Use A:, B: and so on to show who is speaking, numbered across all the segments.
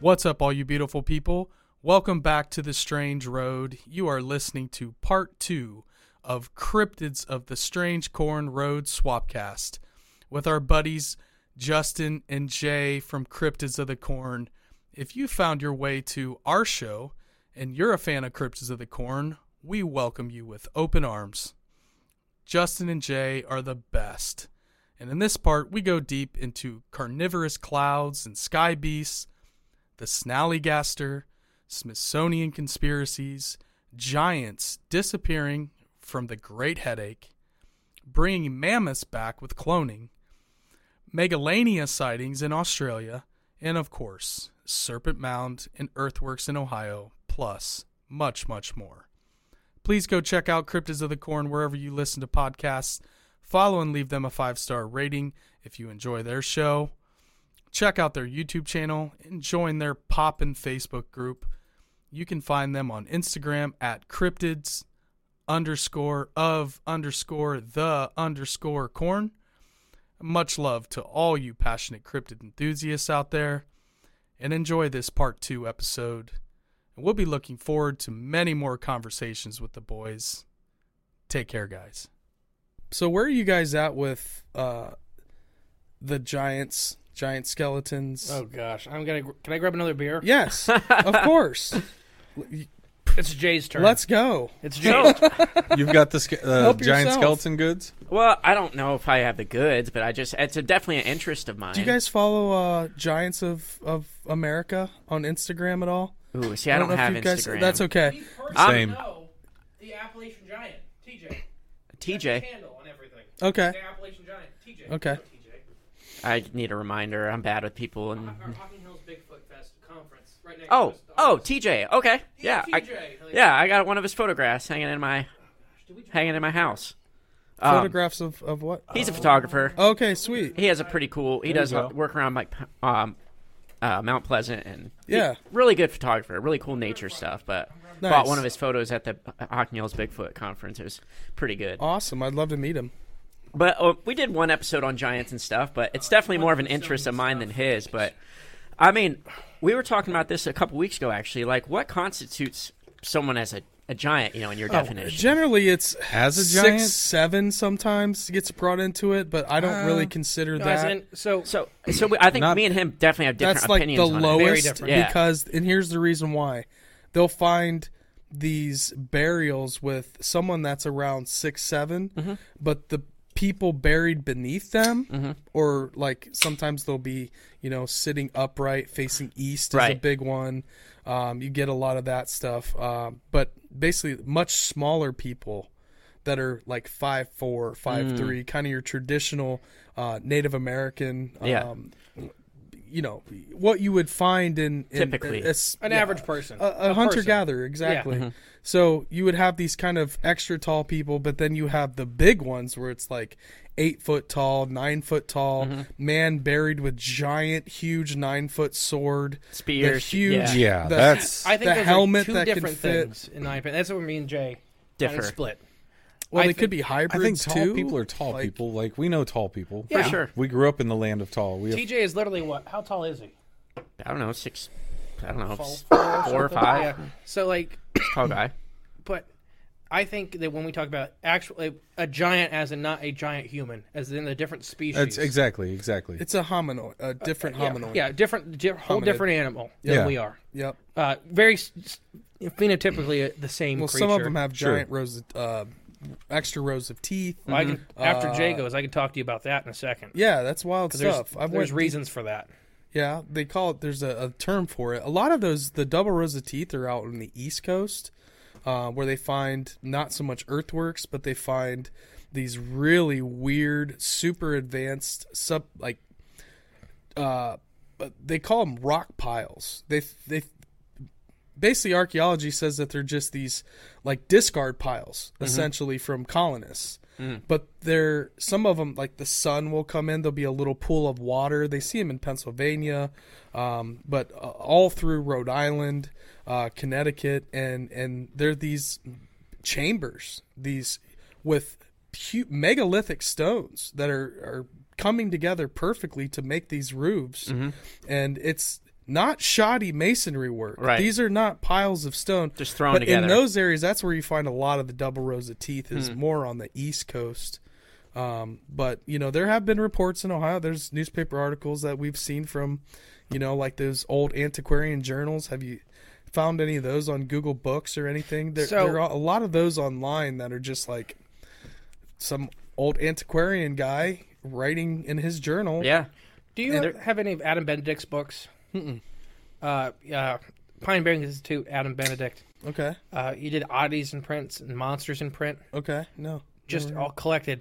A: What's up, all you beautiful people? Welcome back to The Strange Road. You are listening to part two of Cryptids of the Strange Corn Road Swapcast with our buddies Justin and Jay from Cryptids of the Corn. If you found your way to our show and you're a fan of Cryptids of the Corn, we welcome you with open arms. Justin and Jay are the best. And in this part, we go deep into carnivorous clouds and sky beasts, the Snallygaster, Smithsonian conspiracies, giants disappearing from the Great Headache, bringing mammoths back with cloning, megalania sightings in Australia, and of course, Serpent Mound and earthworks in Ohio, plus much, much more. Please go check out Cryptids of the Corn wherever you listen to podcasts. Follow and leave them a five star rating if you enjoy their show. Check out their YouTube channel and join their Pop and Facebook group. You can find them on Instagram at cryptids underscore of underscore the underscore corn. Much love to all you passionate cryptid enthusiasts out there and enjoy this part two episode. And we'll be looking forward to many more conversations with the boys. Take care, guys. So where are you guys at with uh the giants, giant skeletons?
B: Oh gosh, I'm gonna. Can I grab another beer?
A: Yes, of course.
B: It's Jay's turn.
A: Let's go.
B: It's Jay's. turn.
C: You've got the ske- uh,
A: Help
C: giant
A: yourself.
C: skeleton goods.
D: Well, I don't know if I have the goods, but I just it's a, definitely an interest of mine.
A: Do you guys follow uh Giants of of America on Instagram at all?
D: Ooh, see, I, don't, have
A: you
D: Instagram. Um,
A: That's okay.
D: I'm-
C: Same.
B: the Appalachian Giant, TJ.
D: TJ,
B: Handle on everything.
A: Okay.
B: Appalachian Giant, TJ.
A: Okay.
D: I need a reminder. I'm bad with people. And
B: Hocking Hills Bigfoot Fest conference right next
D: oh, oh, TJ. Okay, yeah, I,
B: TJ.
D: yeah. I got one of his photographs hanging in my hanging in my house. Um,
A: Photographs of of what?
D: He's a photographer.
A: Okay, sweet.
D: He has a pretty cool. He does
C: go.
D: work around like um, uh, Mount Pleasant and
A: Yeah.
D: really good photographer, really cool nature stuff. But
A: Nice.
D: bought one of his photos at the Hocking Hills Bigfoot conference. It was pretty good.
A: Awesome. I'd love to meet him.
D: But uh, we did one episode on giants and stuff, but it's definitely more of an interest of mine than his. But I mean, we were talking about this a couple weeks ago, actually. Like, what constitutes someone as a, a giant? You know, in
A: Oh,
D: your definition.
A: Generally, it's
C: As a giant?
A: six, seven. Sometimes gets brought into it, but I don't really consider
B: Uh, As
A: that.
B: in, so
D: So, so we, I think
C: Not-
D: me and him definitely have different
A: That's like the
D: opinions on it.
B: Very
A: lowest
B: different.
D: Yeah.
A: because, and here's the reason why: they'll find these burials with someone that's around six, seven,
D: Mm-hmm.
A: but the people buried beneath them, or like sometimes they'll be, you know, sitting upright, facing east is a
D: Right.
A: big one. Um, you get a lot of that stuff, um, but basically, much smaller people that are like five four, five
D: Mm.
A: three, kind of your traditional uh, Native American.
D: Yeah.
A: Um, you know what you would find in, in
D: Typically. Mm-hmm.
A: a- a s-
B: an
A: yeah,
B: average person,
A: a, a hunter gatherer exactly. So you would have these kind of extra tall people, but then you have the big ones where it's like eight foot tall, nine foot tall,
D: Mm-hmm.
A: man buried with giant, huge nine foot sword, the
D: Spears,
A: huge,
D: yeah.
C: Yeah,
A: the-
C: that's
B: I think
A: the
B: those
A: helmet
B: are two
A: that can
B: different
A: fit.
B: things. In my opinion, that's what me and Jay kinda
D: Differ.
B: split.
A: Well,
B: I
A: they
B: thi-
A: could be
C: I
A: hybrids
C: think tall
A: too.
C: people are tall
A: Like,
C: people. Like we know tall people.
B: Yeah.
D: sure.
C: We grew up in the land of tall. We have,
B: TJ is literally what? How tall is he?
D: I don't know six. I don't know
B: Four,
D: four,
B: four
D: or
B: something?
D: five.
B: Yeah. So like,
D: Tall guy.
B: but I think that when we talk about actually a giant, as in not a giant human, as in a different species.
C: that's exactly, exactly.
A: it's a hominoid, a different
B: Uh, Yeah,
A: hominoid.
B: Yeah, different, di- whole
A: Hominid.
B: different animal
C: Yeah.
B: than we are.
A: Yep.
B: Uh, very s- s- phenotypically uh, the same.
A: Well,
B: creature.
A: some of them have
C: Sure.
A: giant rows, of, uh, extra rows of teeth.
B: Well, I can, after Jay goes, I can talk to you about that in a second.
A: Yeah, that's wild
B: there's,
A: stuff. I've
B: there's
A: went
B: reasons for that.
A: Yeah, they call it. There's a, a term for it. A lot of those, the double rows of teeth, are out on the East Coast, uh, where they find not so much earthworks, but they find these really weird, super advanced sub like. Uh, but they call them rock piles. They they basically archaeology says that they're just these like discard piles essentially from colonists but they're some of them like the sun will come in there'll be a little pool of water they see them in pennsylvania um, but uh, all through rhode island uh, connecticut and and they're these chambers these with hu- megalithic stones that are are coming together perfectly to make these roofs and it's not shoddy masonry work.
D: Right.
A: These are not piles of stone.
D: Just thrown
A: but
D: together.
A: in
D: Hmm.
A: those areas, that's where you find a lot of the double rows of teeth. Is more on the East Coast. Um, but you know there have been reports in Ohio. There's newspaper articles that we've seen from, you know, like those old antiquarian journals. Have you found any of those on Google Books or anything? There,
B: So-
A: there are a lot of those online that are just like some old antiquarian guy writing in his journal.
D: Yeah.
B: Do you
D: And
B: have, have any of Adam Benedict's books? Uh, uh, Pine Bearing Institute, Adam Benedict.
A: Okay.
B: Uh, he did oddities in prints and monsters in print,
A: Okay. No.
B: just all collected,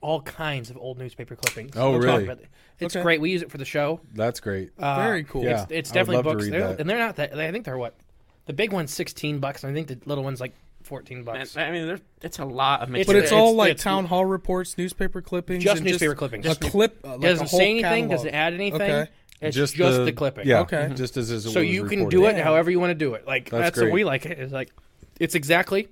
B: all kinds of old newspaper clippings.
C: Oh,
B: talk
C: really?
B: about it. It's
A: Okay.
B: great. We use it for the show.
C: That's great.
B: Uh,
A: Very cool.
C: yeah.
B: It's
C: I would
B: definitely
C: love to
B: books,
C: read
B: they're,
C: that.
B: and they're not that. I think they're what the big one's sixteen bucks, and I think the little one's like fourteen
D: And,
B: bucks.
D: I mean, there's, it's a lot of material.
A: But it's, all
B: It's-
A: like
B: it's-
A: town hall reports, newspaper clippings,
B: Just
A: and
B: newspaper clippings.
A: A
B: Just-
A: clip uh, like
B: doesn't
A: a whole
B: say anything.
A: catalog.
B: Doesn't add anything.
A: Okay.
B: It's just, the, clipping.
C: Yeah.
A: Okay.
C: Just as, as it
B: So
C: was
B: you can
C: reported.
B: do it however you want to do it. Like
C: That's
B: that's,
C: great.
B: what we like. It is like it's exactly.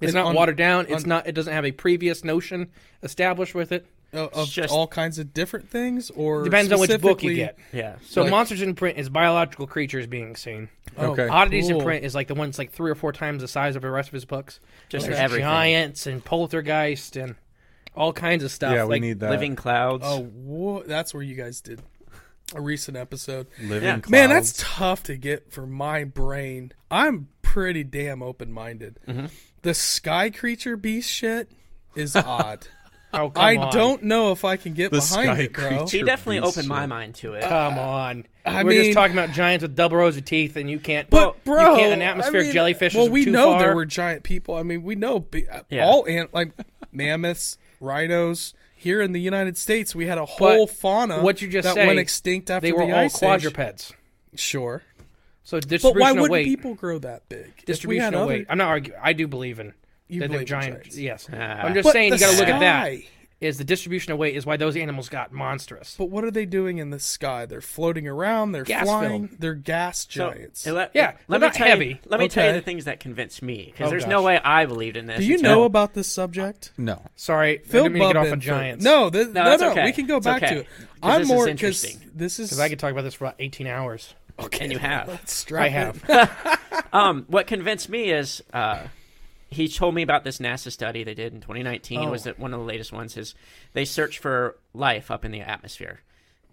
B: It's
A: And
B: not
A: on-
B: watered down. It's not. It doesn't have a previous notion established with it.
A: Uh, of
D: just-
A: all kinds of different things, or
B: Depends on which book you
A: specifically-
B: get.
D: yeah.
B: So
A: Like-
B: monsters in print is biological creatures being seen.
A: Oh,
C: Okay.
B: Oddities
A: cool.
B: in print is like the one's like three or four times the size of the rest of his books.
D: Just
B: There's
D: everything.
B: giants and poltergeist and all kinds of stuff.
C: Yeah, we
B: like,
C: need that.
D: Living clouds.
A: Oh, wha- that's where you guys did a recent episode.
C: Living
D: Yeah.
C: clouds.
A: Man, that's tough to get for my brain. I'm pretty damn open minded.
B: Mm-hmm.
A: The sky creature beast shit is odd.
B: Oh, come
A: I
B: on.
A: don't know if I can get
C: The
A: behind
C: sky
A: it, bro.
C: creature.
D: he definitely
C: Beast,
D: opened my
C: yeah.
D: mind to it.
B: Come on.
A: I
B: We're
A: mean-
B: just talking about giants with double rows of teeth, and you can't.
A: But
B: well,
A: bro,
B: you can't an
A: I
B: atmospheric
A: mean,
B: jellyfish.
A: Well,
B: is
A: we
B: too
A: know
B: far.
A: there were giant people. I mean, we know be,
D: Yeah.
A: all ant like mammoths, rhinos. Here in the United States, we had a whole
B: But
A: fauna
B: what you just
A: that
B: say,
A: went extinct after
B: They were
A: the
B: all
A: ice Age.
B: quadrupeds.
A: Sure,
B: So
A: but why
B: distribution of
A: wouldn't
B: weight.
A: people grow that big? If we had
B: distribution of
A: other-
B: weight. I'm not arguing. I do believe in.
A: You
B: that they're
A: believe in
B: giant.
A: giants.
B: Yes.
D: Ah.
B: I'm just
A: But
B: saying you
A: the
B: got to look at that.
A: sky-
B: Is the distribution of weight is why those animals got monstrous.
A: But what are they doing in the sky? They're floating around. They're
B: Gas
A: flying.
B: filled.
A: They're gas
D: So,
A: giants.
D: and let,
B: Yeah, they're
D: let me
B: not
D: tell You,
B: heavy. Oh,
D: let me tell you
A: Okay.
D: the things that convinced me because there's
B: gosh.
D: no way I believed in this.
A: Do you
D: until-
A: know about this subject?
C: No.
B: Sorry, I
A: Phil
B: didn't mean to get off
A: Bubbin
B: on
A: for-
B: giants.
A: No, th- no,
D: that's
A: no.
D: okay.
A: We can go
D: It's
A: back
D: okay.
A: to it.
D: 'Cause
A: I'm
D: this is
A: more
D: interesting.
A: this is
B: I could talk about this for about 18 hours.
A: okay.
D: And you have.
A: strap
B: I
A: in.
B: have.
D: Um, what convinced me is uh, he told me about this NASA study they did in 2019. It
B: Oh.
D: was one of the latest ones. Is they search for life up in the atmosphere,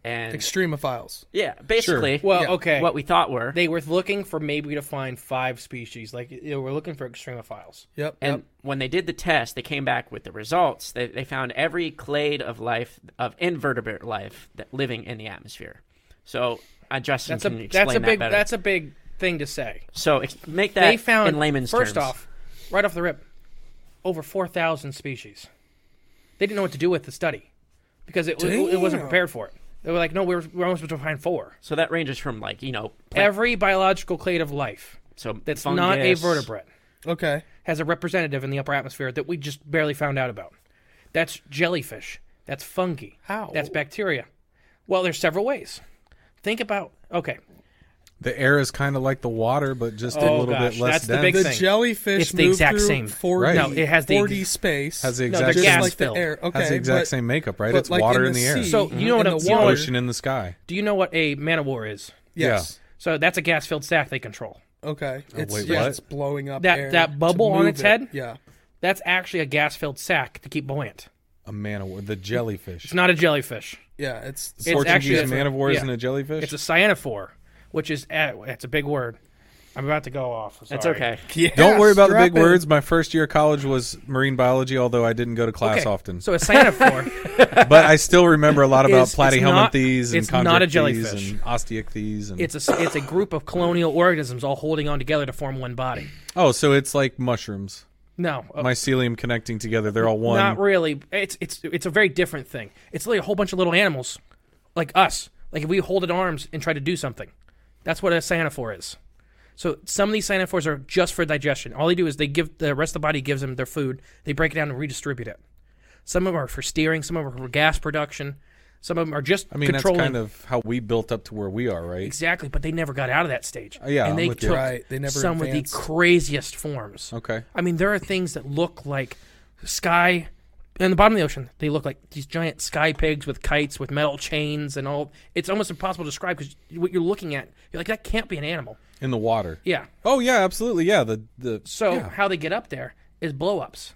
D: and
A: extremophiles.
D: yeah, basically,
B: Well,
A: Yeah.
B: okay.
D: what we thought were,
B: they were looking for maybe to find five species. Like you know, we're looking for extremophiles.
A: Yep.
D: and
A: yep.
D: when they did the test, they came back with the results. They they found every clade of life of invertebrate life that living in the atmosphere. So. Uh, Justin
B: That's a
D: can explain
B: that's a
D: that
B: big
D: better.
B: that's a big thing to say.
D: So ex- make that
B: They found
D: in layman's
B: first
D: terms.
B: off, right off the rip, over 4,000 species. They didn't know what to do with the study because it, it, it wasn't
A: Damn.
B: prepared for it. They were like, no, we're, we're only supposed to find four.
D: so that ranges from like you know plant,
B: Every biological clade of life
D: so
B: that's
D: fungus,
B: not a vertebrate
A: Okay.
B: has a representative in the upper atmosphere that we just barely found out about. That's jellyfish. That's fungi.
A: How?
B: That's bacteria. Well, there's several ways. Think about okay.
C: The air is kind of like the water, but just a
B: Oh,
C: little
B: gosh,
C: bit less
B: that's the
C: dense.
B: big
A: The
B: thing.
A: jellyfish
B: It's the
A: move
B: exact
A: through
B: same.
A: 40,
C: Right.
B: No, it has the-
A: 40 space.
C: Has the
B: No, they're gas
C: exact
A: just
C: same,
A: like the
B: filled.
A: air. Okay.
C: has the exact
A: but-
C: same makeup, right?
A: but
C: It's
A: like
C: water
A: in
C: in the,
A: the
C: air.
A: sea-
B: So you know what?
A: In
B: a-
A: the
B: you know what-
C: Ocean in the sky.
B: do you know what a man of war is?
A: Yes.
B: So that's a gas filled sack they control.
A: Okay. It's,
C: Oh, wait,
A: yeah,
C: what?
A: it's blowing up
B: That-
A: air
B: that
A: to
B: bubble on
A: move
B: its
A: it.
B: head?
A: Yeah.
B: That's actually a gas filled sack to keep buoyant.
C: A man of war. The jellyfish.
B: It's not a jellyfish.
A: Yeah. It's,
B: It's actually
C: Portuguese
B: a-
C: man of war
B: yeah.
C: isn't a jellyfish.
B: It's a cyanophore, which is eh, it's a big word. I'm about to go off.
D: That's
B: Sorry.
D: okay.
A: Yeah,
C: Don't worry about the
A: strap
C: big
A: in.
C: words. My first year of college was marine biology, although I didn't go to class
B: Okay,
C: often.
B: So a cyanophore,
C: but I still remember a lot about
B: Is- it's not-
C: platyhelminthes and
B: it's not a
C: chondrichthyes
B: jellyfish.
C: and osteichthyes and
B: it's a it's a group of colonial organisms all holding on together to form one body.
C: oh, so it's like mushrooms,
B: No, uh,
C: mycelium connecting together. They're all one.
B: not really. It's it's it's a very different thing. It's like a whole bunch of little animals, like us. Like if we hold at arms and try to do something, that's what a cyanophore is. So some of these cyanophores are just for digestion. All they do is they give the rest of the body gives them their food. They break it down and redistribute it. Some of them are for steering. Some of them are for gas production. Some of them are just
C: I mean,
B: controlling.
C: that's kind of how we built up to where we are, right?
B: Exactly, but they never got out of that stage.
C: yeah,
B: and
C: I'm
B: they
C: with you.
B: took
A: Right, they never
B: some
A: advanced.
B: of the craziest forms.
C: Okay.
B: I mean, there are things that look like sky in the bottom of the ocean, they look like these giant sky pigs with kites, with metal chains, and all. It's almost impossible to describe because what you're looking at, you're like, that can't be an animal.
C: in the water.
B: Yeah.
C: Oh yeah, absolutely. Yeah, the the
B: So
C: yeah.
B: how they get up there is blow ups.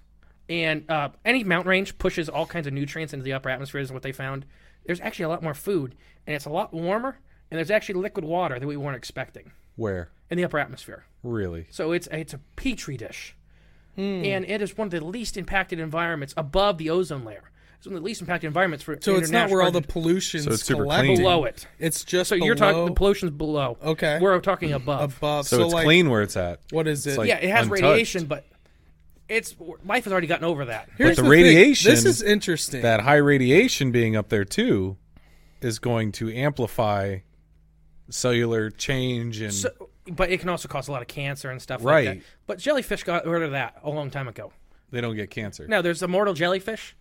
B: And uh, any mountain range pushes all kinds of nutrients into the upper atmosphere, is what they found. There's actually a lot more food, and it's a lot warmer, and there's actually liquid water that we weren't expecting
C: where
B: in the upper atmosphere.
C: really
B: So it's it's a petri dish,
A: Hmm.
B: and it is one of the least impacted environments above the ozone layer. It's one of the least impacted environments for
A: So it's not where all the
B: international-
A: pollution's
C: So it's super
A: collecting.
C: clean.
B: below it.
A: It's just
B: So you're
A: below,
B: talking the pollution's below.
A: Okay. Mm-hmm.
B: we're talking above.
A: above.
C: so, it's
A: like,
C: clean where it's at.
A: What is it?
C: like-
B: yeah, it has
C: untouched.
B: radiation, but it's life has already gotten over that.
A: Here's
C: the
A: thing.
C: radiation
A: This is interesting.
C: That high radiation being up there too is going to amplify cellular change and
B: So, but it can also cause a lot of cancer and stuff like
C: Right.
B: that. But jellyfish got rid of that a long time ago.
C: they don't get cancer.
B: Now there's immortal jellyfish.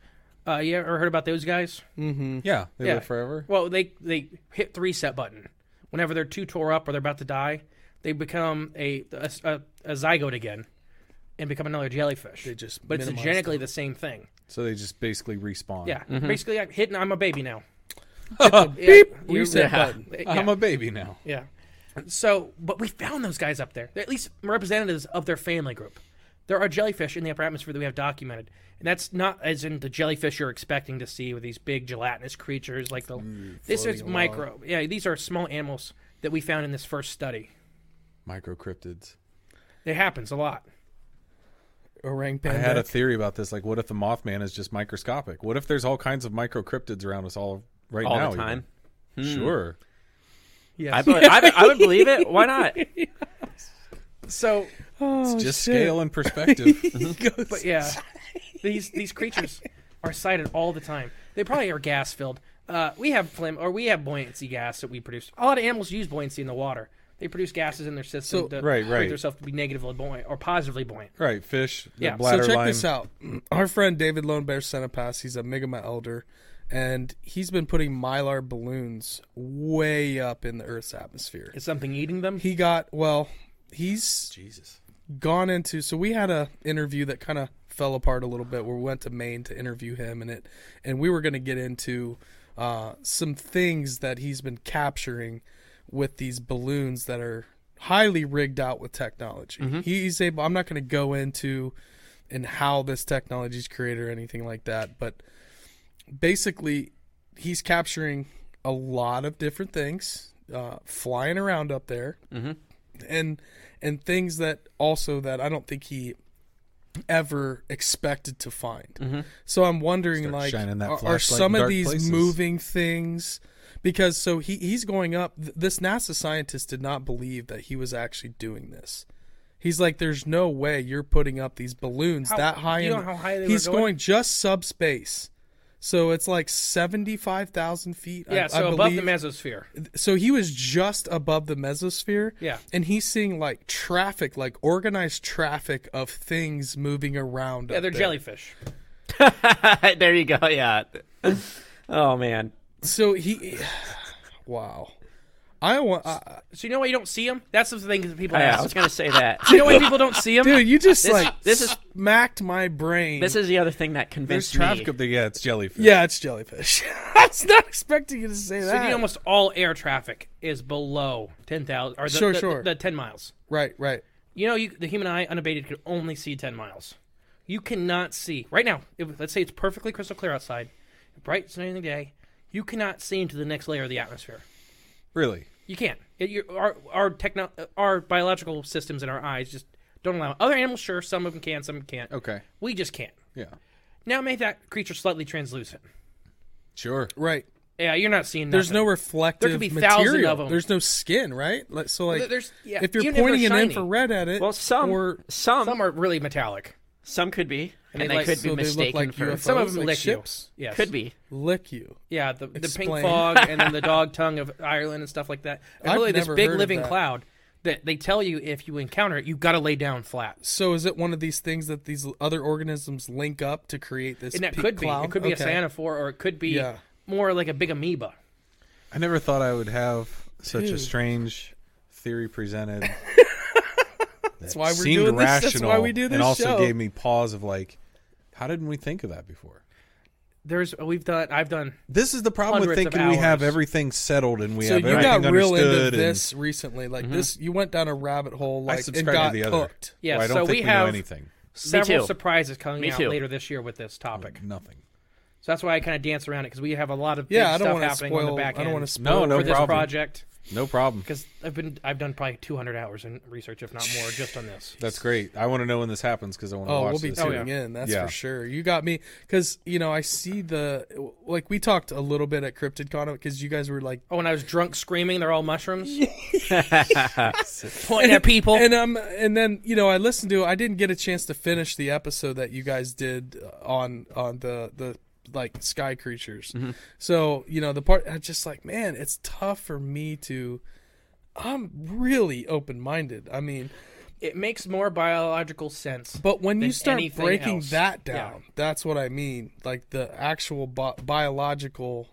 B: Uh, you ever heard about those guys?
C: Yeah, they
B: Yeah.
C: live forever.
B: Well, they they hit the reset button whenever they're too tore up or they're about to die. They become a a, a- a zygote again and become another jellyfish. They
A: just
B: but it's
A: minimize
B: genetically the same thing.
C: So they just basically respawn.
B: Yeah,
A: Mm-hmm.
B: basically I'm hitting. I'm a baby now.
C: Beep.
B: Yeah, you're-
A: Reset
B: yeah.
A: button.
B: Yeah.
C: I'm a baby now.
B: Yeah. So, but we found those guys up there. They're at least representatives of their family group. There are jellyfish in the upper atmosphere that we have documented, and that's not as in the jellyfish you're expecting to see with these big gelatinous creatures like the. this is micro. Yeah, these are small animals that we found in this first study.
C: Microcryptids.
B: It happens a lot.
A: Orang
C: I had a theory about this. Like, what if the Mothman is just microscopic? What if there's all kinds of microcryptids around us all right
D: all
C: now?
D: the
C: even?
D: time.
C: Sure.
B: Yes.
D: I, bel- I, I would believe it. Why not?
B: so,
A: Oh,
C: It's just scale and perspective.
B: but yeah, these these creatures are sighted all the time. They probably are gas filled. Uh, we have flim or we have buoyancy gas that we produce. A lot of animals use buoyancy in the water. They produce gases in their system
A: So-
B: to
C: Right,
B: make
C: right.
B: themselves to be negatively buoyant or positively buoyant.
C: right. Fish. the
B: Yeah, so
C: Bladder
A: so check
C: line.
A: this out. Our friend David Lone Bear sent a pass. He's a Mi'kmaq elder, and he's been putting mylar balloons way up in the Earth's atmosphere.
B: Is something eating them?
A: He got well. He's
C: Jesus.
A: gone into so we had a interview that kind of fell apart a little bit where we went to Maine to interview him and it and we were going to get into uh, some things that he's been capturing with these balloons that are highly rigged out with technology. He's able I'm not going to go into and how this technology is created or anything like that, but basically he's capturing a lot of different things uh, flying around up there
B: Mm-hmm.
A: and and things that also that I don't think he ever expected to find.
B: Mm-hmm.
A: So I'm wondering
C: Start shining that
A: like are, are
C: flashlight in
A: some of
C: dark
A: these
C: places.
A: moving things because so he he's going up th- this NASA scientist did not believe that he was actually doing this. He's like there's no way you're putting up these balloons
B: How-
A: that
B: do
A: high
B: you
A: in
B: know
A: the-
B: how high they were
A: He's
B: going?
A: just subspace. So it's like 75,000 feet. I-
B: yeah,
A: I
B: so above the
A: believe
B: mesosphere.
A: so he was just above the mesosphere.
B: Yeah.
A: And he's seeing like traffic, like organized traffic of things moving around.
B: Yeah, they're jellyfish.
D: there you go. Yeah. Oh man.
A: So he, wow. I want, I,
B: So you know why you don't see them? That's the thing that people
D: Yeah, I was
B: ask.
D: gonna say that.
B: You know why people don't see them?
A: dude, you just like
D: this is-
A: smacked my brain.
D: This is the other thing that
C: There's
D: convinced
C: traffic
D: me.
C: up there. Yeah, it's jellyfish.
A: yeah, it's jellyfish. I was not expecting you to say
B: So
A: that.
B: the- almost all air traffic is below ten thousand or the,
A: Sure,
B: the-
A: sure.
B: the ten miles.
A: right, right.
B: You know, you, the human eye, unabated, can only see 10 miles. You cannot see. Right now, if, let's say it's perfectly crystal clear outside, bright, sunny day, you cannot see into the next layer of the atmosphere.
C: Really.
B: You can't. It, you, our, our, techno, our biological systems in our eyes just don't allow it. Other animals, sure, some of them can, some can't.
C: Okay.
B: We just can't.
C: Yeah.
B: Now make that creature slightly translucent.
C: Sure.
A: Right.
B: Yeah, you're not seeing
A: There's
B: nothing.
A: no reflective
B: be thousands
A: material.
B: of 'em.
A: There's no skin, right? Like, so like,
B: There's- yeah,
A: if you're
B: even if they're
A: pointing an
B: shiny.
A: infrared at it,
D: Well, some,
A: or
D: some,
B: Some
D: some,
B: are really metallic.
D: could be, and,
B: they
D: they
B: like-
D: could
B: so
D: be
A: they look
D: mistaken
A: like
D: for.
A: UFOs.
B: Some of
A: Those,
B: them
A: like
B: lick
A: ships?
B: you. Yes.
D: Could be.
A: lick you.
B: Yeah, the, the pink
A: Explain.
B: fog and then the dog tongue of Ireland and stuff like that. And
A: I've
B: really, this
A: never
B: big
A: heard of
B: living
A: that.
B: cloud that they tell you if you encounter it, you got to lay down flat.
A: So is it one of these things that these other organisms link up to create this?
B: And that
A: peak
B: could be
A: cloud?
B: it could be
A: Okay.
B: a cyanophore or it could be
A: Yeah.
B: more like a big amoeba.
C: I never thought I would have such a
A: Dude.
C: strange theory presented.
A: That's why we're
C: seemed
A: doing
C: rational.
A: this. That's why we do this
C: and also
A: show.
C: gave me pause of like, How didn't we think of that before?
B: There's we've done I've done
C: This is the problem with
B: Hundreds of
C: thinking we have
B: hours.
C: everything settled and we
A: so
C: have
A: you
C: everything
A: got real
C: understood.
A: into
C: and-
A: this recently, like this. You went down a rabbit hole,
C: I
A: like and
C: subscribe
A: got
C: to the other.
A: hooked.
B: Mm-hmm. Yeah,
C: Well, I don't
B: so
C: think
B: we
C: know
B: have-
C: anything.
B: several
D: too.
B: surprises coming
D: Me
B: out
D: too.
B: later this year with this topic.
C: Nothing.
B: So that's why I kind of dance around it because we have a lot of
A: Yeah,
B: big
A: I don't
B: stuff
A: want to
B: happening on
A: spoil.
B: the back
A: I
B: end
A: don't want to
C: No,
A: spoil.
C: no
B: for this
C: problem.
B: project
C: No problem.
B: because I've been I've done probably 200 hours in research, if not more, just on this.
C: That's great. I want to know when this happens because I want to
A: Oh,
C: watch
A: we'll be
C: this.
B: too.
A: tuning in. That's
C: Yeah.
A: for sure. You got me because you know I see the like we talked a little bit at CryptidCon because you guys were like
B: Oh, when I was drunk screaming, they're all mushrooms. Pointing at people.
A: and um and then you know I listened to I didn't get a chance to finish the episode that you guys did on on the the like sky creatures.
B: Mm-hmm.
A: So you know the part I just like man it's tough for me to I'm really open minded. I mean,
B: it makes more biological sense.
A: but when you
B: than
A: start
B: anything
A: breaking
B: else.
A: that
B: Yeah.
A: down, that's what I mean. Like the actual bi- biological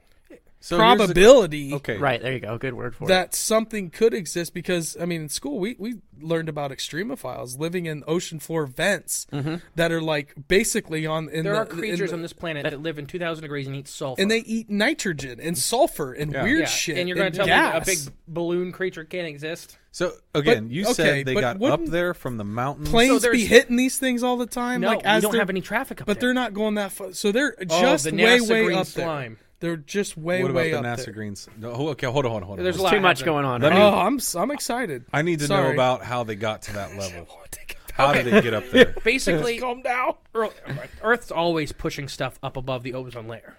C: So here's the-
A: probability
C: okay.
D: Right there you go. Good word for it.
A: that something could exist because I mean in school we, we learned about extremophiles living in ocean floor vents that are like basically on in
B: Mm-hmm. there
A: the,
B: are creatures
A: in the-
B: on this planet that live in 2,000 degrees and eat sulfur.
A: and they eat nitrogen and sulfur and weird
B: yeah.
A: shit
B: And you're going to tell
A: gas.
B: me a big balloon creature can't exist?
C: So again,
A: But-
C: you
A: okay,
C: said they
A: but
C: got up
A: wouldn't
C: there from the mountains.
A: planes
B: So
A: be
B: there's-
A: hitting these things all the time
B: No,
A: like
B: we
A: as
B: don't
A: they're-
B: have any traffic up
A: but
B: there.
A: they're not going that far so they're
B: Oh,
A: just
B: the
A: way
B: NASA
A: way
B: green
A: up
B: slime.
A: there they're just way
C: what about
A: way
C: the
A: up
C: NASA
A: there
C: greens? No, oh, okay, hold on, hold on, hold on.
B: There's a lot
D: Too much
B: happening.
D: going on.
C: Let
D: right
C: me-
D: now.
A: oh i'm s- i'm excited
C: I need to know
A: Sorry.
C: about how they got to that level.
A: Take it back.
C: How did they get up there?
B: Basically,
A: calm down
B: Earl- Earth's always pushing stuff up above the ozone layer.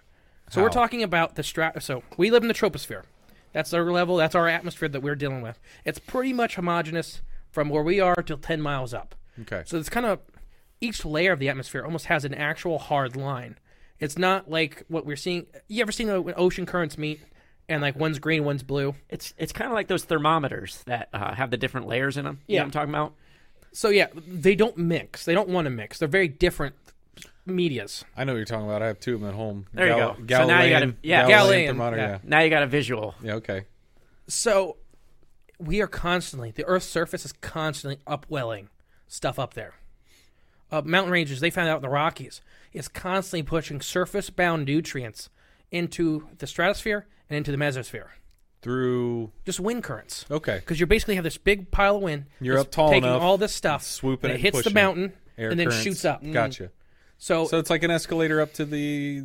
B: So we're
C: How?
B: talking about the strat. So we live in the troposphere. That's our level. That's our atmosphere that we're dealing with. It's pretty much homogeneous from where we are till 10 miles up.
C: Okay.
B: So it's kind of each layer of the atmosphere almost has an actual hard line. It's not like what we're seeing. You ever seen when ocean currents meet and like one's green, one's blue?
D: It's it's kind of like those thermometers that uh, have the different layers in them. You
B: Yeah.
D: know what I'm talking about?
B: So yeah, they don't mix. They don't want to mix. They're very different medias.
C: I know what you're talking about. I have two of them at home.
D: There you go. So
C: Galilean,
D: now you gotta- yeah.
C: Galilean.
B: Galilean,
C: thermometer,
B: yeah.
C: yeah.
D: Now you got a visual.
C: Yeah, okay.
B: So we are constantly the Earth's surface is constantly upwelling stuff up there. Uh, mountain ranges they found out in the Rockies is constantly pushing surface bound nutrients into the stratosphere and into the mesosphere.
C: Through
B: Just wind currents.
C: okay.
B: Because you basically have this big pile of wind.
C: Oh. You're
B: that's
C: up tall
B: taking
C: enough,
B: all this stuff,
C: swooping
B: and it
C: and
B: hits the
C: pushing.
B: mountain,
C: Air
B: and then
C: currents.
B: shoots up.
C: Gotcha.
B: So,
C: So it's like an escalator up to the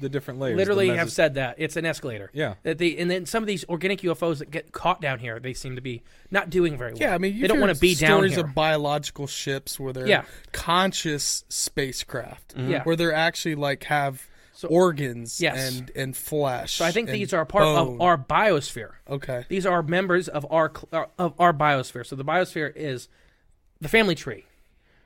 C: the different layers. the
B: literally have
C: mesos-
B: said that it's an escalator.
C: Yeah.
B: That they and then some of these organic UFOs that get caught down here, they seem to be not doing very well.
A: Yeah, I mean, you
B: they don't
A: hear
B: want to be down
A: stories
B: here.
A: of biological ships where they're
B: Yeah.
A: conscious spacecraft,
B: Yeah.
A: where they're actually like have organs
B: Yes.
A: and and flesh.
B: So I think
A: and
B: these are a part of
A: bone.
B: our biosphere.
A: Okay.
B: These are members of our cl- uh, of our biosphere. So the biosphere is the family tree.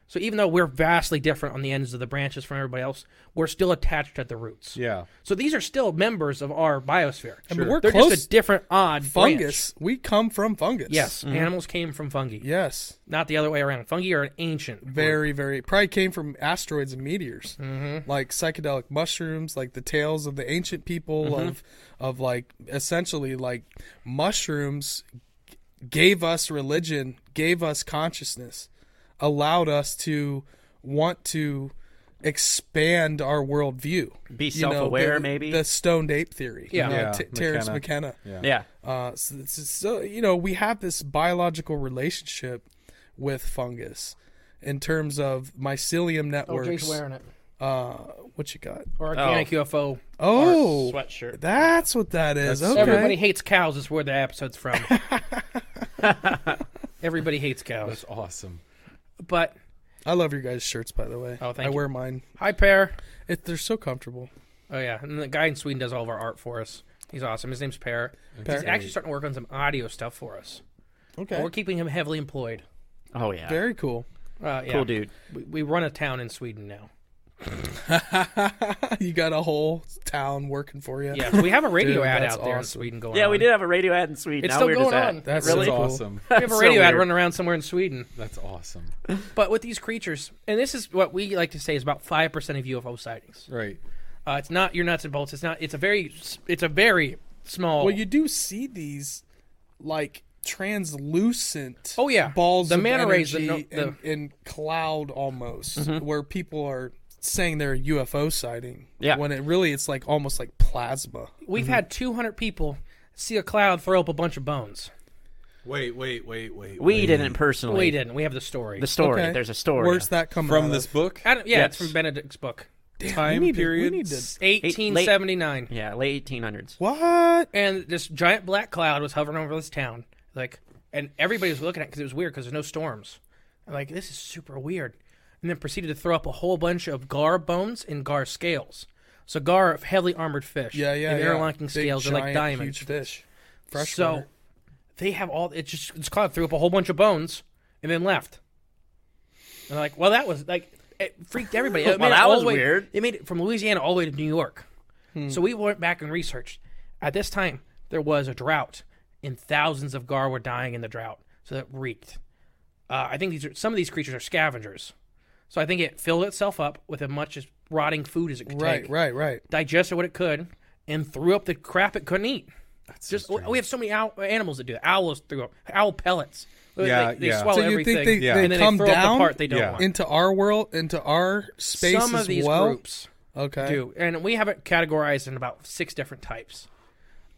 B: So even though we're vastly different on the ends of the branches from everybody else, we're still attached at the roots.
C: Yeah.
B: So these are still members of our biosphere.
A: I mean, we're
B: They're
A: close
B: just a different odd branch.
A: fungus. We come from fungus.
B: Yes, animals came from fungi,
A: Yes.
B: not the other way around. Fungi are an ancient.
A: Very, very. Probably came from asteroids and meteors, mm-hmm. like psychedelic mushrooms, like the tales of the ancient people
D: Mm-hmm.
A: of, of like essentially like mushrooms g- gave us religion, gave us consciousness, allowed us to want to expand our worldview.
D: Be
A: You know,
D: self-aware,
A: the-
D: maybe?
A: The stoned ape theory.
B: Yeah.
A: uh,
C: Yeah,
A: T- Terrence
C: McKenna.
A: McKenna.
C: Yeah.
D: Yeah.
A: Uh, so, so, so, you know, we have this biological relationship with fungus in terms of mycelium networks.
B: it.
A: uh, what you got?
B: Or organic UFO.
A: Oh,
D: Sweatshirt.
A: that's what that is.
C: That's-
A: okay.
B: Everybody hates cows is where the episode's from. Everybody hates cows.
C: That's awesome.
B: But
A: I love your guys' shirts, by the way.
B: Oh, thank
A: I
B: you.
A: wear mine.
B: hi, pair.
A: It, they're so comfortable.
B: Oh yeah, and the guy in Sweden does all of our art for us. He's awesome. His name's Per. He's
A: Per.
B: actually starting to work on some audio stuff for us.
A: Okay.
B: We're keeping him heavily employed.
D: Oh yeah.
A: Very cool.
B: Uh, yeah.
D: cool, dude.
B: We, we run a town in Sweden now.
A: you got a whole town working for you.
B: Yeah, so we have a radio
A: Dude,
B: ad
A: that's
B: out there in
A: awesome.
B: Sweden going.
D: Yeah,
B: on.
D: we did have a radio ad in Sweden.
B: It's
D: How
B: still
D: weird is
B: going
D: that?
B: on.
A: That's
D: really
A: so
C: That's
A: cool.
C: awesome.
B: We have a
D: So
B: radio ad
D: weird.
B: running around somewhere in Sweden.
C: That's awesome.
B: But with these creatures, and this is what we like to say is about five percent of UFO sightings.
C: Right.
B: Uh, it's not your nuts and bolts. It's not. It's a very. s- It's a very small.
A: Well, you do see these, like translucent.
B: Oh, yeah.
A: balls
B: The Mm-hmm.
A: of
B: manta rays that
A: energy
B: no- the-
A: in, in cloud almost, where people are saying they're a UFO sighting.
D: Yeah.
A: When it really, it's like almost like plasma.
B: We've had 200 people see a cloud throw up a bunch of bones.
C: Wait, wait, wait, wait.
D: We didn't personally.
B: We didn't. We have the story.
D: The story.
A: Okay.
D: There's a story.
A: Where's that coming
C: From
A: out
C: this
A: of?
C: book,
B: I don't, yeah, it's
D: Yes.
B: from Benedict's book.
C: time
A: We need to- we
C: period.
A: need to-
B: 1879.
D: Yeah, late 1800s.
A: What?
B: And this giant black cloud was hovering over this town. Like, and everybody was looking at it because it was weird because there's no storms. I'm like, this is super weird. And then proceeded to throw up a whole bunch of gar bones and gar scales. So gar are heavily armored fish.
A: Yeah, yeah.
B: And
A: yeah.
B: interlocking
A: Big,
B: scales are
A: giant,
B: like diamonds.
A: Huge fish. Fresh
B: so
A: water.
B: they have all it just this cloud threw up a whole bunch of bones and then left. And like, well, that was like it freaked everybody. It
D: Well,
B: made it
D: that
B: all
D: was
B: the way-
D: weird. Hmm.
B: It made it from Louisiana all the way to New York. So we went back and researched. At this time, there was a drought, and thousands of gar were dying in the drought. So that reeked. Uh, I think these are some of these creatures are scavengers. So I think it filled itself up with as much as rotting food as it could
A: Right,
B: take,
A: right, right.
B: digested what it could, and threw up the crap it couldn't eat just
C: strange.
B: we have so many owl, animals that do that. Owls throw owl pellets. They-
C: Yeah,
B: they, they
C: yeah.
B: swallow
A: So you think
B: everything.
A: they- Yeah. they
B: and then
A: come
B: they throw up
A: down?
B: the part they don't
C: Yeah.
B: want.
A: Into our world, into our space
B: Some
A: as
B: of these
A: well.
B: groups
A: okay.
B: do, and we have it categorized in about six different types.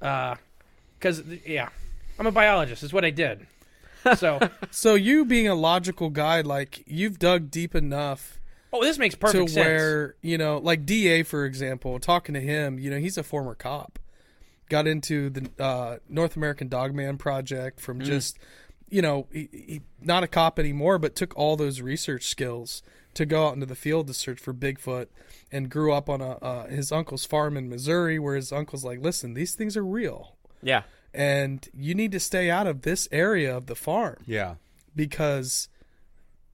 B: Because yeah, I'm a biologist. Is what I did. So
A: So you being a logical guy, like you've dug deep enough
B: oh, this makes
A: to
B: perfect sense.
A: where you know, like Da, for example, talking to him, you know, he's a former cop, got into the uh, North American Dogman Project from
B: Mm.
A: just, you know, he, he, not a cop anymore, but took all those research skills to go out into the field to search for Bigfoot, and grew up on a uh, his uncle's farm in Missouri, where his uncle's like, listen, these things are real,
D: Yeah.
A: and you need to stay out of this area of the farm
C: yeah,
A: because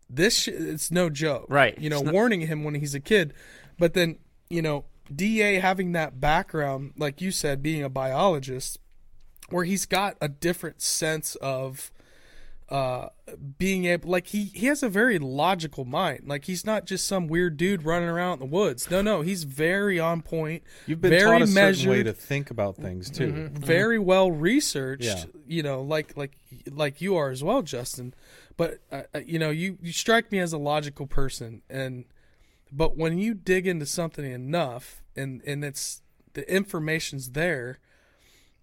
A: this sh- it's no joke
D: Right.
A: you know
D: It's not-
A: warning him when he's a kid but then you know da having that background like you said being a biologist where he's got a different sense of uh being able like he he has a very logical mind like he's not just some weird dude running around in the woods no no he's very on point
C: you've been
A: very
C: taught a certain
A: measured
C: way to think about things too. Mm-hmm.
A: Mm-hmm. very well researched
C: Yeah.
A: you know like like like you are as well justin but uh, uh, you know you you strike me as a logical person and but when you dig into something enough and and it's the information's there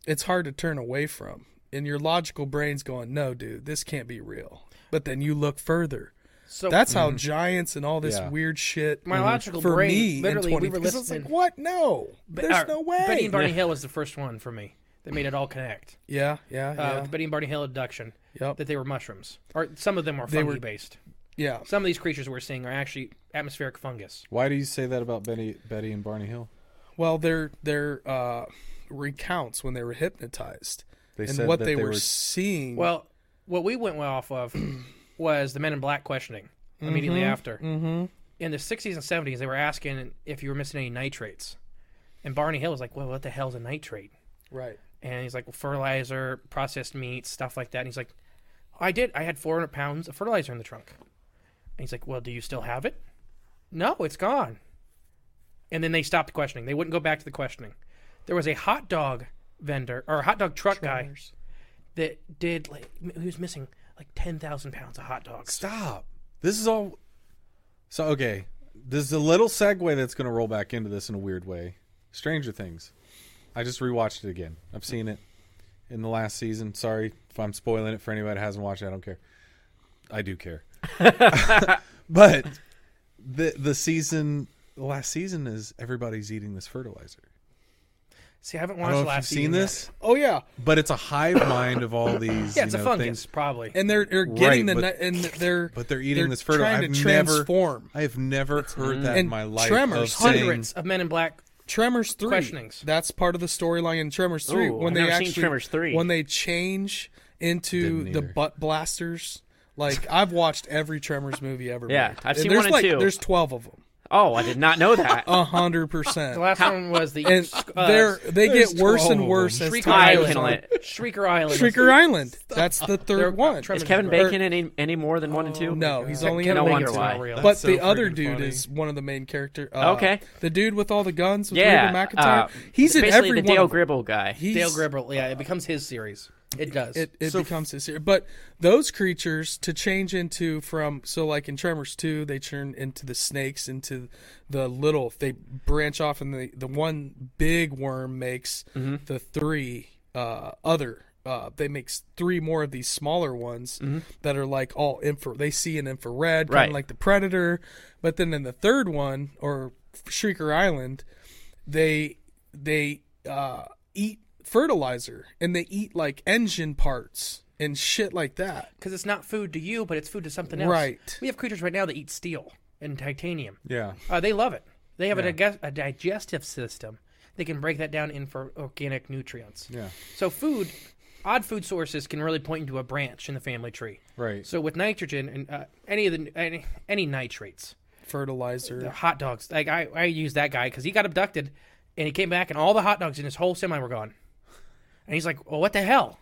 A: it's hard to turn away from and your logical brain's going no dude this can't be real but then you look further
B: so
A: that's how giants and all this
C: Mm-hmm. Yeah.
A: weird shit
B: Oh. My logical
A: for
B: brain,
A: me in
B: literally, we
A: 20
B: were
A: 'cause it's like
B: listening-
A: what no there's
B: our-
A: no way
B: Betty and Barney Hill was the first one for me that made it all connect.
A: yeah yeah yeah
B: Uh, with the Betty and Barney Hill abduction.
A: Yep.
B: That they were mushrooms, or some of them are
A: They were-
B: fungi based.
A: yeah
B: Some of these creatures we're seeing are actually atmospheric fungus.
C: Why do you say that about Betty, Betty and Barney Hill?
A: Well, their their uh, recounts when they were hypnotized
C: They
A: and
C: said
A: what
C: that
A: they,
C: they
A: were,
C: were-
A: seeing.
B: Well, what we went well off of was the Men in Black questioning immediately after. Mm-hmm. In the 60s and 70s, they were asking if you were missing any nitrates. And Barney Hill was like, well, what the hell's a nitrate?
A: right.
B: And he's like, well, fertilizer, processed meats, stuff like that. And he's like, "Oh, I did. I had 400 pounds of fertilizer in the trunk. And he's like, well, do you still have it? No, it's gone. And then they stopped questioning. They wouldn't go back to the questioning. There was a hot dog vendor or a hot dog truck guy that did like m- he was missing like ten thousand pounds of hot dogs.
C: Stop. This is all. So okay, this is a little segue that's going to roll back into this in a weird way. Stranger Things. I just rewatched it again. I've seen it in the last season. Sorry if I'm spoiling it for anybody that hasn't watched it. I don't care. I do care. but the the season, the last season is everybody's eating this fertilizer.
B: See, I haven't
C: I
B: watched
C: don't know if you've
B: last
C: seen
B: season yet.
C: this,
A: Oh yeah,
C: but it's a hive mind of all these.
B: Yeah, it's
C: you
B: a
C: know,
B: fungus,
C: things.
B: probably.
A: and they're they're
C: Right,
A: getting the
C: but-
A: ni- and they're
C: But they're eating this fertile.
A: trying
C: I've
A: to
C: never-
A: transform.
C: I have never heard that in
A: And
C: my life.
A: Tremors,
C: of saying-
B: Hundreds of Men in Black.
A: Tremors three.
B: Questionings.
A: That's part of the storyline in Tremors three
D: Ooh,
A: when
D: I've
A: they
D: never seen
A: actually
D: Tremors 3.
A: when they change into
C: Didn't
A: the
C: either.
A: butt blasters. Like I've watched every Tremors movie ever.
D: Yeah,
A: made.
D: I've seen
A: there's
D: one and
A: like,
D: two.
A: There's twelve of them.
D: Oh, I did not know that.
A: A hundred percent.
B: The last one was the
A: And
B: uh,
A: they're they
C: there's
A: get worse
C: 12 of
A: and
C: them.
A: worse as
B: Shrieker
A: time
D: I
A: goes
B: Island.
D: can
A: on.
D: let.
B: Shrieker Island.
A: Shrieker Island. That's the
B: They're-
A: third one.
B: Tremors
D: Is Kevin
B: are-
D: Bacon any any more than one and two?
A: No, he's only in
D: No
A: one.
D: wonder
A: and two.
D: why.
B: Real.
A: But
C: so
A: the other
C: freaking
A: dude
C: funny.
A: is one of the main character. Uh,
D: Okay.
A: the dude with all the guns with
D: Yeah,
A: Reba
D: uh,
A: McIntyre. he's in
D: basically
A: every
D: the
A: one.
D: Dale
A: of them.
D: Gribble guy.
A: He's-
B: Dale Gribble. Yeah, it becomes his series. It does.
A: it, it
C: So-
A: becomes this here. But those creatures to change into from so like in Tremors two, they turn into the snakes, into the little. They branch off, and the the one big worm makes the three uh, other. Uh, they makes three more of these smaller ones that are like all infra. They see an infrared, kind
D: Right.
A: of like the predator. But then in the third one or Shrieker Island, they they uh, eat fertilizer and they eat like engine parts and shit like that.
B: because it's not food to you, but it's food to something else.
A: Right.
B: We have creatures right now that eat steel and titanium.
C: Yeah.
B: Uh, they love it. They have a, dig- a digestive system. They can break that down in for organic nutrients.
C: Yeah.
B: So food, odd food sources can really point into a branch in the family tree.
C: Right.
B: So with nitrogen and uh, any of the any, any nitrates,
A: Fertilizer.
B: the hot dogs. Like I, I use that guy because he got abducted, and he came back, and all the hot dogs in his whole semi were gone. And he's like, "Well, what the hell?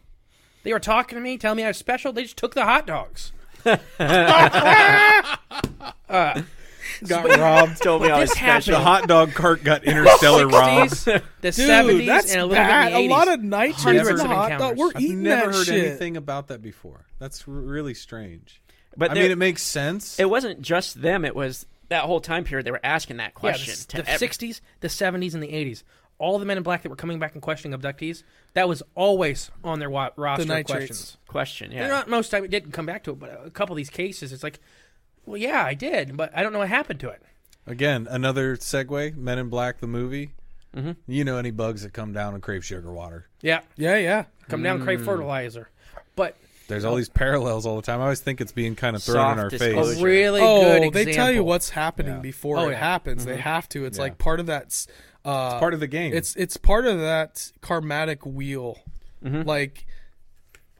B: They were talking to me, telling me I was special. They just took the hot dogs."
C: Got robbed.
D: Told me I was
B: This happened.
D: special.
C: The hot dog cart got interstellar robbed.
B: 60s, the seventies,
A: that's
B: and a little
A: bad.
B: bit in the
A: a
B: 80s.
A: lot of nitrates in
B: Hundreds
A: the
B: of
A: hot dog.
B: encounters.
A: We're
B: I've
A: eating
C: Never
A: that
C: heard
A: shit.
C: anything about that before. That's r- really strange.
D: But
C: I
D: there-
C: mean, it makes sense.
D: it wasn't just them. It was that whole time period they were asking that
B: yeah,
D: question.
B: the,
D: to ev-
B: sixties, the seventies, and the eighties. All the men in black that were coming back and questioning abductees, that was always on their wa- roster of
A: nitrates.
B: questions.
D: question. Yeah.
B: And Not most time it didn't come back to it, but a couple of these cases, it's like, well, yeah, I did, but I don't know what happened to it.
C: Again, another segue. Men in Black, the movie. You know any bugs that come down and crave sugar water?
B: Yeah,
A: yeah, yeah.
B: come down, crave fertilizer, but
C: There's all these parallels all the time. I always think it's being kind of thrown
D: Soft
C: in our
D: disclosure.
C: face.
B: a really good
A: Oh,
B: example.
A: they tell you what's happening
C: Yeah.
A: before
B: Oh,
A: it
B: yeah.
A: happens. They have to. It's
C: Yeah.
A: like part of that. s- Uh,
C: Part of the game.
A: It's it's part of that karmatic wheel. Like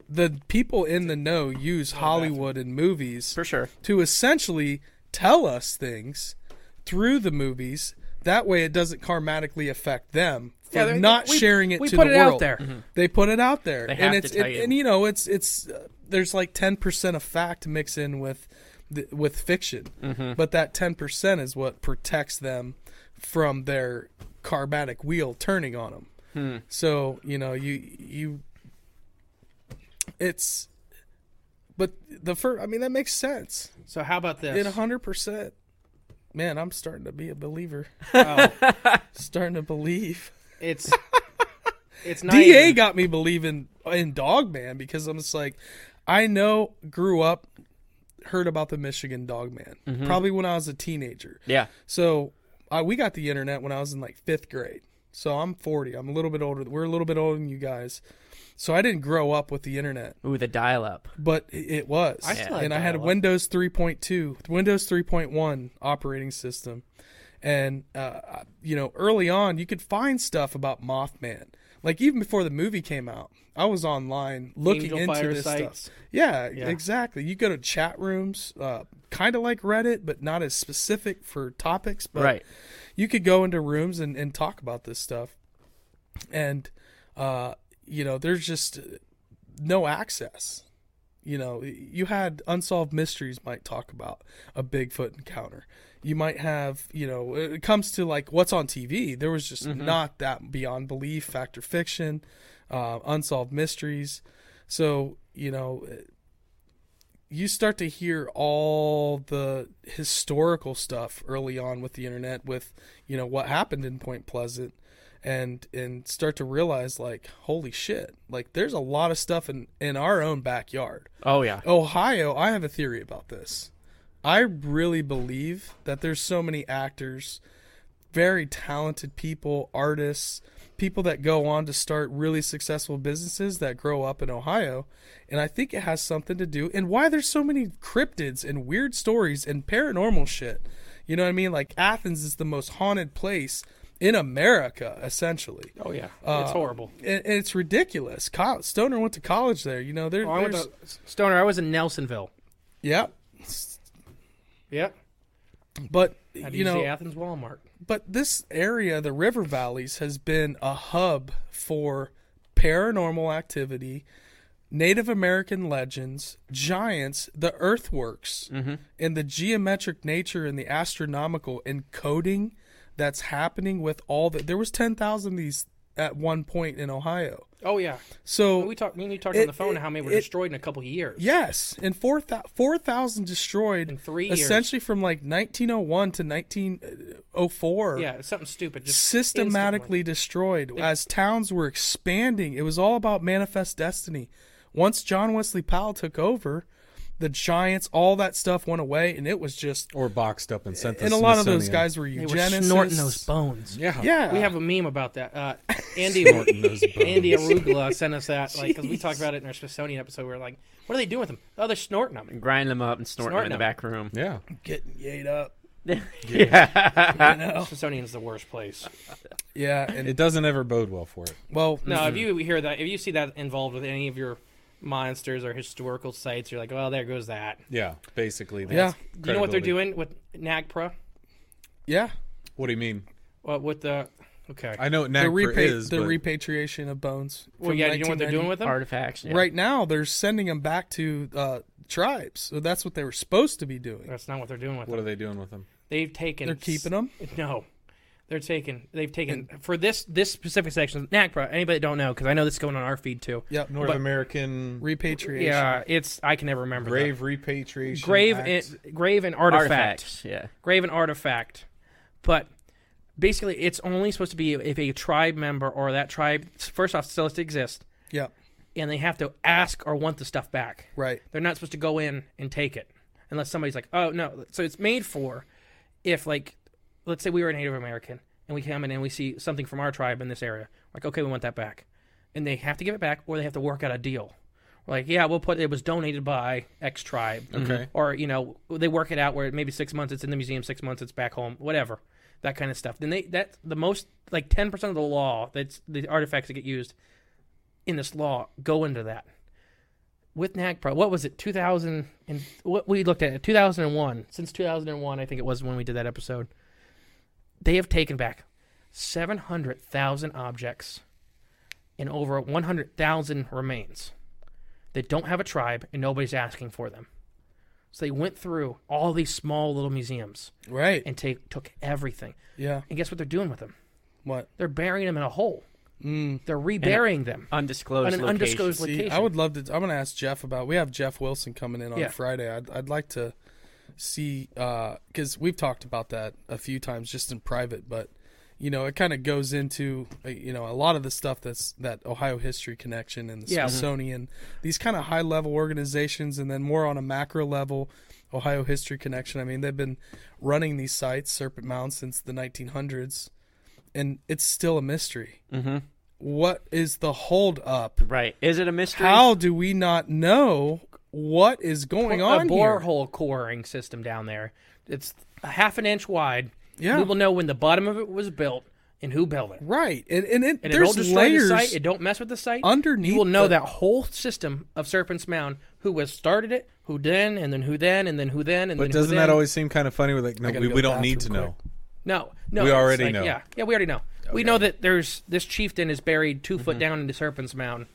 A: the people in the know use Hollywood and movies
D: For sure.
A: to essentially tell us things through the movies. That way, it doesn't karmatically affect them for
B: Yeah, they-
A: not
B: we-
A: sharing it
B: we
A: to
B: put
A: the
B: it out
A: world.
B: there.
A: They put it out there,
D: Mm-hmm. have
A: and
D: to
A: it's
D: tell
A: it-
D: you.
A: and you know it's it's uh, there's like ten percent of fact mixed in with the, with fiction,
D: Mm-hmm.
A: but that ten percent is what protects them from their karmatic wheel turning on them.
D: Hmm.
A: So you know you you it's but the first I mean that makes sense.
B: So how about this?
A: It hundred percent. Man, I'm starting to be a believer. starting to believe.
B: It's it's not
A: DA
B: even-
A: got me believing in Dog Man because I'm just like, I know, grew up, heard about the Michigan Dog Man probably when I was a teenager.
D: Yeah.
A: So I, we got the internet when I was in like fifth grade. So I'm 40. I'm a little bit older. We're a little bit older than you guys. So I didn't grow up with the internet
D: Ooh, the dial up.
A: but i- it was.
B: I still had
A: and I had
B: dial-up.
A: Windows 3.2, Windows 3.1 operating system. And, uh, you know, early on, you could find stuff about Mothman. Like, even before the movie came out, I was online looking
B: Angel
A: into
B: fire
A: this
B: sites.
A: stuff. Yeah, exactly. You go to chat rooms, uh, kind of like Reddit, but not as specific for topics. But
D: Right.
A: you could go into rooms and, and talk about this stuff. And, uh, you know, there's just no access. You know, you had unsolved mysteries might talk about a Bigfoot encounter. You might have, you know, it comes to like what's on TV. There was just not that beyond belief, fact or fiction, uh, unsolved mysteries. So you know, you start to hear all the historical stuff early on with the internet, with you know what happened in Point Pleasant, and and start to realize like, holy shit, like there's a lot of stuff in in our own backyard.
D: Oh yeah.
A: Ohio, I have a theory about this. I really believe that there's so many actors, very talented people, artists, people that go on to start really successful businesses that grow up in Ohio, and I think it has something to do and why there's so many cryptids and weird stories and paranormal shit. You know what I mean? Like Athens is the most haunted place in America, essentially.
B: Oh yeah, it's horrible.
A: And, and it's ridiculous. Col- Stoner went to college there. You know, there,
B: Oh, I went
A: there's
B: to Stoner. I was in Nelsonville.
A: yeah.
B: Yeah,
A: But
B: had to
A: you
B: use the
A: know,
B: Athens Walmart.
A: but this area, the river valleys, has been a hub for paranormal activity, Native American legends, giants, the earthworks,
B: Mm-hmm.
A: and the geometric nature and the astronomical encoding that's happening with all the. There was ten thousand these at one point in Ohio.
B: Oh yeah.
A: So
B: We talked. Me and you talked
A: It-
B: on the phone
A: it-
B: how many were
A: it-
B: destroyed in a couple of years.
A: Yes, and four four thousand destroyed
B: In three years.
A: essentially from like 1901 to 1904.
B: Yeah, it's something stupid. Just
A: systematically destroyed as towns were expanding. It was all about manifest destiny. Once John Wesley Powell took over, the Giants, all that stuff went away, and it was just.
C: or boxed up and sent. to
A: And a lot of those
C: Smithsonian.
A: guys were
B: instantly.
A: eugenicists.
B: They were snorting those bones.
C: Yeah.
A: Yeah,
B: We have a meme about that. Uh, Andy Andy Arugula sent us that like because we talked about it in our Smithsonian episode. We were like, "What are they doing with them? Oh, they're snorting them."
D: Grind them up and snort them
B: Snorting
D: in the
B: them.
D: back room.
C: Yeah.
A: getting yayed up.
C: Oh.
B: Smithsonian is the worst place.
C: Mm-hmm.
A: Yeah, and
C: It doesn't ever bode well for it.
A: well,
B: No, if you hear that, if you see that involved with any of your monsters or historical sites, you're like, "Well, there goes that."
C: Yeah. Basically.
A: Yeah.
C: that's
B: Do you know what they're
C: credibility.
B: doing with NAGPRA?
A: yeah,
C: What do you mean?
B: Well, with the okay.
C: I know what
A: the,
C: NAGPRA
A: repa-
C: is.
A: the
C: but
A: repatriation of bones.
B: well,
A: from
B: yeah, do you know what they're
A: 1990.
B: doing with them?
D: Artifacts. yeah.
A: Right now, they're sending them back to uh, tribes. So that's what they were supposed to be doing.
B: That's not what they're doing with
C: what
B: them.
C: are they doing with them?
B: They've taken.
A: They're keeping them.
B: No, they're taking. They've taken for this this specific section. NAGPRA. Anybody that don't know because I know this is going on our feed too.
A: Yep.
C: North
B: But-
C: American
A: Repatriation.
B: Yeah, it's I can never remember. the-
C: grave repatriation.
B: grave
C: Act.
B: and, grave and artifact.
D: Artifacts. Yeah.
B: Grave and artifact. But basically, it's only supposed to be if a tribe member or that tribe first off still has to exist,
A: Yep.
B: and they have to ask or want the stuff back.
A: Right.
B: They're not supposed to go in and take it unless somebody's like, "Oh no." So it's made for if like let's say we were a Native American and we come in and we see something from our tribe in this area. Like, "Okay, we want that back." And they have to give it back or they have to work out a deal. We're like, "Yeah, we'll put it was donated by X tribe." Mm-hmm.
C: Okay.
B: Or, you know, they work it out where maybe 6 months it's in the museum, 6 months it's back home, whatever. That kind of stuff. Then they that the most like 10% of the law that's the artifacts that get used in this law go into that with NAGPRA, what was it? 2000 and what we looked at it 2001. Since 2001, I think it was when we did that episode. They have taken back 700,000 objects and over 100,000 remains that don't have a tribe and nobody's asking for them. So they went through all these small little museums
A: Right.
B: and take, took everything.
A: yeah.
B: And guess what they're doing with them?
A: What?
B: They're burying them in a hole.
A: Mm.
B: They're reburying them
D: Undisclosed.
B: on an undisclosed
A: See,
B: location.
A: I would love to. I'm going to ask Jeff about. We have Jeff Wilson coming in on
B: Yeah.
A: Friday. I'd, I'd like to see because we've talked about that a few times just in private, but you know it kind of goes into uh, you know a lot of the stuff that's that Ohio history connection and the
B: Yeah. Mm-hmm.
A: Smithsonian, these kind of high level organizations, and then more on a macro level. Ohio History Connection. I mean, they've been running these sites, Serpent Mound, since the 1900s, and it's still a mystery. Mm-hmm. is the hold up?
D: Right. Is it a mystery?
A: how do we not know what is going
B: a
A: on here?
B: borehole coring system down there. It's a half an inch wide.
A: Yeah.
B: we will know when the bottom of it was built and who built it.
A: Right, and and, it,
B: And it don't
A: there's
B: destroy the
A: layers.
B: site. It don't mess with the site.
A: underneath
B: you will know
A: the-
B: that whole system of Serpent's Mound. Who was started it? Who then? And then who then? And then who then? And
C: But
B: then
C: doesn't
B: who
C: that
B: then?
C: always seem kind of funny? We're like, no,
A: gotta
C: we,
A: go
C: we
A: to the
C: don't need to
A: bathroom
C: know.
B: No, no.
C: We
B: it's
C: already
B: like-
C: know.
B: Yeah, yeah, we already know. We know that there's this chieftain is buried 2 foot down into Serpent's Mound,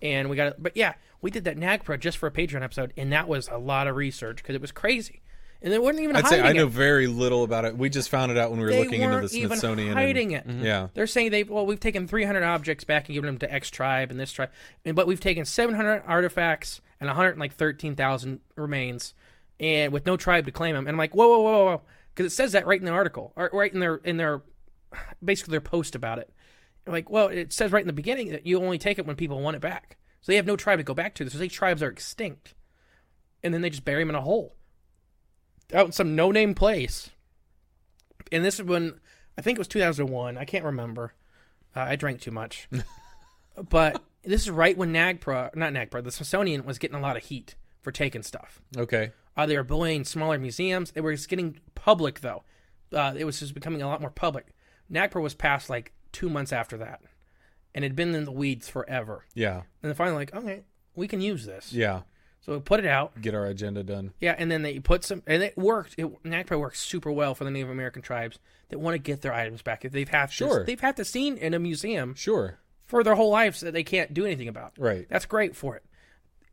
B: and we got. But yeah, we did that NAGPRA just for a Patreon episode, and that was a lot of research because it was crazy, and there wasn't even.
C: I'd say I
B: hiding
C: know
B: it.
C: very little about it. We just found it out when we were
B: They
C: looking into the
B: weren't even
C: Smithsonian.
B: hiding it.
C: and, Mm-hmm. Yeah.
B: They're saying they well, we've taken 300 objects back and given them to X tribe and this tribe, and, but we've taken 700 artifacts and 113,000 remains, and with no tribe to claim them. And I'm like, whoa, whoa, whoa, whoa, because it says that right in the article, or right in their in their basically their post about it. I'm like, well, it says right in the beginning that you only take it when people want it back, so they have no tribe to go back to. So these tribes are extinct, and then they just bury them in a hole out in some no name place and this is when I think it was 2001. I can't remember. Uh, I drank too much. but this is right when NAGPRA, not NAGPRA, the Smithsonian was getting a lot of heat for taking stuff.
C: Okay.
B: Uh, they were bullying smaller museums. It was getting public though. Uh, it was just becoming a lot more public. NAGPRA was passed like two months after that, and it had been in the weeds forever.
C: Yeah.
B: And then finally, like, okay, we can use this.
C: Yeah.
B: So we put it out.
C: Get our agenda done.
B: Yeah, and then they put some, and it worked. It, NAGPRA works super well for the Native American tribes that want to get their items back. If they've have
C: Sure.
B: to, they've had to seen in a museum
C: Sure.
B: for their whole lives that they can't do anything about.
C: Right.
B: That's great for it.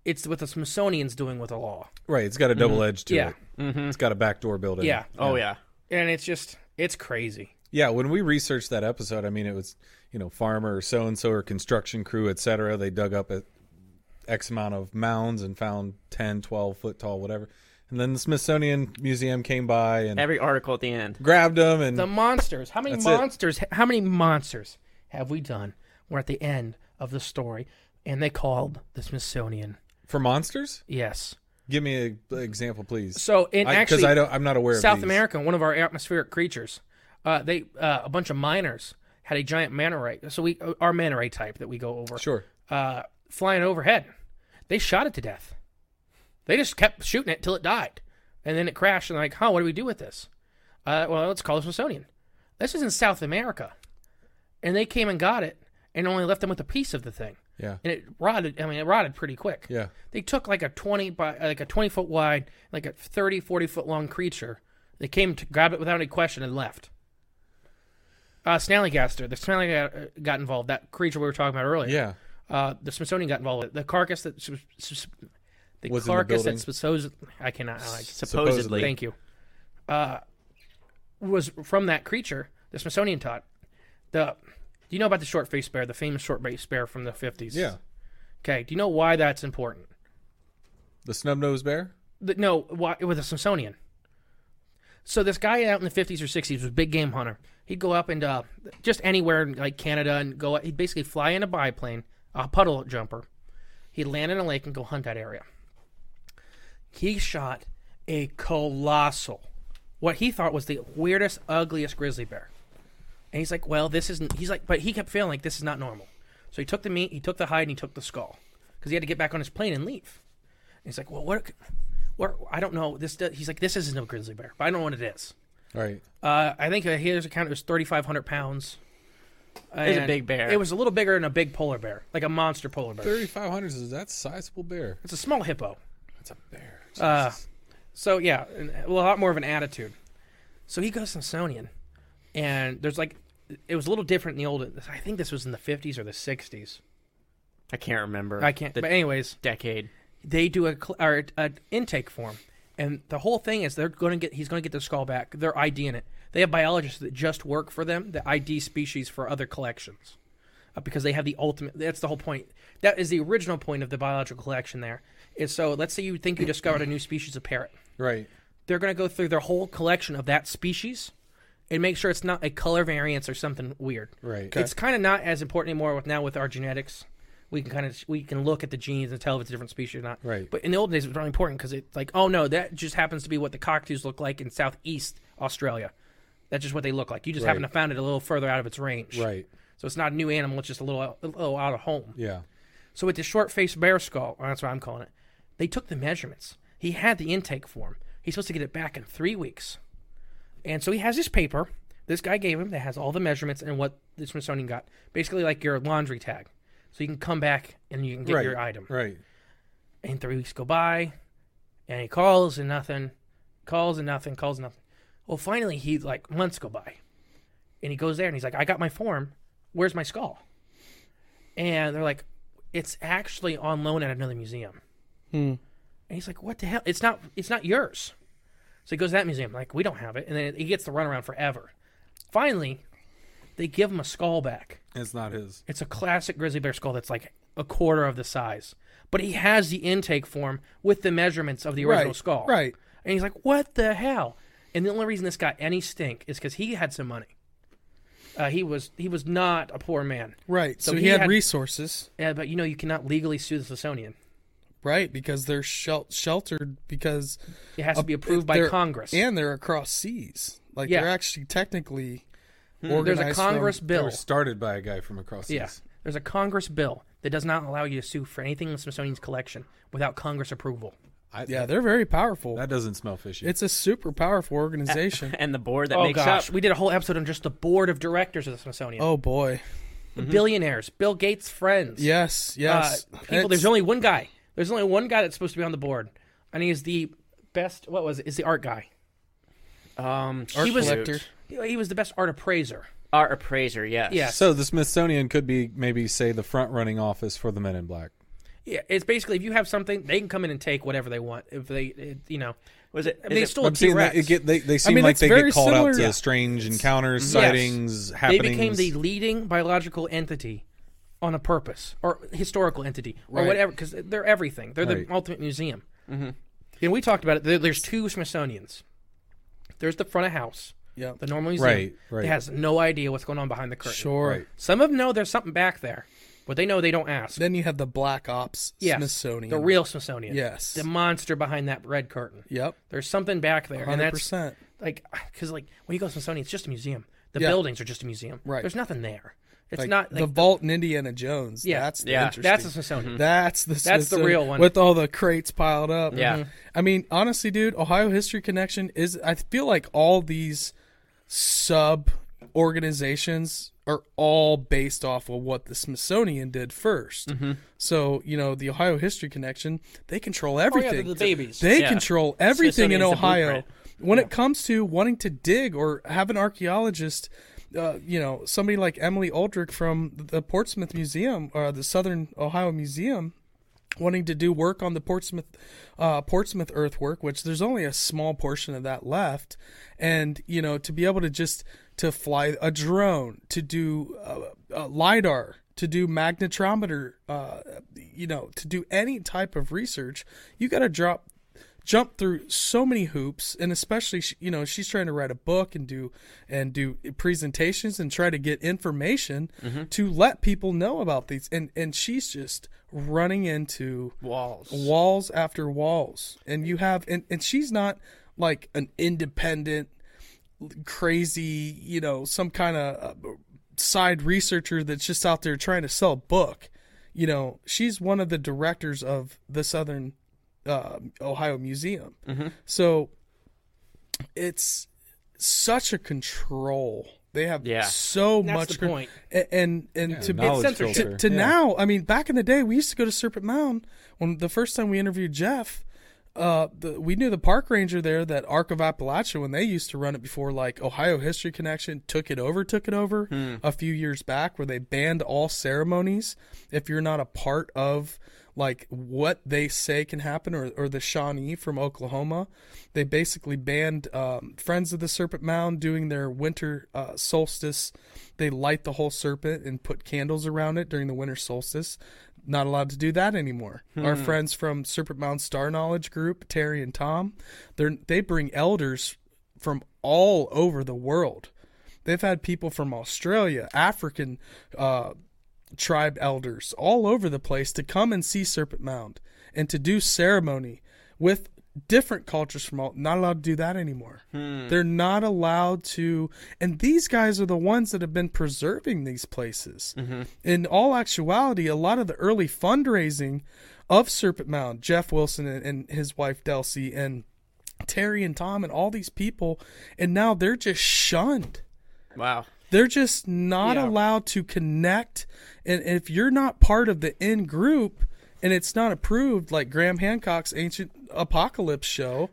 B: It's what the Smithsonian's doing with the law.
C: Right. It's got a double edge to
B: Mm-hmm. Yeah. Mm-hmm.
C: Mm. it. It's got a back door built in.
B: Yeah,
D: Oh yeah.
B: and it's just it's crazy.
C: Yeah, when we researched that episode, I mean, it was you know farmer or so and so or construction crew, etc. They dug up a x amount of mounds and found 10, 12 foot tall, whatever. And then the Smithsonian Museum came by and
D: Every article at the end.
C: grabbed them and
B: The monsters. How many
C: Mm. That's it.
B: monsters? How many monsters have we done? We're at the end of the story, and they called the Smithsonian.
C: for monsters.
B: Yes.
C: Give me an example, please.
B: So in
C: because
B: actually,
C: I, don't, I'm not aware of
B: South
C: these.
B: America, one of our atmospheric creatures, uh, they uh, a bunch of miners had a giant manta ray. So we uh, our manta ray type that we go over.
C: Sure.
B: uh, flying overhead. They shot it to death. They just kept shooting it till it died, and then it crashed. And they're like, huh, what do we do with this? Uh, well, let's call the Smithsonian. This is in South America, and they came and got it, and only left them with a piece of the thing,
C: Yeah.
B: and it rotted. I mean, it rotted pretty quick.
C: Yeah.
B: They took like a twenty by like a twenty foot wide, like a 30, 40 foot long creature. They came to grab it without any question and left. Uh, Snallygaster, the Snally got, got involved. That creature we were talking about earlier
C: Yeah.
B: uh, the Smithsonian got involved. The carcass that s- s- the
C: Was in the
B: carcass that
C: building?
B: supposed I cannot I like
D: Supposedly.
C: Supposedly.
B: thank you uh, was from that creature the Smithsonian taught the do you know about the short faced bear the famous short faced bear from the fifties
C: Yeah.
B: okay do you know why that's important
C: The snub nosed bear.
B: the, no why, with the Smithsonian so this guy out in the fifties or sixties was a big game hunter he'd go up and uh, just anywhere in like Canada and go he'd basically fly in a biplane a puddle jumper he'd land in a lake and go hunt that area. He shot a colossal, what he thought was the weirdest, ugliest grizzly bear. And he's like, well, this isn't, he's like, but he kept feeling like this is not normal. So he took the meat, he took the hide, and he took the skull because he had to get back on his plane and leave. And he's like, well, what, what, I don't know. This, do- he's like, this isn't a grizzly bear, but I don't know what it is.
C: All right.
B: Uh, I think uh, his account it was 3,500 pounds. It
D: was a big bear.
B: It was a little bigger than a big polar bear, like a monster polar bear.
C: Thirty five hundred is that's sizable bear.
B: It's a small hippo.
C: That's a bear.
B: Uh, so yeah, and a lot more of an attitude. So he goes to Smithsonian, and there's like, it was a little different in the old. I think this was in the 50s or the 60s.
D: I can't remember.
B: I can't.
D: The
B: but anyways,
D: decade.
B: they do a cl- or an intake form, and the whole thing is they're going to get he's going to get the skull back. They're IDing it. They have biologists that just work for them that ID species for other collections, uh, because they have the ultimate. That's the whole point. That is the original point of the biological collection. There is so. Let's say you think you discovered a new species of parrot.
C: right.
B: They're going to go through their whole collection of that species and make sure it's not a color variance or something weird.
C: Right.
B: It's kind of not as important anymore with now with our genetics. We can kind of we can look at the genes and tell if it's a different species or not.
C: Right.
B: But in the old days, it was really important because it's like, oh no, that just happens to be what the cockatoos look like in southeast Australia. That's just what they look like. You just happen to
C: Right.
B: found it a little further out of its range.
C: Right.
B: So it's not a new animal. It's just a little, a little out of home.
C: Yeah.
B: So with the short-faced bear skull, or that's what I'm calling it, they took the measurements. He had the intake form. He's supposed to get it back in three weeks, and so he has this paper this guy gave him that has all the measurements and what the Smithsonian got, basically like your laundry tag, so you can come back and you can get
C: right.
B: your item.
C: Right.
B: And three weeks go by, and he calls and nothing, calls and nothing, calls and nothing. Well, finally, he like months go by, and he goes there and he's like, "I got my form. Where's my skull?" And they're like, "It's actually on loan at another museum." And he's like, "What the hell? It's not. It's not yours." So he goes to that museum. Like, we don't have it, and then he gets the runaround forever. Finally, they give him a skull back.
C: It's not his.
B: It's a classic grizzly bear skull that's like a quarter of the size, but he has the intake form with the measurements of the original
C: Right,
B: skull.
C: right.
B: And he's like, "What the hell?" And the only reason this got any stink is because he had some money. Uh, he was he was not a poor man,
A: Right. So,
B: So
A: he,
B: he
A: had,
B: had-
A: resources,
B: uh, but you know you cannot legally sue the Smithsonian.
A: right? Because they're shel- sheltered because
B: It has to be approved by
A: they're-
B: Congress.
A: and they're across seas. Like
B: Yeah. Hmm,
A: they're actually technically
B: There's
A: organized
B: a
A: from-
B: Congress
C: They
B: bill.
C: were started by a guy from across.
B: Yeah,
C: seas.
B: there's a Congress bill that does not allow you to sue for anything in the Smithsonian's collection without Congress approval.
C: I,
A: yeah, they're very powerful.
C: That doesn't smell fishy.
A: it's a super powerful organization.
D: And the board that
B: oh
D: makes
B: gosh,
D: up.
B: we did a whole episode on just the board of directors of the Smithsonian.
A: oh boy.
B: The billionaires, Bill Gates' friends.
A: Yes. Yes.
B: Uh, people,
A: It's-
B: there's only one guy. There's only one guy that's supposed to be on the board, and he is the best. What was it? Is the art guy?
D: Um,
A: Art
B: he was-
A: collector.
B: He he was the best art appraiser.
D: Our appraiser, yes.
B: Yeah.
C: so the Smithsonian could be maybe say the front running office for the Men in Black.
B: Yeah, it's basically if you have something, they can come in and take whatever they want. If they, it, you know,
D: Was it?
B: I mean,
D: is
B: it's
D: it-
B: still
C: I'm
B: a
C: seeing
B: T-Rex.
C: that it get, they, they seem
A: mean,
C: like
A: it's
C: they get
A: very
C: called out
A: similar.
C: to
A: Yeah.
C: strange encounters, sightings,
B: they
C: happenings.
B: became the leading biological entity on a purpose or historical entity or
C: Right.
B: whatever because they're everything. They're
C: Right.
B: the ultimate museum. Mm-hmm. And we talked about it. There, there's two Smithsonian's. There's the front of house,
A: Yeah.
B: the normal museum.
C: Right, right.
B: That has no idea what's going on behind the curtain.
A: Sure.
C: Right.
B: Some of them know there's something back there, but they know they don't ask.
A: Then you have the Black Ops
B: Yes,
A: Smithsonian.
B: The real Smithsonian.
A: Yes.
B: The monster behind that red curtain.
A: Yep.
B: There's something back there, and
A: Hundred
B: that's
A: percent.
B: like because like when you go to Smithsonian, it's just a museum. The
A: Yeah.
B: buildings are just a museum.
A: Right.
B: There's nothing there. It's not
A: the
B: like,
A: vault in Indiana Jones.
B: Yeah.
A: that's the
D: Yeah.
A: interesting.
B: that's a Smithsonian.
A: That's the
B: That's the
A: Smithsonian
B: real one. Mm-hmm.
A: with all the crates piled up.
D: Yeah. Mhm.
A: I mean, honestly, dude, Ohio History Connection is. I feel like all these sub organizations are all based off of what the Smithsonian did 1st
D: Mm-hmm.
A: So you know, the Ohio History Connection, they control everything.
B: Oh, they're the babies.
A: They
D: Yeah.
A: control everything in
D: Smithsonian's the
A: Ohio.
D: blueprint.
A: When it comes to wanting to dig or have an archaeologist, uh, you know, somebody like Emily Aldrich from the Portsmouth Museum or the Southern Ohio Museum, wanting to do work on the Portsmouth uh, Portsmouth earthwork, which there's only a small portion of that left, and you know to be able to just to fly a drone, to do uh, uh, lidar, to do magnetometer, uh, you know, to do any type of research, you got to drop jump through so many hoops and especially sh- you know she's trying to write a book and do and do presentations and try to get information to let people know about these and and she's just running into
B: walls.
A: walls after walls and you have and, and she's not like an independent crazy you know some kind of uh, side researcher that's just out there trying to sell a book you know she's one of the directors of the southern uh, ohio museum so it's such a control they have
D: Yeah.
A: so
B: That's
A: much
B: the
A: con-
B: point.
A: a- and and to be
C: knowledge
B: censorship.
C: filter.
A: to
C: Yeah.
A: now, I mean, back in the day, we used to go to Serpent Mound. When the first time we interviewed Jeff, uh, the, we knew the park ranger there, that Arc of Appalachia, when they used to run it before, like Ohio History Connection took it over, took it over a few years back, where they banned all ceremonies if you're not a part of like what they say can happen or, or the shawnee from oklahoma they basically banned um, friends of the serpent mound doing their winter uh, solstice they light the whole serpent and put candles around it during the winter solstice not allowed to do that anymore our friends from serpent mound star knowledge group terry and tom they're, they bring elders from all over the world they've had people from australia african uh, tribe elders all over the place to come and see Serpent Mound and to do ceremony with different cultures from all not allowed to do that anymore. They're not allowed to and these guys are the ones that have been preserving these places. In all actuality, a lot of the early fundraising of Serpent Mound, Jeff Wilson and, and his wife Delcy and Terry and Tom and all these people and now they're just shunned
D: Wow.
A: they're just not allowed to connect and if you're not part of the in group and it's not approved like graham hancock's ancient apocalypse show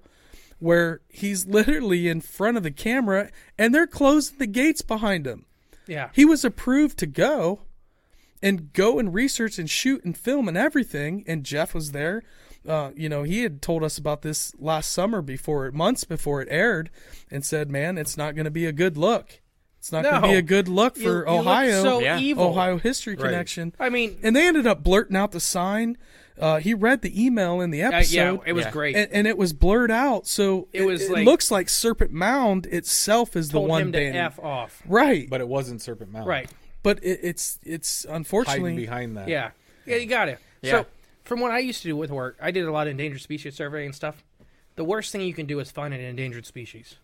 A: where he's literally in front of the camera and they're closing the gates behind him
B: Yeah.
A: he was approved to go and go and research and shoot and film and everything and jeff was there uh, you know he had told us about this last summer before it months before it aired and said man it's not going to be a good look it's not going to
B: No.
A: be a good look
B: You- you
A: for
B: look
A: ohio
B: so
D: Yeah.
B: evil.
A: ohio history connection
B: I mean,
A: and they ended up blurting out the sign uh, he read the email in the
B: uh,
A: episode
B: yeah, it was great.
A: and, and it was blurred out so it,
B: was
A: it
B: like-
A: looks like serpent mound itself is the
B: Told
A: one Oh.
B: him to
A: banning.
B: f off.
A: right
C: but it wasn't Serpent Mountain.
B: Right.
A: but it, it's it's
C: Hiding
A: unfortunately
C: behind that.
B: Yeah. Yeah, you got it.
D: Yeah.
B: So, from what I used to do with work, I did a lot of endangered species survey and stuff. The worst thing you can do is find an endangered species.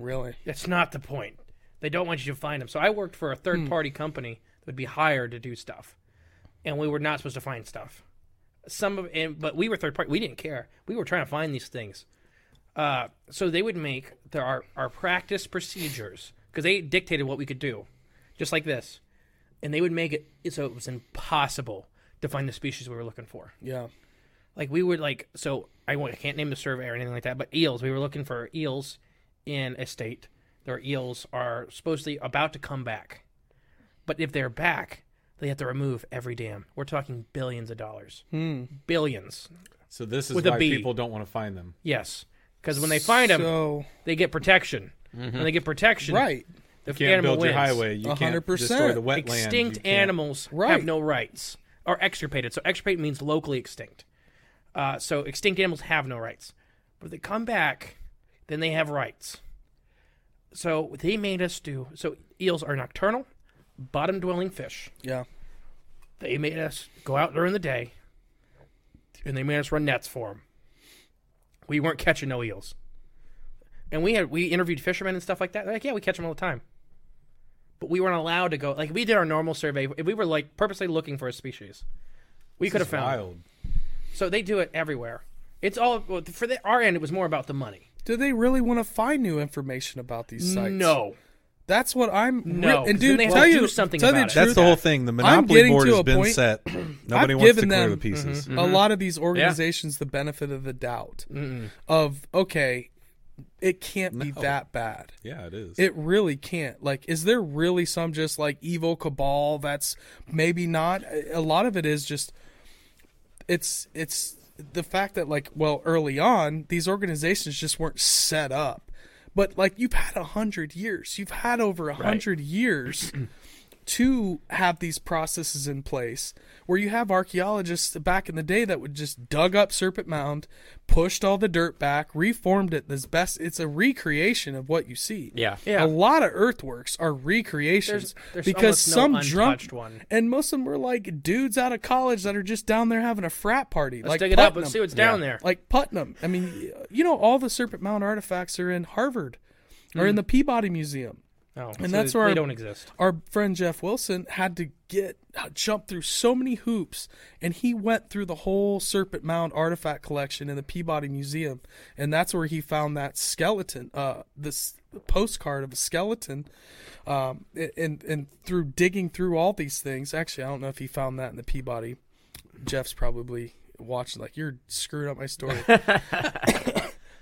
A: really
B: That's not the point. They don't want you to find them. So I worked for a third party company that would be hired to do stuff, and we were not supposed to find stuff. Some of and but we were third party. We didn't care. We were trying to find these things. Uh, so they would make their our, our practice procedures because they dictated what we could do, just like this, and they would make it so it was impossible to find the species we were looking for
A: yeah
B: like we would like so I, won't- I can't name the survey or anything like that, but eels. We were looking for eels in a state. Their eels are supposedly about to come back, but if they're back, they have to remove every dam. We're talking
A: Hmm.
B: billions of dollars, billions.
C: So this is
B: With a
C: why
B: B.
C: people don't want to find them.
B: Yes, Because when they find him,
A: So Mm-hmm.
B: they get protection. When they get protection,
A: right,
B: the
C: You can't
B: animal
C: build
B: wins.
C: your highway. You can't
A: 100%.
C: destroy the wetland.
B: Extinct
C: You can't-
B: animals
A: Right.
B: have no rights or extirpated. So extirpate means locally extinct. Uh, so extinct animals have no rights, but if they come back, then they have rights. So they made us do. So eels are nocturnal, bottom-dwelling fish.
A: yeah,
B: They made us go out during the day, and they made us run nets for them. We weren't catching no eels, and we had we interviewed fishermen and stuff like that. They're like, yeah, we catch them all the time, but we weren't allowed to go. Like, if we did our normal survey. If we were like purposely looking for a species, we could have
C: It's
B: found. it.
C: wild.
B: So they do it everywhere. It's all well, for the, our end. It was more about the money.
A: do they really want to find new information about these sites?
B: No,
A: that's what I'm. re-
B: No,
A: and
B: 'cause then
A: dude,
B: they have
A: tell
B: to
A: you
B: do something
A: tell you
B: about it.
A: the
C: That's
A: truth,
C: the whole thing. The monopoly
A: getting
C: board
A: to
C: has
A: a
C: been
A: point-
C: set. Nobody
A: I've
C: wants to
A: given
C: clear the
A: them- Mm-hmm.
C: pieces.
A: a
B: Mm-hmm.
A: lot of these organizations the benefit of the doubt of okay, it can't be that bad.
C: Yeah, it is.
A: It really can't. Like, is there really some just like evil cabal that's maybe not? A lot of it is just it's it's the fact that like well early on these organizations just weren't set up, but like you've had a hundred years, you've had over a hundred years. To have these processes in place where you have archaeologists back in the day that would just dug up Serpent Mound, pushed all the dirt back, reformed it as best. It's a recreation of what you see.
D: Yeah.
A: A
B: Yeah.
A: lot of earthworks are recreations
B: There's- there's
A: because some
B: almost no
A: drunk
B: untouched one.
A: and most of them were like dudes out of college that are just down there having a frat party.
B: let's
A: like
B: dig it up.
A: Putnam.
B: Let's see what's down there.
A: like Putnam. I mean, you know, all the Serpent Mound artifacts are in Harvard, or
B: Mm.
A: in the Peabody Museum.
B: Oh,
A: And
B: so
A: that's
B: they,
A: where
B: they
A: our-
B: don't exist.
A: Our friend Jeff Wilson had to get jump through so many hoops, and he went through the whole Serpent Mound artifact collection in the Peabody Museum, and that's where he found that skeleton, uh, this postcard of a skeleton, um, a- and and through digging through all these things. Actually, I don't know if he found that in the Peabody. Jeff's probably watching, like you're screwing up my story.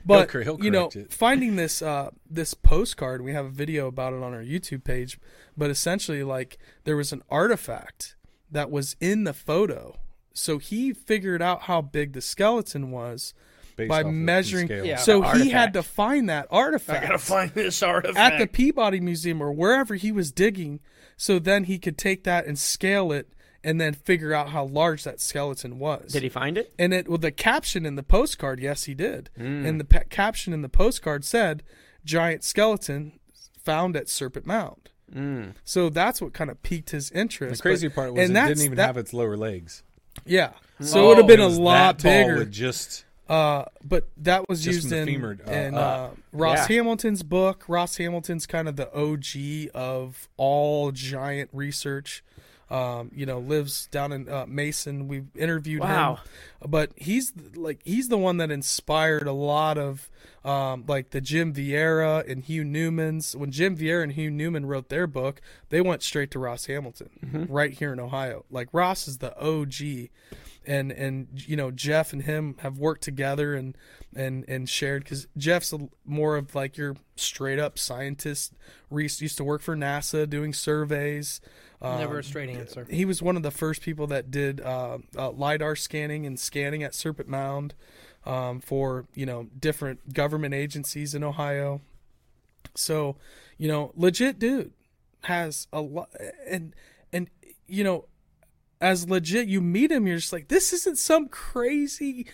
A: but
C: cor- he'll
A: you know,
C: correct it.
A: finding this uh, this postcard, we have a video about it on our YouTube page. But essentially, like there was an artifact that was in the photo, so he figured out how big the skeleton was
C: Based
A: by
C: off of the
A: measuring.
C: scale.
B: Yeah.
A: so
D: The
A: he had
D: artifact.
A: to find that artifact
B: find this artifact.
A: at the Peabody Museum or wherever he was digging, so then he could take that and scale it and then figure out how large that skeleton was.
D: Did he find it?
A: And it with the caption in the postcard, yes, he did.
D: Hmm.
A: And the pe- caption in the postcard said, "Giant skeleton found at Serpent Mound."
D: Hmm.
A: So that's what kind of piqued his interest.
C: The crazy
A: but-
C: part was it
A: and that's-
C: didn't even
A: that-
C: have its lower legs.
A: Yeah, so
D: Oh,
A: it would have been
C: It
A: a
C: was
A: lot
C: that tall
A: bigger.
C: with just
A: Uh, but that was
C: Just
A: used
C: from
A: in,
C: the femur, uh,
A: in uh,
C: up.
A: Ross
D: Yeah.
A: Hamilton's book. Ross Hamilton's kind of the OG of all giant research. Um, you know, lives down in uh, Mason. We've interviewed
D: Wow.
A: him, but he's th- like he's the one that inspired a lot of um, like the Jim Vieira and Hugh Newman's. When Jim Vieira and Hugh Newman wrote their book, they went straight to Ross Hamilton, right here in Ohio. Like Ross is the OG and and you know Jeff and him have worked together and and and shared because Jeff's a, more of like your straight up scientist. Reese used to work for NASA doing surveys. Um,
B: Never a straight answer.
A: he was one of the first people that did uh, uh, lidar scanning and scanning at Serpent Mound um, for you know different government agencies in Ohio. So, you know, legit dude has a lot, and and you know, as legit, you meet him, you're just like, this isn't some crazy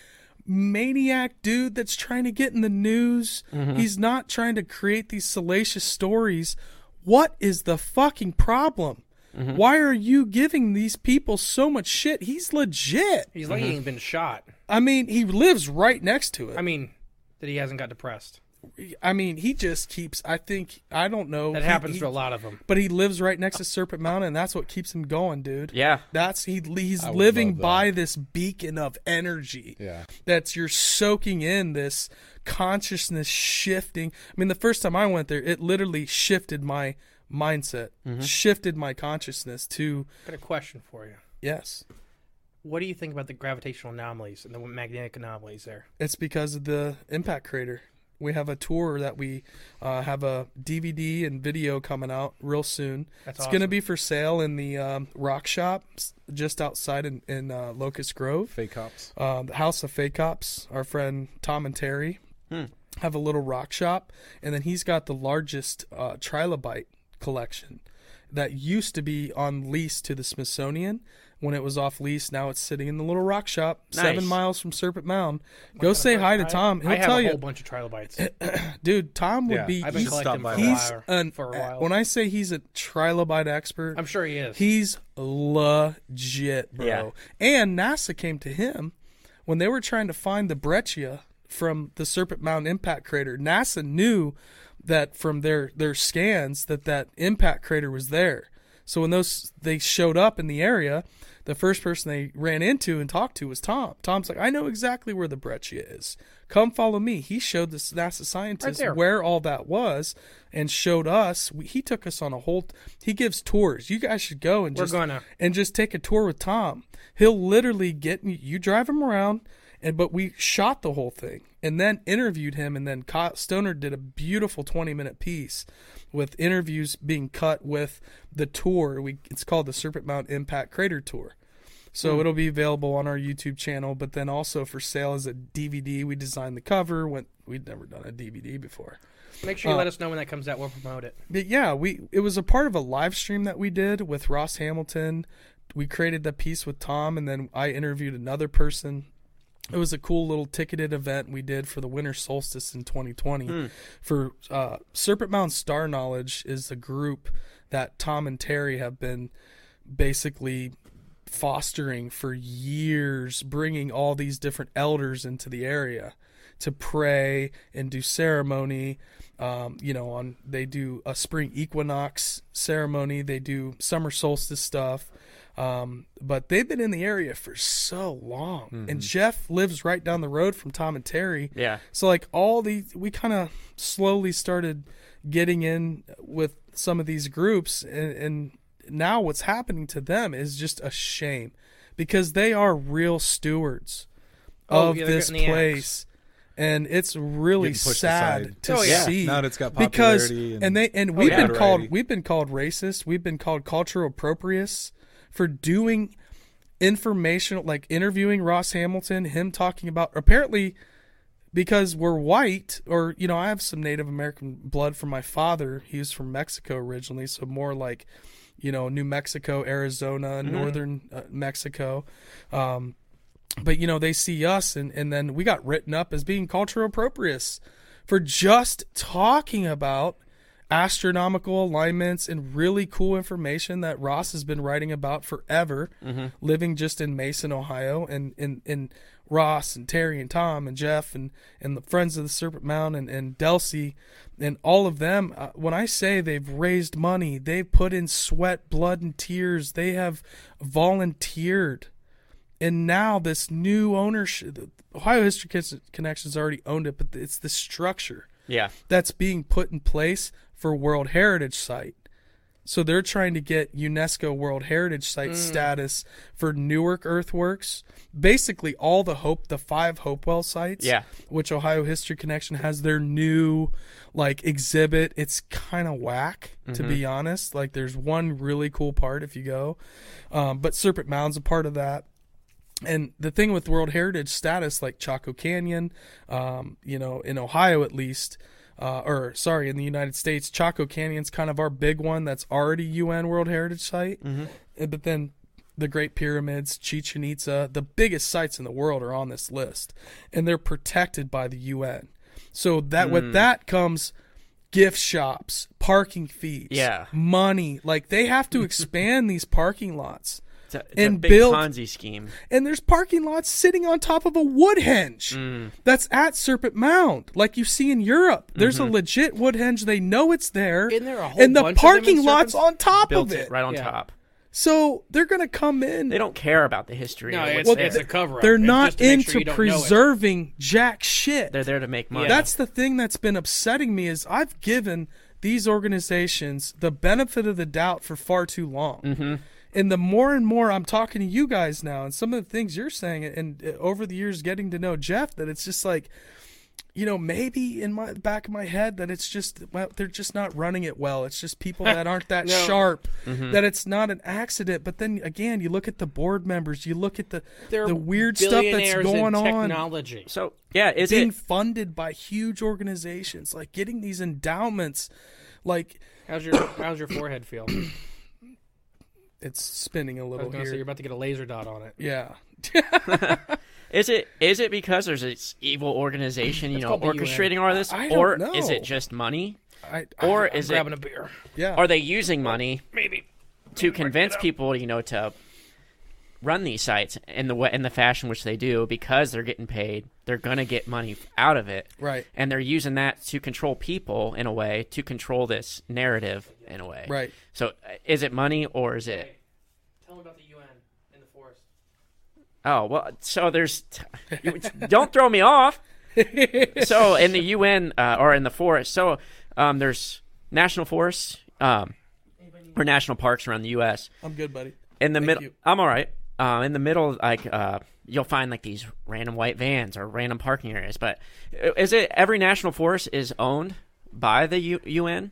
A: maniac dude that's trying to get in the news. He's not trying to create these salacious stories. What is the fucking problem? Why are you giving these people so much shit? He's legit.
B: He's like he ain't been shot.
A: I mean, he lives right next to it.
B: I mean, that he hasn't got depressed.
A: I mean, he just keeps. I think I don't know.
B: That
A: He-
B: happens
A: he-
B: to a lot of them.
A: But he lives right next to Serpent Mountain, and that's what keeps him going, dude.
D: Yeah.
A: That's he. He's
C: I would
A: living
C: love that.
A: by this beacon of energy.
C: Yeah.
A: That's you're soaking in this consciousness shifting. I mean, the first time I went there, it literally shifted my mindset,
B: Mm-hmm.
A: shifted my consciousness to
B: Got a question for you.
A: yes.
B: What do you think about the gravitational anomalies and the magnetic anomalies there?
A: It's because of the impact crater. We have a tour that we uh, have a DVD and video coming out real soon.
B: That's
A: it's going to
B: awesome.
A: be for sale in the um, rock shop s- just outside in, in uh, Locust Grove.
C: fake cops.
B: Hmm.
A: Uh, the House of Fake Ops, our friend Tom and Terry. have a little rock shop, and then he's got the largest uh, trilobite collection that used to be on lease to the Smithsonian. When it was off lease, now it's sitting in the little rock shop, seven
D: Nice.
A: miles from Serpent Mound. Go say hi to Tom. He'll
B: I have
A: tell
B: a
A: you,
B: whole bunch of trilobites.
A: dude. Tom would
C: Yeah,
A: be.
B: I've been
A: he's-
C: stopped
B: collecting
C: by
B: for a,
C: a
A: He's
B: while,
A: an
B: for a while.
A: when I say he's a trilobite expert,
B: I'm sure he is.
A: he's legit, bro.
D: Yeah.
A: And NASA came to him when they were trying to find the breccia from the Serpent Mound impact crater. NASA knew that from their their scans that that impact crater was there. So when those they showed up in the area, the first person they ran into and talked to was Tom. Tom's like, "I know exactly where the breccia is. Come follow me." He showed this NASA scientist
B: there.
A: where all that was and showed us. We, he took us on a whole. He gives tours. You guys should go and
B: We're
A: just
B: gonna.
A: and just take a tour with Tom. He'll literally get you drive him around, and but we shot the whole thing and then interviewed him, and then Kyle Stoner did a beautiful twenty minute piece with interviews being cut with the tour. We it's called the Serpent Mount Impact Crater Tour. So it'll be available on our YouTube channel, but then also for sale as a DVD. We designed the cover. Went we'd never done a DVD before.
B: Make
A: Oh.
B: sure you let us know when that comes out. We'll promote it.
A: But yeah, we it was a part of a live stream that we did with Ross Hamilton. We created the piece with Tom, and then I interviewed another person. It was a cool little ticketed event we did for the winter solstice in 2020. For uh, Serpent Mound Star Knowledge is a group that Tom and Terry have been basically fostering for years, bringing all these different elders into the area to pray and do ceremony. Um, you know, on they do a spring equinox ceremony, they do summer solstice stuff. Um, but they've been in the area for so long, and Jeff lives right down the road from Tom and Terry.
D: Yeah.
A: So like all these, we kind of slowly started getting in with some of these groups, and, and now what's happening to them is just a shame because they are real stewards
B: Oh,
A: of
B: yeah, they're
A: this
B: getting the axe.
A: place, and it's really
C: Getting pushed
A: sad
C: aside.
A: to
B: Oh, yeah.
A: see.
C: Now that it's got
A: because
C: popularity
A: and,
C: and
A: they and we've been
C: notoriety.
A: called we've been called racist, we've been called cultural approprious for doing informational like interviewing Ross Hamilton, him talking about apparently because we're white or you know i have some native american blood from my father he was from mexico originally so more like you know new mexico arizona northern uh, mexico um, but you know they see us and, and then we got written up as being cultural appropriate for just talking about astronomical alignments and really cool information that ross has been writing about forever living just in mason ohio and, and, and ross and terry and tom and jeff and, and the friends of the serpent mound and, and delcy and all of them uh, when i say they've raised money they've put in sweat blood and tears they have volunteered and now this new ownership the ohio history Con- connections already owned it but it's the structure
D: Yeah.
A: that's being put in place for world heritage site so they're trying to get unesco world heritage site status for newark earthworks basically all the hope the five hopewell sites
D: Yeah.
A: which ohio history connection has their new like exhibit it's kind of whack to be honest like there's one really cool part if you go um, but serpent mound's a part of that and the thing with World Heritage status, like Chaco Canyon, um, you know, in Ohio at least, uh, or sorry, in the United States, Chaco Canyon's kind of our big one that's already UN World Heritage Site. Uh, But then the Great Pyramids, Chichen Itza, the biggest sites in the world are on this list, and they're protected by the UN. So that with that comes gift shops, parking fees,
D: Yeah.
A: money. Like they have to expand these parking lots
D: It's a, it's a
A: And
D: big
A: build-
D: Ponzi scheme.
A: and there's parking lots sitting on top of a wood henge
D: Mm.
A: that's at Serpent Mound, like you see in Europe. There's
D: Mm-hmm.
A: a legit wood henge. They know it's there.
B: Isn't there a whole
A: and the
B: bunch of them in
A: parking lot's
B: Serpent?
A: on top
D: Built
A: of
D: it
A: it.
D: right on
B: Yeah.
D: top.
A: So they're going to come in.
D: They don't care about the history.
B: No,
D: or
B: it's,
D: what's
B: it's
D: there.
B: a cover up.
A: They're not into preserving jack shit.
D: They're there to make money.
A: That's the thing that's been upsetting me is I've given these organizations the benefit of the doubt for far too long.
E: Mm-hmm.
A: And the more and more I'm talking to you guys now, and some of the things you're saying, and uh, over the years getting to know Jeff, that it's just like you know, maybe in my back of my head that it's just well, they're just not running it well. It's just people that aren't that sharp.
E: Mm-hmm.
A: That it's not an accident. But then again, you look at the board members, you look at the the weird stuff that's
E: billionaires
A: going
E: in
A: on,
E: Technology.
D: So yeah, is
A: being
D: it?
A: funded by huge organizations, like getting these endowments, like
B: How's your How's your forehead feel? I
A: it's spinning a
B: was
A: little
B: gonna say you're
A: here.
B: about to get a laser dot on it.
A: Yeah,
D: Is it? Is it because there's this evil organization, you know,
B: called the UN.
D: orchestrating all this,
A: I don't
D: or
A: know.
D: is it just money,
A: I, I-
D: or is it?
B: Grabbing a beer.
A: yeah.
D: Are they using money
B: Maybe.
D: to convince people, you know, to run these sites in the way, in the fashion which they do because they're getting paid? They're gonna get money out of it,
A: Right.
D: And they're using that to control people in a way, to control this narrative in a way,
A: Right.
D: So, uh, is it money or is it?
B: Tell them about the UN in the forest.
D: Oh well, so there's. you- don't throw me off. so in the UN uh, or in the forest, so um, there's national forests um, or national parks around the U.S.
A: I'm good, buddy.
D: In the middle,
A: you.
D: I'm all right. Um, in the middle, like uh, you'll find like these random white vans or random parking areas. But i- is it every national forest is owned by the U- UN?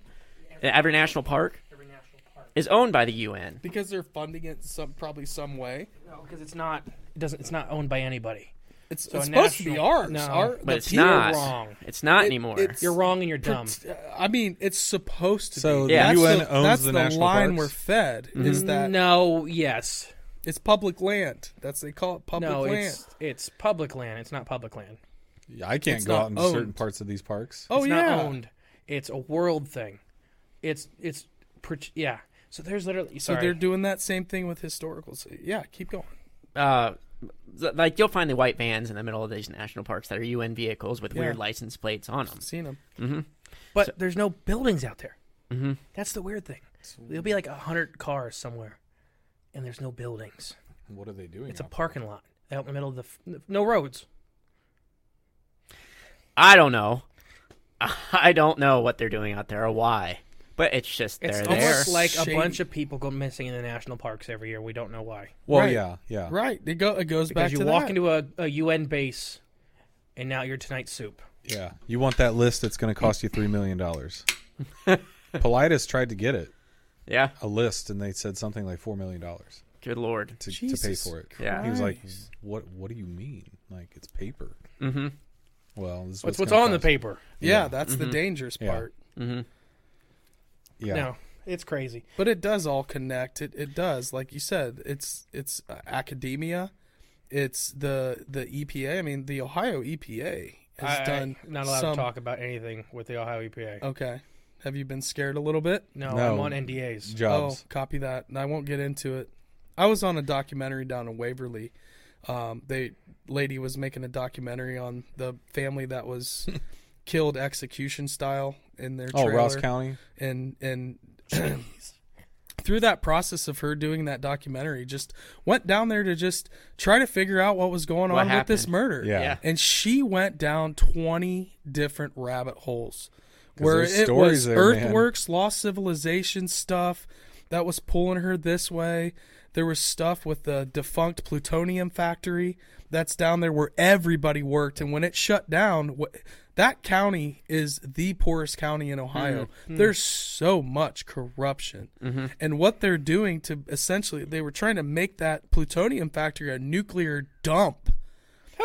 D: Every national park
B: Every national park.
D: is owned by the UN.
A: Because they're funding it some probably some way.
B: No, because it's not. It doesn't. It's not owned by anybody.
A: It's,
B: a
A: it's supposed to be
B: national-
A: ours.
B: no.
A: Our,
D: But
A: the
D: it's
A: people
D: not.
B: wrong.
D: It's not
A: It-
D: anymore.
A: it's-
B: You're wrong and you're dumb.
A: I mean, it's supposed to.
C: So
A: be.
C: the
A: That's
C: UN
A: the,
C: owns
A: that's
C: the
A: the,
C: national
A: line
C: parks?
A: we're fed. Is that
B: Mm, No. Yes.
A: it's public land? That's they call it public
B: No.
A: land.
B: It's it's public land. It's not public land.
C: Yeah, I can't
A: It's
C: go
A: not
C: out into certain
A: owned.
C: parts of these parks.
A: oh
B: It's
A: yeah,
B: not owned. It's a world thing. It's it's pr- yeah. So there's literally
A: so
B: sorry.
A: they're doing that same thing with historical. ci- yeah, keep going.
D: uh, th- like you'll find the white vans in the middle of these national parks that are UN vehicles with weird
A: Yeah.
D: license plates on them.
A: Seen them.
B: but there's no buildings out there. Mm-hmm. That's the weird thing. There'll be like a hundred cars somewhere, and there's no buildings.
C: What are they doing?
B: It's a parking lot out in the middle of the f- no roads.
D: I don't know. I don't know what they're doing out there or why, but it's just
B: It's
D: they're there.
B: almost
A: They're
B: like a
A: shady.
B: bunch of people go missing in the national parks every year. We don't know why.
C: well,
A: Right.
C: yeah, yeah.
A: Right. They go. It goes
B: Because
A: back
B: you
A: to
B: walk
A: that.
B: into a, a UN base, and now you're tonight's soup.
C: Yeah, you want that list that's going to cost you three million dollars. Politis tried to get it
D: yeah,
C: a list, and they said something like four million dollars
D: good lord.
C: to, to pay
A: Jesus
C: for it.
D: Yeah.
C: he was like, "What? What do you mean? Like it's paper?" Mm-hmm. Well, this
B: What's
C: is what's,
B: what's
C: gonna
B: on the
C: cost.
B: paper?
A: yeah, that's
B: Mm-hmm.
A: the dangerous
C: Yeah.
A: part.
C: Yeah,
B: No, it's crazy.
A: But it does all connect. It it does. Like you said, it's it's uh, academia. It's the the EPA. I mean, the Ohio EPA has
B: I- I-
A: done
B: not allowed
A: some,
B: to talk about anything with the Ohio E EPA.
A: Okay. Have you been scared a little bit?
B: No,
C: No.
B: I'm on NDAs.
C: jobs.
A: Oh, copy that. And I won't get into it. I was on a documentary down in Waverly. Um, they lady was making a documentary on the family that was killed execution style in their
C: Oh,
A: trailer.
C: Ross County.
A: and and through that process of her doing that documentary just went down there to just try to figure out what was going
D: What
A: on with this
D: happened?
A: murder
C: Yeah. Yeah.
A: and she went down 20 different rabbit holes where
C: there's
A: it
C: stories
A: was
C: there, man.
A: earthworks lost civilization stuff that was pulling her this way there was stuff with the defunct plutonium factory that's down there where everybody worked and when it shut down wh- that county is the poorest county in ohio
C: Mm-hmm. Hmm.
A: there's so much corruption and what they're doing to essentially they were trying to make that plutonium factory a nuclear dump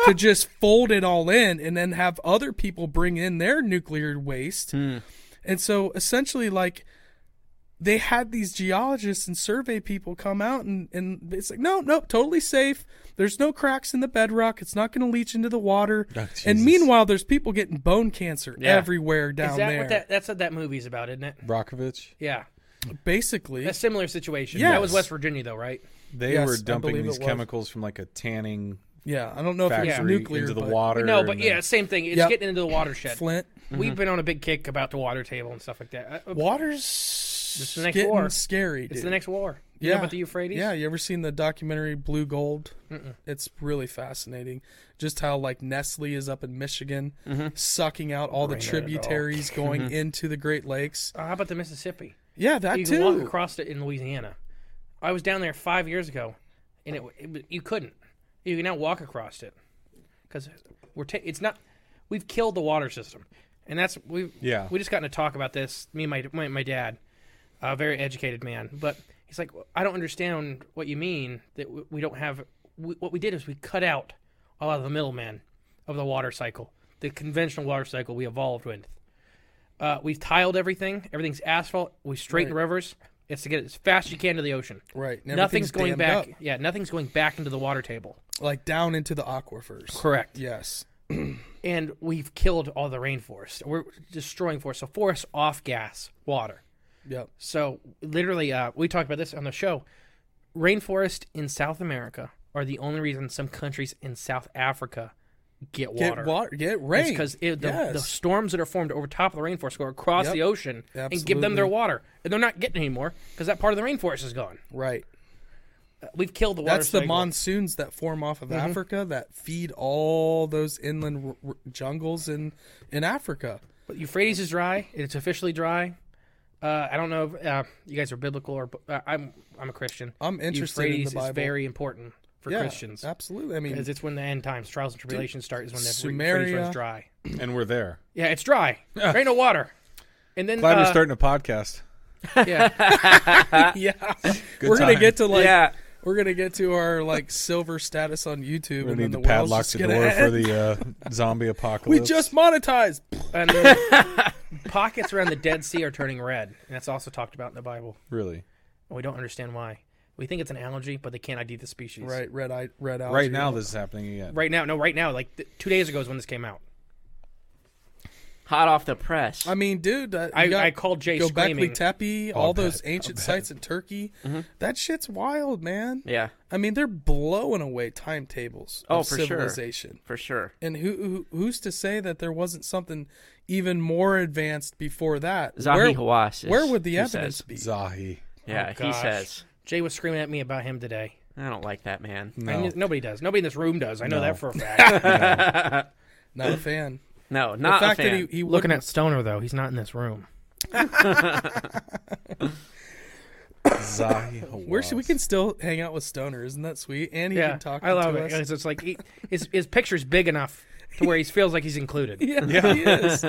A: to just fold it all in and then have other people bring in their nuclear
C: Hmm.
A: waste. And so essentially, like, they had these geologists and survey people come out and, and it's like, no, no, totally safe. There's no cracks in the bedrock. It's not going to leach into the water.
C: Oh, Jesus.
A: and meanwhile, there's people getting bone cancer
D: Yeah.
A: everywhere down
B: Is that
A: there.
B: what that, that's what that movie's about, isn't it?
C: Brockovich.
B: Yeah.
A: Basically,
B: A similar situation.
A: Yes.
B: That was West Virginia, though, right?
C: They
A: Yes,
C: were
A: I
C: dumping
A: believe
C: these
A: it was.
C: chemicals from like a tanning
A: yeah, I don't know if it was
C: factory
A: nuclear
C: into the
A: but
C: water.
B: No, but
C: and
B: yeah,
C: then-
B: same thing. It's
A: Yep.
B: getting into the watershed.
A: Flint Mm-hmm.
B: We've been on a big kick about the water table and stuff like that. Uh,
A: water's
B: It's the next
A: getting
B: war.
A: scary. Dude.
B: It's the next war. You know about the Euphrates?
A: Yeah, you ever seen the documentary Blue Gold? It's really fascinating. Just how like Nestle is up in Michigan,
B: Mm-hmm.
A: sucking out all the tributaries going into the Great Lakes.
B: Uh, how about the Mississippi?
A: Yeah, that
B: You
A: too.
B: can walk across it in Louisiana. I was down there five years ago, and it, it you couldn't. You can now walk across it because we're ta- it's not. We've killed the water system, and that's we.
C: Yeah.
B: We just got into talk about this. Me and my my, my dad, a very educated man, but he's like, I don't understand what you mean that w- we don't have. We, what we did is we cut out a lot of the middlemen of the water cycle, the conventional water cycle we evolved with. Uh, we've tiled everything. Everything's asphalt. We straighten rivers. It's to get it as fast as you can to the ocean.
A: Right. and
B: Nothing's going back.
A: dammed up,
B: Yeah, nothing's going back into the water table.
A: like down into the aquifers.
B: Correct.
A: Yes.
B: And we've killed all the rainforest. We're destroying forest. So forest off gas water.
A: Yep.
B: So literally, uh, we talked about this on the show. Rainforest in South America are the only reason some countries in South Africa get water.
A: Get water. Get rain.
B: because the, the
A: Yes.
B: storms that are formed over top of the rainforest go across
A: Yep.
B: the ocean and give them
A: Absolutely.
B: their water, and they're not getting anymore because that part of the rainforest is gone.
A: right.
B: We've killed the water. Mm-hmm.
A: That's the
B: cycle.
A: monsoons that form off of Africa that feed all those inland r- r- jungles in in Africa.
B: But Euphrates is dry. It's officially dry. Uh, I don't know if uh, you guys are biblical or uh, I'm I'm a Christian.
A: I'm interested in the
B: Euphrates
A: Bible.
B: is very important for
A: Yeah,
B: Christians
A: Absolutely. I mean,
B: because it's when the end times, trials and tribulations start. Is when the Euphrates
A: Sumeria.
B: runs dry.
C: and we're there.
B: Yeah, it's dry. there ain't no water. And then
C: Glad
B: uh,
C: we're starting a podcast.
B: yeah,
A: yeah. we're going to
C: time.
A: get to like
D: yeah.
A: we're going to get to our like silver status on YouTube
C: We
A: and
C: need
A: then the world's
C: to padlock
A: just
C: the
A: gonna
C: door for
A: end.
C: the uh, zombie apocalypse.
A: We just monetized.
B: and then pockets around the Dead Sea are turning red, and that's also talked about in the Bible.
C: really
B: And we don't understand why. We think it's an allergy, but they can't ID the species.
A: Right, red eye red algae.
C: right now this is happening again.
B: Right now, no, right now, like th- two days ago is when this came out.
D: Hot off the press.
A: I mean, dude, uh, you
B: I-
A: got
B: I called Jay
A: Göbekli
B: screaming.
A: Tepe, all those ancient sites in Turkey. That shit's wild, man.
D: Mm-hmm. yeah,
A: I mean, they're blowing away timetables
D: Oh,
A: of
D: for sure.
A: civilization.
D: for sure.
A: And who, who who's to say that there wasn't something even more advanced before that?
D: Zahi
A: where,
D: Hawass. is-
A: where would the
D: he
A: evidence
D: says.
A: be?
C: Zahi.
D: Yeah,
B: Oh,
D: he
B: gosh.
D: says.
B: Jay was screaming at me about him today.
D: I don't like that man.
A: Mm.
B: I
C: No.
B: knew- nobody does. Nobody in this room does. I know that for a fact.
A: Not a fan.
D: No,
A: The
D: not
A: fact
D: a fan.
A: that he, he
B: Looking
A: wouldn't-
B: at Stoner though, he's not in this room.
C: Zahi.
A: We're, we can still hang out with Stoner, isn't that sweet? And he
B: Yeah,
A: can talk
B: I love
A: to
B: it.
A: us.
B: It's, it's like he, his his picture's big enough to where he feels like he's included.
A: Yeah, he is.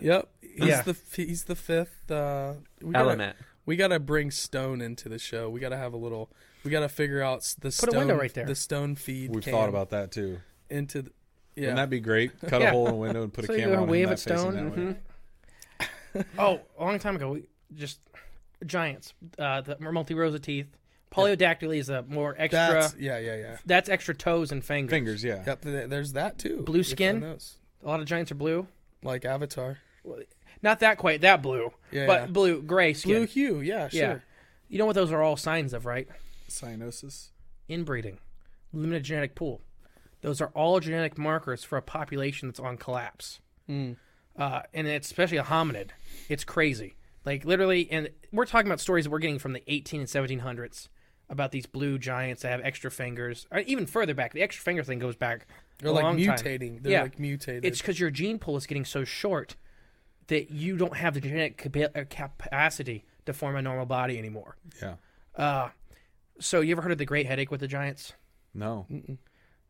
A: yep, he's
B: Yeah.
A: the f- he's the fifth uh, we
D: Element.
A: Gotta, we gotta bring Stone into the show. We gotta have a little. We gotta figure out s- the
B: a
A: stone.
B: window right there.
A: The Stone feed.
C: We've
A: cam
C: thought about that too.
A: into. The, yeah,
C: Wouldn't that be great? Cut
B: Yeah.
C: a hole in a window and put
B: So
C: a
B: you
C: camera
B: go
C: on
B: wave
C: him
B: at
C: that facing
B: stone? Mm-hmm.
C: that way.
B: Oh, a long time ago, we just giants. Uh, the multi rows of teeth. Polyodactyly is a more extra.
A: That's
B: That's,
A: yeah, yeah, yeah.
B: extra toes and fingers.
C: Fingers, yeah.
A: Yep, th- there's that too.
B: Blue
A: If I
B: skin?
A: knows.
B: A lot of giants are blue.
A: like Avatar.
B: Not that quite that blue,
A: Yeah,
B: but
A: yeah.
B: blue gray skin.
A: Blue hue, yeah, sure.
B: yeah, you know what those are all signs of, right?
C: Cyanosis.
B: inbreeding, limited genetic pool. Those are all genetic markers for a population that's on collapse.
A: Hmm.
B: Uh, and it's especially a hominid. It's crazy. Like literally, and we're talking about stories that we're getting from the 18 and 1700s about these blue giants that have extra fingers. Or even further back, the extra finger thing goes back.
A: They're
B: a
A: like
B: long time.
A: mutating. They're
B: Yeah.
A: like mutated.
B: It's because your gene pool is getting so short that you don't have the genetic capa- uh, capacity to form a normal body anymore.
C: Yeah.
B: So you ever heard of the Great Headache with the giants?
C: No.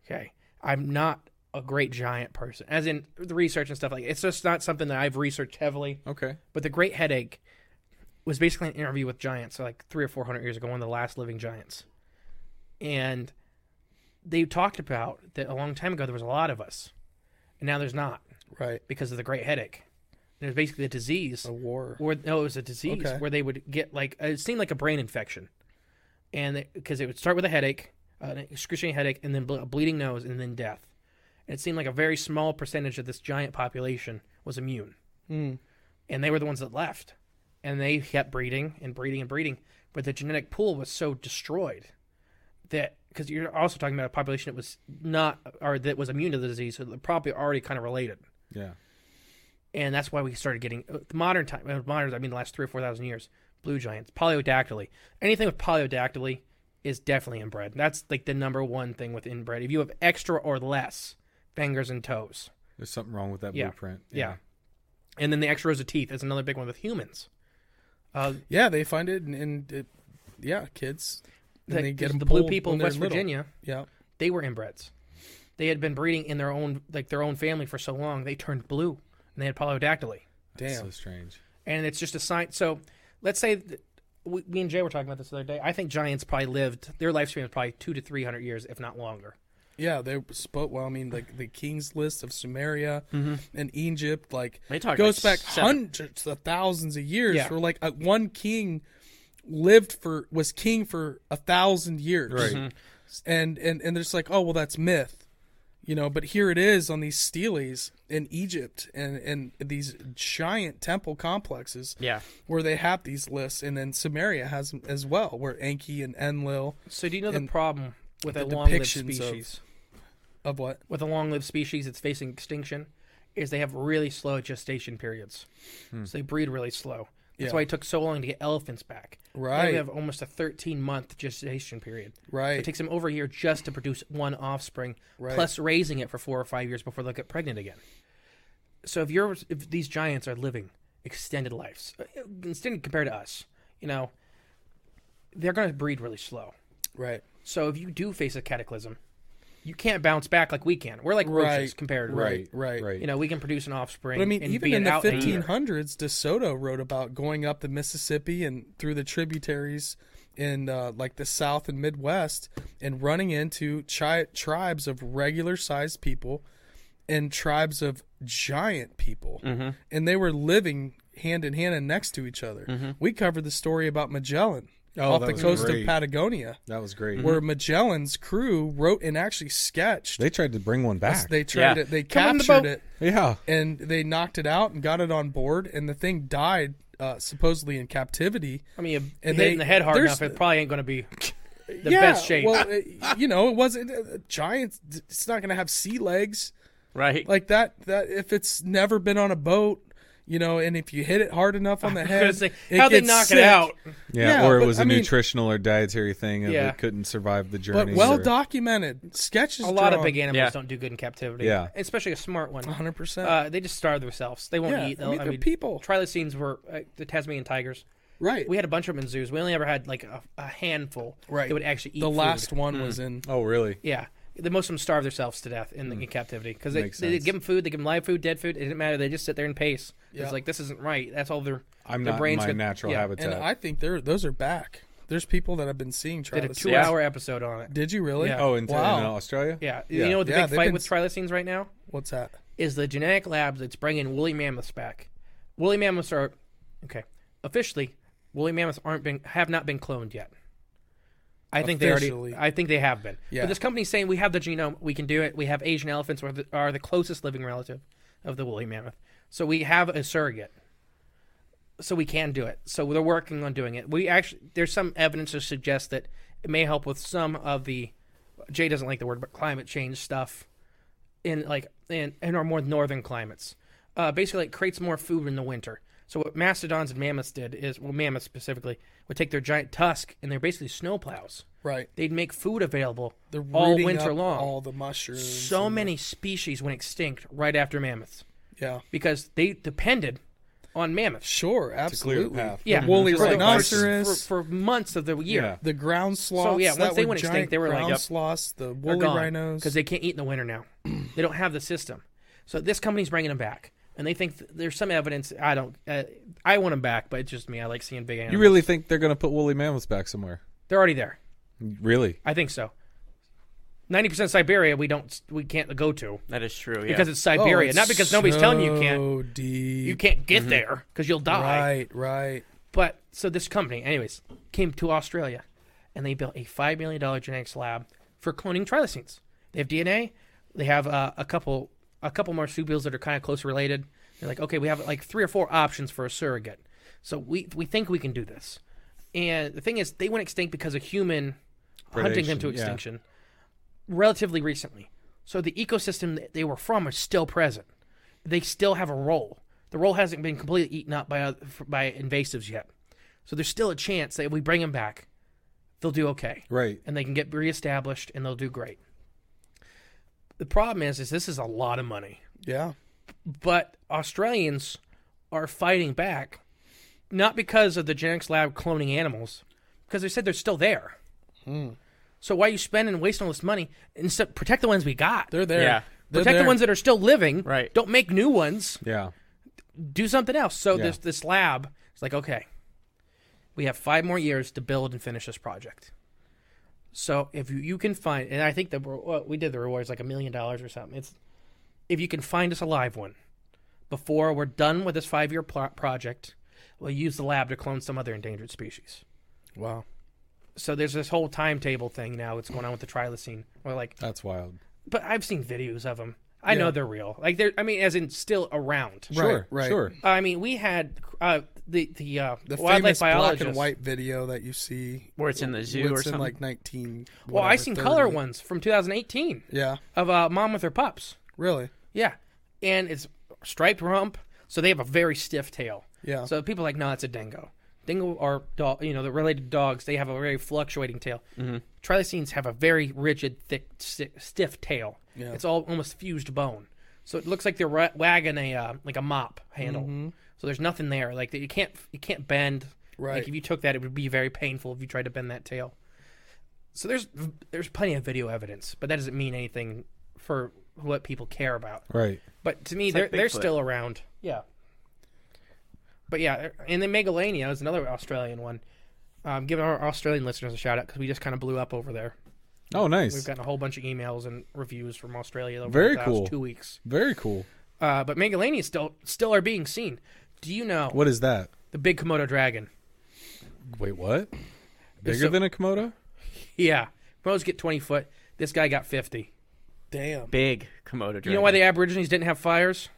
B: Okay. I'm not a great giant person, as in the research and stuff like It's just not something that I've researched heavily.
C: Okay.
B: But the Great Headache was basically an interview with giants, like three or four hundred years ago, one of the last living giants. And they talked about that a long time ago there was a lot of us, and now there's not
A: right.
B: because of the Great Headache. There's basically a disease
A: A war.
B: where no, oh, it was a disease
A: Okay.
B: where they would get like it seemed like a brain infection, and because it would start with a headache, uh, an excruciating headache, and then ble- a bleeding nose, and then death. And it seemed like a very small percentage of this giant population was immune, Mm. and they were the ones that left, and they kept breeding and breeding and breeding, but the genetic pool was so destroyed that because you're also talking about a population that was not or that was immune to the disease, so they're probably already kind of related
C: Yeah.
B: and that's why we started getting uh, the modern time. uh, Modern, I mean, the last three or four thousand years. Blue giants, polyodactyly. Anything with polyodactyly is definitely inbred. That's like the number one thing with inbred. If you have extra or less fingers and toes,
C: There's something wrong with that
B: Yeah.
C: blueprint.
B: yeah. And then the extra rows of teeth is another big one with humans. Uh,
A: Yeah, they find it and, and it, yeah, kids. And
B: the,
A: they get 'em
B: the blue
A: pulled
B: people
A: when
B: in
A: they're
B: West
A: little.
B: Virginia,
A: Yeah.
B: they were inbreds. they had been breeding in their own like their own family for so long, they turned blue and they had polydactyly.
C: That's so strange.
B: And it's just a sign. So let's say th- we, me and Jay were talking about this the other day. I think giants probably lived their lifespan is probably two to three hundred years, if not longer.
A: Yeah, they spoke. Well, I mean, like the kings list of Sumeria
B: Mm-hmm.
A: and Egypt, like
D: They talk
A: goes back
D: like seven-
A: hundreds of thousands of years.
B: Yeah.
A: Where like uh, one king lived for was king for a thousand years,
C: Right.
B: Mm-hmm.
A: And and and there's like, oh well, that's myth, you know. But here it is on these steles in Egypt and and these giant temple complexes.
D: Yeah.
A: where they have these lists, and then Sumeria has them as well, where Enki and Enlil
B: So do you know the
A: And
B: problem with
A: the
B: a long-lived
A: depictions of-
B: species?
A: of what?
B: with a long-lived species that's facing extinction is they have really slow gestation periods. So they breed really slow. That's
A: Yeah.
B: why it took so long to get elephants back.
A: Right.
B: They have almost a 13-month gestation period.
A: Right.
B: It takes them over a year just to produce one offspring,
A: Right.
B: plus raising it for four or five years before they'll get pregnant again. So if you're if these giants are living extended lives, uh, extended compared to us, you know, they're going to breed really slow.
A: Right.
B: So if you do face a cataclysm, you can't bounce back like we can. We're like roaches
A: Right,
B: compared to
C: Right.
A: right.
C: Right.
B: You know, we can produce an offspring.
A: But I mean,
B: and
A: even
B: be
A: in the
B: out a year.
A: 1500s, De Soto wrote about going up the Mississippi and through the tributaries in uh, like the South and Midwest and running into chi- tribes of regular sized people and tribes of giant people.
B: Mm-hmm.
A: And they were living hand in hand and next to each other.
B: Mm-hmm.
A: We covered the story about Magellan
C: Oh,
A: off
C: that
A: the
C: was
A: coast
C: great.
A: of Patagonia,
C: That was great.
B: Mm-hmm.
A: where Magellan's crew wrote and actually sketched.
C: They tried to bring one back.
A: They tried
D: Yeah.
A: it. They
B: Come on the
A: captured
B: boat.
A: it
C: yeah.
A: and they knocked it out and got it on board, and the thing died uh, supposedly in captivity.
B: I mean, you
A: And
B: hit
A: they-
B: it in the head hard
A: there's-
B: enough, it probably ain't going to be the
A: yeah,
B: best shape.
A: Well, it- you know, it wasn't a giant. It's not going to have sea legs
D: Right.
A: like that. That if it's never been on a boat, you know, and if you hit it hard enough on the
B: I
A: head,
B: was gonna say,
A: it
B: how'd they
A: gets
B: knock
A: sick.
B: it out?
C: Yeah,
A: Yeah,
C: or it
A: but,
C: was a
A: I mean-
C: nutritional or dietary thing of
B: Yeah.
C: it couldn't survive the journey.
A: But well
C: or-
A: documented sketches.
B: A lot of
A: drawn.
B: big animals
D: Yeah.
B: don't do good in captivity.
C: Yeah.
B: Especially a smart one.
A: Uh-huh. 100%.
B: Uh, they just starve themselves. They won't
A: Yeah,
B: eat.
A: I
B: They'll-
A: mean, they're people.
B: Trilocenes were uh, the Tasmanian tigers.
A: right?
B: We had a bunch of them in zoos. We only ever had like a, a handful
A: Right.
B: that would actually eat
A: the
B: food. Mm.
A: last one was in.
C: oh, really?
B: Yeah, the most of them starve themselves to death
A: Mm.
B: in, in captivity because they,
C: Makes
B: they,
C: sense.
B: give them food, they give them live food, dead food. It didn't matter. They just sit there and pace.
A: Yeah.
B: It's like this isn't right. That's all their
C: I'm
B: their
C: not in
B: brains
C: my
B: got-
C: natural
B: yeah.
C: habitat.
A: And I think they're those are back. There's people that have been seeing
B: Did a
A: Trilocetes.
B: two hour episode on it.
A: Did you really?
B: Yeah.
C: oh, in,
A: Wow.
C: in Australia?
B: Yeah,
C: Yeah.
B: you know what the
A: Yeah,
B: big
A: they've
B: fight
A: been-
B: with trilocenes right now
A: What's that?
B: is the genetic lab that's bringing woolly mammoths back. Woolly mammoths are okay. Officially, woolly mammoths aren't been have not been cloned yet. I think
A: Officially.
B: they already. I think they have been.
A: Yeah.
B: But this company's saying we have the genome, we can do it. We have Asian elephants, who are the, are the closest living relative of the woolly mammoth, so we have a surrogate. So we can do it. So they're working on doing it. We actually there's some evidence to suggest that it may help with some of the. Jay doesn't like the word, but climate change stuff in like in, in our more northern climates. Uh, basically, it creates more food in the winter. So what mastodons and mammoths did is, well, mammoths specifically would take their giant tusk and they're basically snowplows.
A: Right.
B: They'd make food available
A: They're
B: all
A: rooting
B: winter
A: up
B: long.
A: All the mushrooms.
B: so
A: and-
B: many species went extinct right after mammoths
A: Yeah.
B: because they depended on mammoths.
A: Sure,
C: clear
A: absolutely.
C: path.
B: Yeah,
A: The woolly
B: for the- for-
A: rhinoceros,
B: for, for months of the year.
C: Yeah.
A: the ground sloths.
B: yeah,
A: that
B: once they
A: were
B: went extinct,
A: giant
B: they were like,
A: ground
B: yep.
A: sloths, the woolly rhinos.
B: because they can't eat in the winter now. they don't have the system, so this company's bringing them back, and they think th- there's some evidence. I don't. Uh, I want them back, but it's just me. I like seeing big animals.
C: You really think they're going to put woolly mammoths back somewhere?
B: They're already there.
C: Really?
B: I think so. Ninety percent Siberia, we don't. We can't go to
D: That is true. Yeah.
B: because it's
A: Oh,
B: Siberia,
A: it's
B: not because nobody's telling you you can't.
A: so Deep.
B: You can't get there because you'll die.
A: Right, right.
B: But so this company, anyways, came to Australia, and they built a five million dollar genetics lab for cloning trilocenes. They have DNA. They have uh, a couple a couple marsupials that are kind of close related. They're like, okay, we have like three or four options for a surrogate, so we we think we can do this. And the thing is, they went extinct because of human hunting them
C: Predation,
B: to
C: yeah.
B: extinction relatively recently. So the ecosystem that they were from is still present. They still have a role. The role hasn't been completely eaten up by oth- by invasives yet. So there's still a chance that if we bring them back, they'll do okay
C: Right.
B: and they can get reestablished and they'll do great. The problem is, is this is a lot of money,
A: Yeah.
B: but Australians are fighting back,
A: Hmm.
B: not because of the genetics lab cloning animals, because they said they're still there. So why are you spending and wasting all this money? Instead, protect the ones we got.
A: They're there.
D: Yeah.
A: They're
B: protect
A: there.
B: the ones that are still living.
D: Right.
B: Don't make new ones.
C: Yeah.
B: Do something else. So
C: Yeah.
B: this this lab is like, okay, we have five more years to build and finish this project. So if you, you can find, and I think the well, we did the rewards like a million dollars or something. It's if you can find us a live one before we're done with this five year pl- project, we'll use the lab to clone some other endangered species.
A: Wow.
B: So there's this whole timetable thing now that's going on with the trilocene. We're like,
C: That's wild.
B: but I've seen videos of them. I know they're real. Like they're, I mean, as in still around.
C: Sure.
A: right.
C: Sure.
B: I mean, we had uh, the the, uh,
A: The
B: wildlife
A: famous
B: biologist.
A: black and white video that you see.
D: Where it's in the zoo
A: it's
D: or
A: in
D: something.
A: like 19.
B: Well, I
A: whatever,
B: seen
A: 30.
B: color ones from 2018
A: Yeah.
B: of a mom with her pups.
A: Really?
B: Yeah, and it's striped rump, so they have a very stiff tail.
A: Yeah.
B: So people are like, no, it's a dingo. Dingo or dog, you know, the related dogs, they have a very fluctuating tail. Mm-hmm. Trilocenes have a very rigid, thick, sti- stiff tail.
A: Yeah.
B: It's all almost fused bone, so it looks like they're ra- wagging a uh, like a mop handle.
A: Mm-hmm.
B: So there's nothing there. Like you can't you can't bend.
A: Right.
B: Like if you took that, it would be very painful if you tried to bend that tail. So there's there's plenty of video evidence, but that doesn't mean anything for what people care about.
C: Right.
B: But to me,
D: It's
B: they're
D: like
B: they're
D: Bigfoot.
B: still around. Yeah. But yeah, and then Megalania is another Australian one. Um, give our Australian listeners a shout out because we just kind of blew up over there.
C: Oh,
B: We've
C: nice.
B: gotten a whole bunch of emails and reviews from Australia over
C: Very
B: the last
C: cool.
B: two weeks.
C: Very cool.
B: Uh, but Megalania still still are being seen. Do you know
C: What is that?
B: the big Komodo dragon?
C: Wait, what? Bigger
B: so-
C: than a Komodo?
B: Yeah, Komodos get twenty foot. This guy got fifty.
A: Damn.
D: Big Komodo dragon.
B: You know why the Aborigines didn't have fires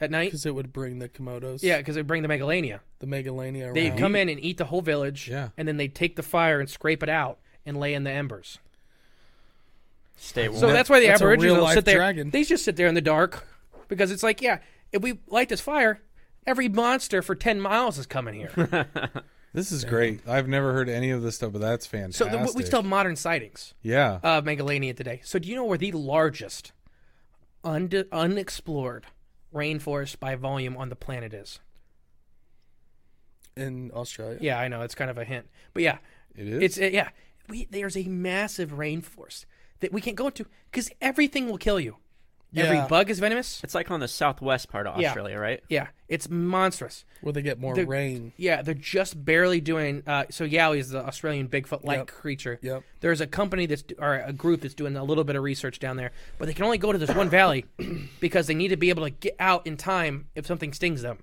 B: at night?
A: Because it would bring the Komodos.
B: Yeah, because they bring the Megalania.
A: The Megalania around.
B: They come in and eat the whole village,
C: Yeah.
B: and then they take the fire and scrape it out and lay in the embers.
D: Stay warm.
B: So that's why the
A: that's a
B: Aboriginals
A: real-life
B: sit there.
A: dragon.
B: They just sit there in the dark because it's like, yeah, if we light this fire, every monster for ten miles is coming here.
C: This is great. I've never heard any of this stuff, but that's
B: so
C: fantastic.
B: the, we still have modern sightings
C: yeah.
B: of Megalania today. So do you know where the largest und- unexplored rainforest by volume on the planet is?
A: in Australia.
B: Yeah, I know it's kind of a hint, but yeah,
C: it is.
B: It's uh, yeah. We, there's a massive rainforest that we can't go into because everything will kill you.
A: Yeah.
B: Every bug is venomous.
D: It's like on the southwest part of
B: Yeah.
D: Australia, right?
B: Yeah, it's monstrous.
A: Where they get more
B: They're-
A: rain.
B: Yeah, they're just barely doing. Uh, so Yowie is the Australian Bigfoot-like
A: Yep.
B: creature.
A: Yep.
B: There's a company that's or a group that's doing a little bit of research down there, but they can only go to this one valley because they need to be able to get out in time if something stings them.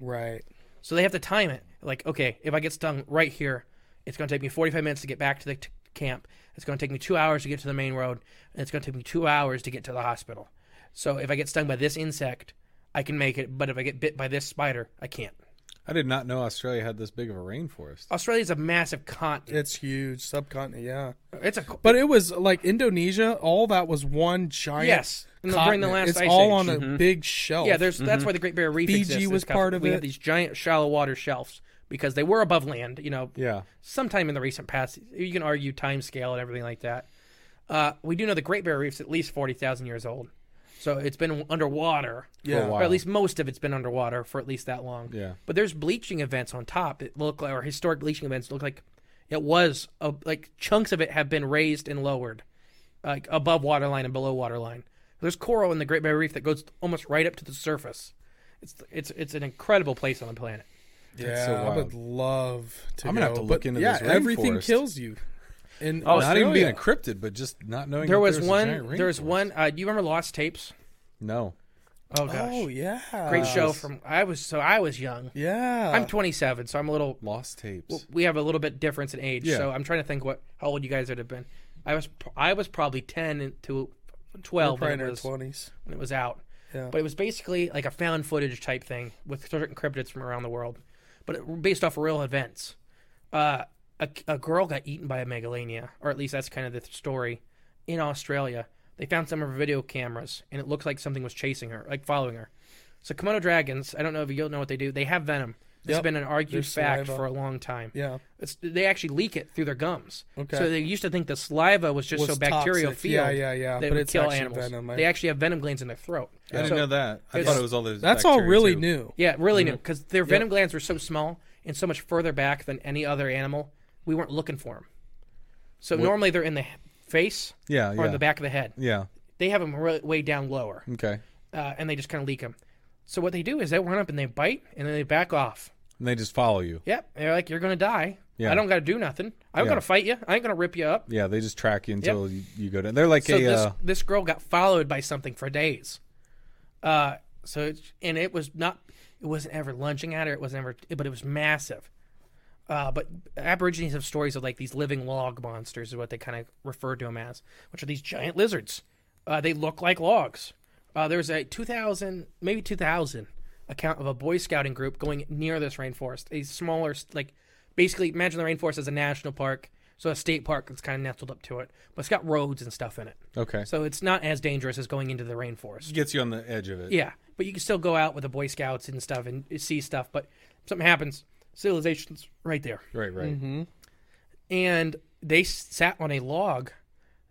A: Right.
B: So they have to time it. Like, okay, if I get stung right here, it's going to take me 45 minutes to get back to the t- camp. It's going to take me two hours to get to the main road, and it's going to take me two hours to get to the hospital. So if I get stung by this insect, I can make it. But if I get bit by this spider, I can't.
C: I did not know Australia had this big of a rainforest.
B: Australia's a massive continent.
A: It's huge. Subcontinent, yeah.
B: It's a
A: But it was like Indonesia, all that was one giant.
B: Yes. And during the
A: continent.
B: last
A: It's
B: ice
A: all
B: age. Mm-hmm.
A: on a big shelf.
B: yeah. There's that's why the Great Barrier Reef
A: Mm-hmm. Fiji
B: exists.
A: was
B: is 'cause
A: part of
B: we
A: it.
B: have these giant shallow water shelves because they were above land. You know,
C: Yeah.
B: sometime in the recent past. You can argue time scale and everything like that. Uh, we do know the Great Barrier Reef's at least 40,000 years old. So it's been underwater.
A: Yeah.
C: while.
B: Or at least most of it's been underwater for at least that long.
C: Yeah.
B: But there's bleaching events on top that look like, or historic bleaching events that look like it was, a, like chunks of it have been raised and lowered, like above waterline and below waterline. There's coral in the Great Barrier Reef that goes almost right up to the surface. It's, it's, it's an incredible place on the planet.
A: yeah.
C: so
A: I would
C: wild.
A: love to.
C: I'm
A: go,
C: gonna have to look
A: but
C: into
A: yeah,
C: this
A: everything
C: rainforest.
A: kills you. In
D: Oh,
C: Not even
A: Australia.
C: being a cryptid, but just not knowing
B: There
C: that
B: was
C: there's a
B: one.
C: giant
B: There was
C: rainforest.
B: one. Uh, do you remember Lost Tapes?
C: No.
B: Oh gosh,
A: Oh yeah.
B: great show from. I was so I was young.
A: Yeah.
B: I'm 27, so I'm a little.
C: Lost tapes.
B: We have a little bit difference in age,
C: Yeah.
B: so I'm trying to think what how old you guys would have been. I was pr- I was probably 10 and to 12
A: probably in
B: when it,
A: our
B: was, when
A: twenties.
B: it was out.
A: Yeah.
B: But it was basically like a found footage type thing with certain cryptids from around the world, but it, based off real events. Uh, a, a girl got eaten by a megalania, or at least that's kind of the story. In Australia, they found some of her video cameras, and it looked like something was chasing her, like following her. So Komodo dragons, I don't know if you'll know what they do. They have venom. This
A: Yep.
B: has been an argued
A: There's
B: fact
A: saliva.
B: for a long time.
A: Yeah.
B: It's, they actually leak it through their gums.
A: Okay.
B: So they used to think the saliva was just
A: Was
B: so bacterial
A: toxic. Yeah,
B: filled
A: yeah, yeah,
B: that it
A: but
B: would
A: it's
B: kill
A: actually
B: animals.
A: venom. I-
B: They actually have venom glands in their throat.
C: I didn't
B: So-
C: know that. I
B: it's-
C: thought it was all those.
A: That's all
C: bacteria,
A: really
C: too.
A: new.
B: Yeah, really
A: Mm-hmm.
B: new because their venom glands were so small and so much further back than any other animal. We weren't looking for them. So normally they're in the face
C: Yeah,
B: or
C: yeah.
B: in the back of the head.
C: Yeah.
B: They have them re- way down lower,
C: Okay.
B: uh, and they just kind of leak them. So what they do is they run up and they bite, and then they back off.
C: And they just follow you.
B: Yep, they're like, "You're gonna die.
C: Yeah.
B: I don't gotta do nothing. I ain't
C: Yeah.
B: gonna fight you. I ain't gonna rip you up."
C: Yeah, they just track you until you, you go down. They're like
B: So
C: a
B: this
C: uh,
B: this girl got followed by something for days. Uh, so it, and it was not, it wasn't ever lunging at her. It wasn't ever, but it was massive. Uh, but Aborigines have stories of like these living log monsters is what they kind of refer to them as, which are these giant lizards. Uh, they look like logs. Uh, there's a 2000, maybe 2000 account of a Boy Scouting group going near this rainforest, a smaller, like basically imagine the rainforest as a national park. So a state park that's kind of nestled up to it, but it's got roads and stuff in it.
C: okay.
B: So it's not as dangerous as going into the rainforest.
C: gets you on the edge of it.
B: Yeah, but you can still go out with the Boy Scouts and stuff and see stuff. But something happens, civilization's right there,
C: Right, right.
B: Mm-hmm. and they s- sat on a log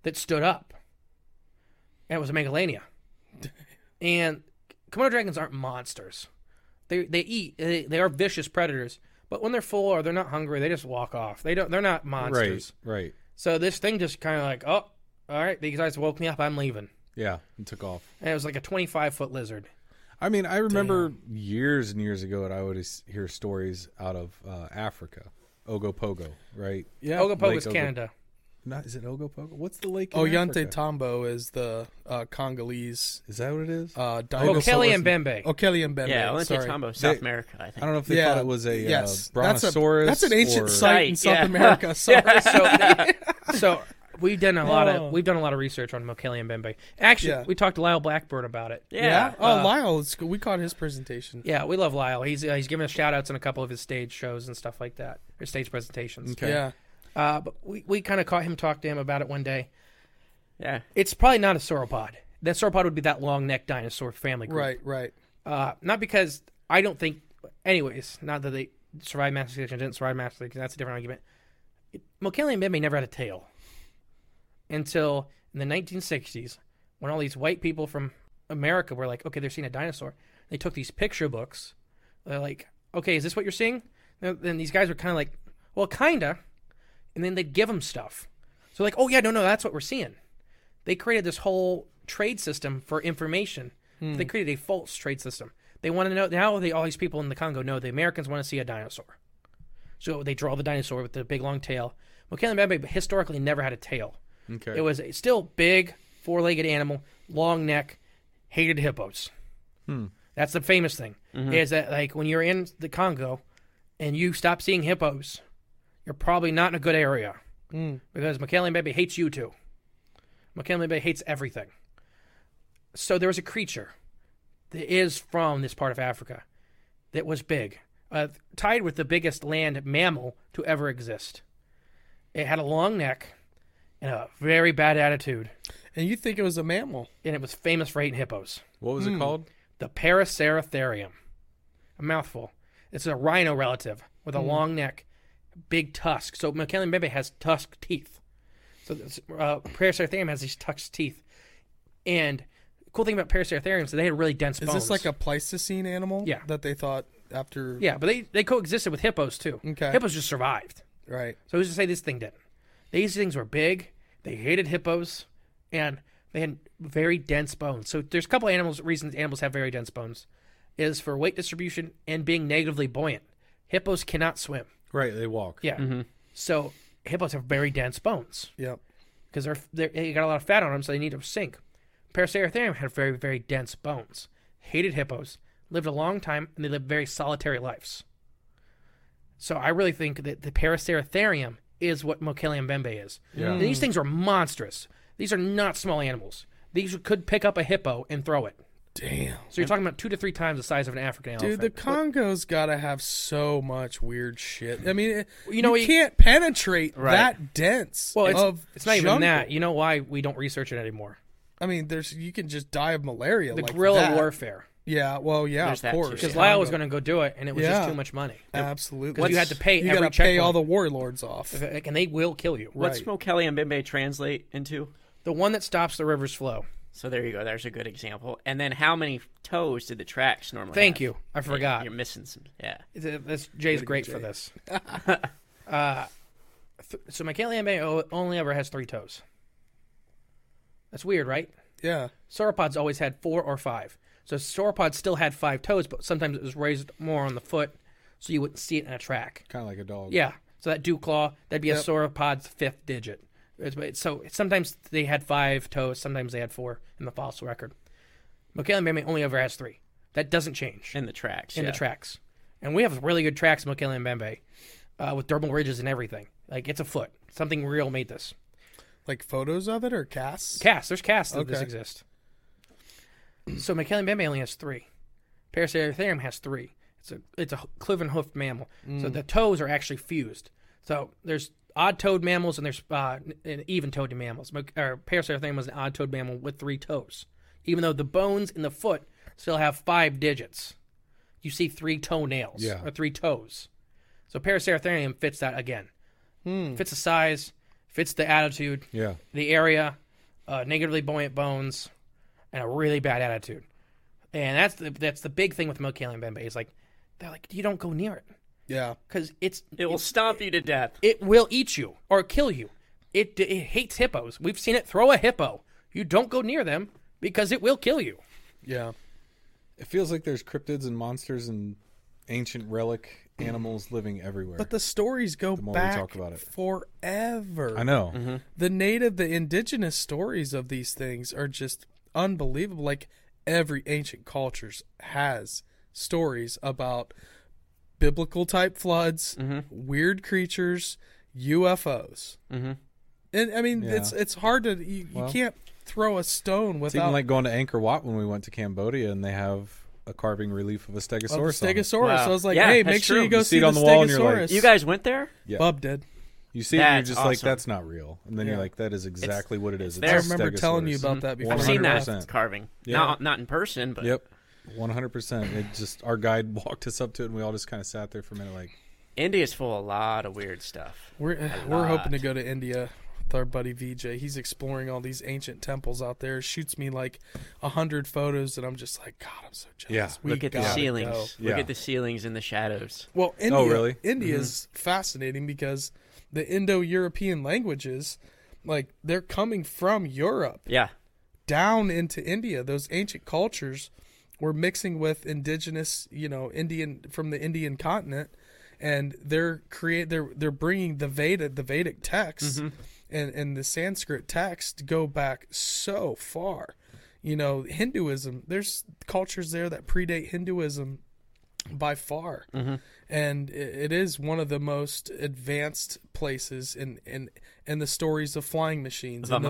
B: that stood up, and it was a megalania. and Komodo dragons aren't monsters; they they eat. They, they are vicious predators, but when they're full or they're not hungry, they just walk off. They don't. They're not monsters.
C: Right, right.
B: So this thing just kind of like, oh, all right, these guys woke me up. I'm leaving.
C: Yeah, and took off.
B: And it was like a 25 foot lizard.
C: I mean, I remember years and years ago, and I would s- hear stories out of uh, Africa, Ogopogo, right?
A: Yeah.
B: Ogopogo
C: Lake
B: is
C: Ogo-
B: Canada.
C: Not is it Ogopogo? What's the lake? in
A: Oyante
C: Africa?
A: Tambo Oh, is the uh, Congolese
C: Is Oh, that what it is?
A: uh, dinosaur.
B: Okele Oh, and Bembe.
A: Okele and Bembe.
D: Yeah, Olente
A: sorry.
D: Tambo, South
C: They-
D: America, I think.
C: I don't know if they
A: yeah,
C: thought it was a
A: yes.
C: uh,
A: That's a-
C: brontosaurus.
A: That's, an ancient
C: or-
A: site in
D: Right,
A: South
D: yeah.
A: America. Sorry.
B: So, so we've done a lot
C: Oh.
B: of we've done a lot of research on Okele and Bembe. Actually,
A: Yeah.
B: we talked to Lyle Blackburn about it.
D: yeah.
A: Yeah.
C: Uh,
A: Oh, Lyle, it's, we caught his presentation.
B: Yeah, we love Lyle. He's uh, he's given us shout outs in a couple of his stage shows and stuff like that, or stage presentations.
C: Okay.
A: Yeah.
B: Uh, but we, we kind of caught him talk to him about it one day.
D: yeah.
B: It's probably not a sauropod. That sauropod would be that long necked dinosaur family group.
A: Right. Right.
B: Uh, not because I don't think, anyways, not that they survived mass extinction, didn't survive mass extinction. That's a different argument. Mokele and Bembe never had a tail until in the 1960s when all these white people from America were like, okay, they're seeing a dinosaur. They took these picture books. They're like, okay, is this what you're seeing? Then then these guys were kind of like, well, kinda. And then they'd give them stuff. So like, oh yeah, no, no, that's what we're seeing. They created this whole trade system for information. They created a false trade system. They want to know now. They all these people in the Congo know the Americans want to see a dinosaur, so they draw the dinosaur with the big long tail. Mokele Mbembe historically never had a tail.
C: Okay.
B: It was a still big, four legged animal, long neck, hated hippos. That's the famous thing. Is that like when you're in the Congo and you stop seeing hippos, you're probably not in a good area. Because McKellen Baby hates you too. McKellen Baby hates everything. So there was a creature that is from this part of Africa that was big, uh, tied with the biggest land mammal to ever exist. It had a long neck and a very bad attitude,
A: And you think it was a mammal?
B: and it was famous for hating hippos.
C: what was it
A: Mm.
C: called?
B: The Paraceratherium. A mouthful. It's a rhino relative with
A: Hmm.
B: a long neck, big tusk. So McKellen Bebe has tusk teeth. So this, uh, Paraceratherium has these tusk teeth. And cool thing about Paraceratherium is they had really dense
A: Is
B: bones.
A: this like a Pleistocene animal?
B: Yeah.
A: That they thought after.
B: Yeah, but they, they coexisted with hippos too.
A: Okay.
B: Hippos just survived.
A: Right.
B: So who's to say this thing didn't? These things were big. They hated hippos, and they had very dense bones. So there's a couple animals reasons animals have very dense bones, is for weight distribution and being negatively buoyant. Hippos cannot swim.
C: Right, they walk.
B: Yeah. So hippos have very dense bones
A: Yep.
B: because they're, they're they got a lot of fat on them, so they need to sink. Paraceratherium had very very dense bones. Hated hippos. Lived a long time, and they lived very solitary lives. So I really think that the Paraceratherium is what Mokelium bembe is.
C: Yeah.
B: And these things are monstrous. These are not small animals. These could pick up a hippo and throw it.
A: Damn.
B: So you're talking about two to three times the size of an African
A: Dude,
B: elephant.
A: the Congo's got to have so much weird shit. I mean, you
B: know
A: know,
B: what
A: you
B: you-
A: can't penetrate that dense.
B: well, it's,
A: of
B: it's not even
A: jungle.
B: that. You know why we don't research it anymore?
A: I mean, there's you can just die of malaria.
B: The
A: like
B: guerrilla
A: that.
B: warfare.
A: Yeah. Well, yeah,
D: There's
A: of
D: that too,
A: course.
B: Because
D: Yeah.
B: Lyle was going to go do it, and it was
A: Yeah.
B: just too much money.
A: absolutely
B: 'Cause you had to pay
A: You
B: every
A: gotta pay
B: checkpoint.
A: all the warlords off.
B: Like, and they will kill you.
D: What's Mokele and Bimbe translate into?
B: The one that stops the river's flow.
D: So there you go. There's a good example. And then how many toes did the tracks normally
B: Thank
D: have?
B: you. I forgot.
D: You're missing some. Yeah.
B: Th- That's Jay's great for this. uh, th- so Michaelia May o- only ever has three toes. That's weird, right?
A: Yeah.
B: Sauropods always had four or five. So sauropods still had five toes, but sometimes it was raised more on the foot, so you wouldn't see it in a track.
C: Kind of like a dog.
B: Yeah. So that dew claw, that'd be a sauropod's fifth digit. It's- but it's- so sometimes they had five toes, sometimes they had four in the fossil record. Michaelia Mammy only ever has three. That doesn't change
D: in the tracks.
B: in
D: yeah.
B: the tracks. And we have really good tracks in Mokele and Bembe uh, with dermal ridges and everything. Like, it's a foot. Something real made this.
A: Like photos of it or casts?
B: Casts. There's casts that this
A: Okay.
B: exist. So Mokele and Bembe only has three. Paraceratherium has three. It's a it's a cloven hoofed mammal. So the toes are actually fused. So there's odd toed mammals and there's uh, even toed mammals. Mo- or Paraceratherium was an odd toed mammal with three toes. Even though the bones in the foot still have five digits, you see three toenails
C: Yeah.
B: or three toes. So Paraceratherium fits that again. Fits the size, fits the attitude,
C: Yeah.
B: the area, uh, negatively buoyant bones, and a really bad attitude. And that's the that's the big thing with Mokele and Bembe is like they're like you don't go near it
A: Yeah.
B: because it's
D: It will stomp you to death.
B: it will eat you or kill you. It it hates hippos. We've seen it throw a hippo. You don't go near them because it will kill you.
A: Yeah.
C: It feels like there's cryptids and monsters and ancient relic animals living everywhere.
A: But the stories go
C: more we
A: back
C: talk about it.
A: forever.
C: I know.
A: The native, the indigenous stories of these things are just unbelievable. Like every ancient cultures has stories about biblical type floods,
C: Mm-hmm.
A: weird creatures, UFOs. Mm-hmm. And I mean, it's it's hard to you, you can't throw a stone
C: It's even
A: without
C: like going to Angkor Wat when we went to Cambodia and they have a carving relief of a stegosaurus.
A: of the
C: on it.
A: Stegosaurus.
D: Wow.
A: So I was like,
D: Yeah,
A: hey,
D: that's
A: make sure
D: true.
A: you go
C: You
A: see,
C: see it on
A: the
C: the wall and you're like,
A: Stegosaurus.
D: You guys went there?
C: Yeah.
A: Bub did.
C: You see, it and you're
D: That's
C: just like,
D: awesome.
C: that's not real, and then you're like, that is exactly what it is. It's
D: there.
C: a
D: I
A: remember telling you
C: stegosaurus.
A: about that before.
D: I've seen that
C: 100%.
D: carving.
C: Yeah.
D: Not not in person, but
C: Yep, one hundred percent. It just our guide walked us up to it, and we all just kind of sat there for a minute, like,
D: India's full of a lot of weird stuff.
A: We're we're hoping to go to India with our buddy VJ. He's exploring all these ancient temples out there. Shoots me like a hundred photos, and I'm just like, God, I'm so jealous.
C: Yeah.
A: We
D: Look at the
A: gotta go.
D: ceilings.
C: Yeah.
D: Look at the ceilings and the shadows.
A: Well, India,
C: Oh, really?
D: Mm-hmm.
A: India's fascinating because the Indo-European languages, like they're coming from Europe
D: Yeah.
A: down into India. Those ancient cultures were mixing with indigenous, you know, Indian from the Indian continent, and they're create they're they're bringing the Veda the Vedic texts and and the Sanskrit text go back so far. You know, Hinduism. There's cultures there that predate Hinduism by far, and i- it is one of the most advanced places in in and the stories of flying machines and the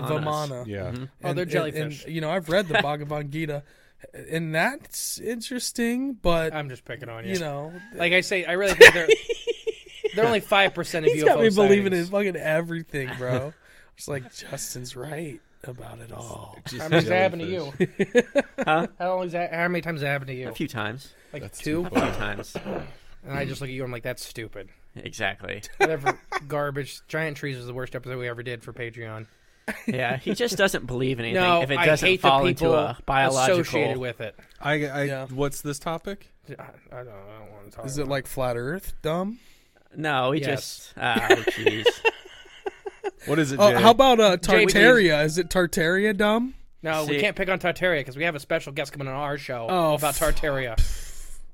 A: Vimana.
D: Vimanas.
C: yeah,
B: Oh, they're jellyfish.
A: And, you know, I've read the Bhagavad Gita, and that's interesting. But
B: I'm just picking on you.
A: you know,
B: like I say, I really think they're they're only five percent of
A: he's
B: UFO
A: got me believing in
B: sightings.
A: fucking everything, bro. it's like Justin's right about it all.
C: just
B: How many times that happened to you?
C: jellyfish.
B: How long is that? How many times has that happened to you?
D: A few times.
B: Like two.
D: A few times.
B: And I just look at you. I'm like, that's stupid.
D: Exactly.
B: Whatever. garbage. Giant trees is the worst episode we ever did for Patreon.
D: Yeah. He just doesn't believe in anything
B: No,
D: if it
B: I
D: doesn't
B: hate
D: fall
B: the
D: into
B: people
D: a biological.
B: associated with it.
C: I, I
A: Yeah.
C: what's this topic?
B: I, I don't, I don't want to talk.
A: Is
B: about
A: it like flat Earth? Dumb.
D: No, he
B: Yes.
D: just. Oh, jeez.
C: What is it?
A: Oh,
C: Jay?
A: how about uh,
B: Jay, please.
A: Tartaria? Is it Tartaria dumb?
B: No, we
D: See-
B: can't pick on Tartaria because we have a special guest coming on our show
A: Oh,
B: about
A: fuck.
B: Tartaria.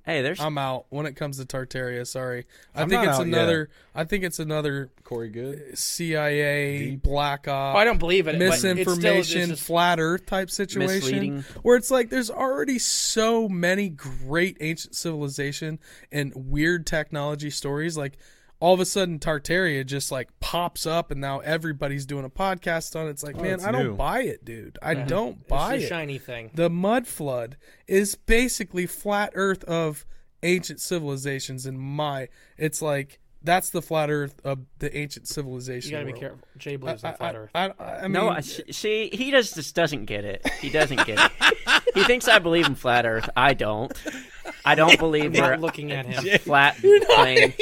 D: hey, there's.
A: I'm out when it comes to Tartaria. Sorry, I
C: I'm
A: think
C: not
A: it's
C: out yet.
A: another. I think it's another
C: Corey Good?
A: CIA
C: Deep.
A: black
B: Oh, I
A: ops.
B: don't believe it. but it's still- it's
A: misinformation,
B: just-
A: flat Earth type situation,
D: Misleading.
A: where it's like there's already so many great ancient civilization and weird technology stories. Like all of a sudden, Tartaria just like pops up, and now everybody's doing a podcast on it. It's like, man,
C: Oh, it's
A: I don't
C: new.
A: buy it, dude. I don't buy
B: it's
A: it.
B: a shiny thing.
A: The mud flood is basically flat Earth of ancient civilizations. In my, it's like that's the flat Earth of the ancient civilization.
B: You gotta be
A: world.
B: careful. Jay believes
A: I,
B: in flat
A: I-
B: Earth.
A: I, I, I mean,
D: No, I, see, he just, just doesn't get it. He doesn't get it. he thinks I believe in flat Earth. I don't. I don't believe
B: I'm
D: we're
B: not looking at him.
D: flat plane.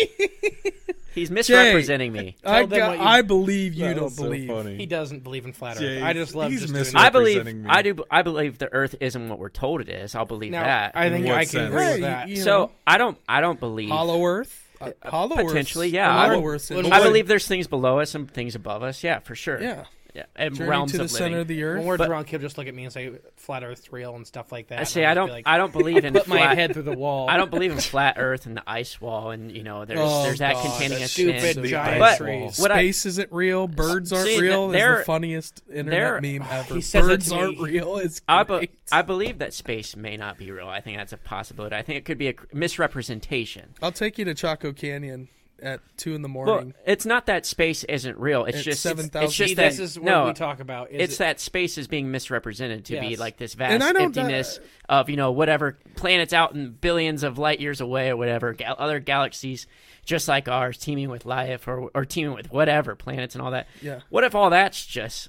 D: He's misrepresenting me.
A: I,
B: Tell them
A: got-
B: what you-
A: I believe you
C: That
A: don't
C: was so
A: believe.
C: funny.
B: He doesn't believe in flat Earth.
C: Jay,
B: I just love
C: he's
B: just
C: missing-
B: doing
D: I believe
C: representing me.
D: I do. I believe the Earth isn't what we're told it is. I'll believe
B: Now,
D: that.
B: I think
C: What
B: I can
C: sense?
B: agree with
A: Yeah,
B: that.
A: you- you
D: so
A: know,
D: I don't. I don't believe.
A: Hollow Earth. Hollowers,
D: Uh, potentially, yeah. I would-
A: Hollowers and-
B: when
D: I
B: Well,
D: believe there's things below us and things above us. Yeah, for sure.
A: Yeah.
D: yeah. And
A: Journey
D: realms
A: to the
D: of
A: center
D: living.
A: of the earth.
B: When we're
D: But-
B: drunk, he'll just look at me and say "flat Earth real" and stuff like that.
D: I
B: and
D: say
B: I'll
D: I
B: just be
D: don't.
B: like,
D: I don't believe in
B: put
D: flat.
B: my head through the wall.
D: I don't believe in flat Earth and the ice wall, and you know, there's
A: Oh,
D: there's that
A: God,
D: containing
B: that
D: us.
B: stupid
D: in.
B: The giant
D: but
B: trees.
D: What I,
A: Space isn't real. Birds aren't
D: See,
A: real. Is the
D: they're-
A: funniest internet
D: they're-
A: meme ever.
B: He says it
A: Birds
B: to
A: aren't
B: me.
A: real. It's
D: I,
A: great.
D: be- I believe that space may not be real. I think that's a possibility. I think it could be a cr- misrepresentation.
A: I'll take you to Chaco Canyon at two in the
D: Well,
A: morning.
D: it's not that space isn't real. It's,
A: It's
D: just
A: 7,000
D: It's just
B: See,
D: that
B: this is what
D: no,
B: we talk about. Is
D: it's
B: it,
D: that space is being misrepresented to be
B: Yes.
D: like this
A: And I
D: vast
A: don't-
D: emptiness of you know whatever planets out in billions of light years away or whatever gal- other galaxies just like ours teeming with life or or teeming with whatever planets and all that
A: Yeah.
D: what if all that's just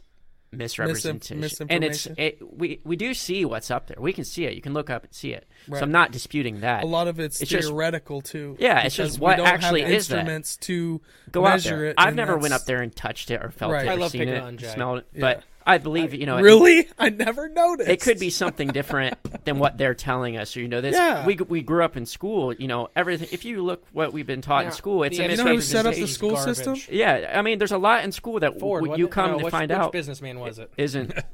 D: misrepresentation and it's
A: misinformation.
D: it, we we do see what's up there we can see it you can look up and see it
A: Right.
D: so i'm not disputing that
A: a lot of it's,
D: It's just-
A: theoretical too.
D: Yeah, it's
A: because
D: just
A: we
D: what
A: don't have
D: actually is that.
A: instruments to
D: go out
A: measure
D: there
A: it.
D: i've
A: and
D: never went
A: that's-
D: up there and touched it or felt
A: Right.
D: it
A: I
D: or
B: love
D: seen
B: picking
D: it
B: on Jay.
D: smelled it but i believe you know it-
A: Really, I never noticed.
D: it could be something different than what they're telling us. Or, you know, this
A: Yeah.
D: we we grew up in school. You know, everything. If you look what we've been taught in
B: Yeah.
D: school, it's
B: The
D: a
A: You know who
B: misrepresentation
A: set up the
D: misrepresentation.
A: school
B: garbage.
A: system?
D: Yeah, I mean, there's a lot in school that
B: Ford,
D: w-
B: wasn't
D: you
B: it?
D: come
B: No,
D: to
B: which-
D: find
B: which
D: out
B: businessman was it?
D: isn't real.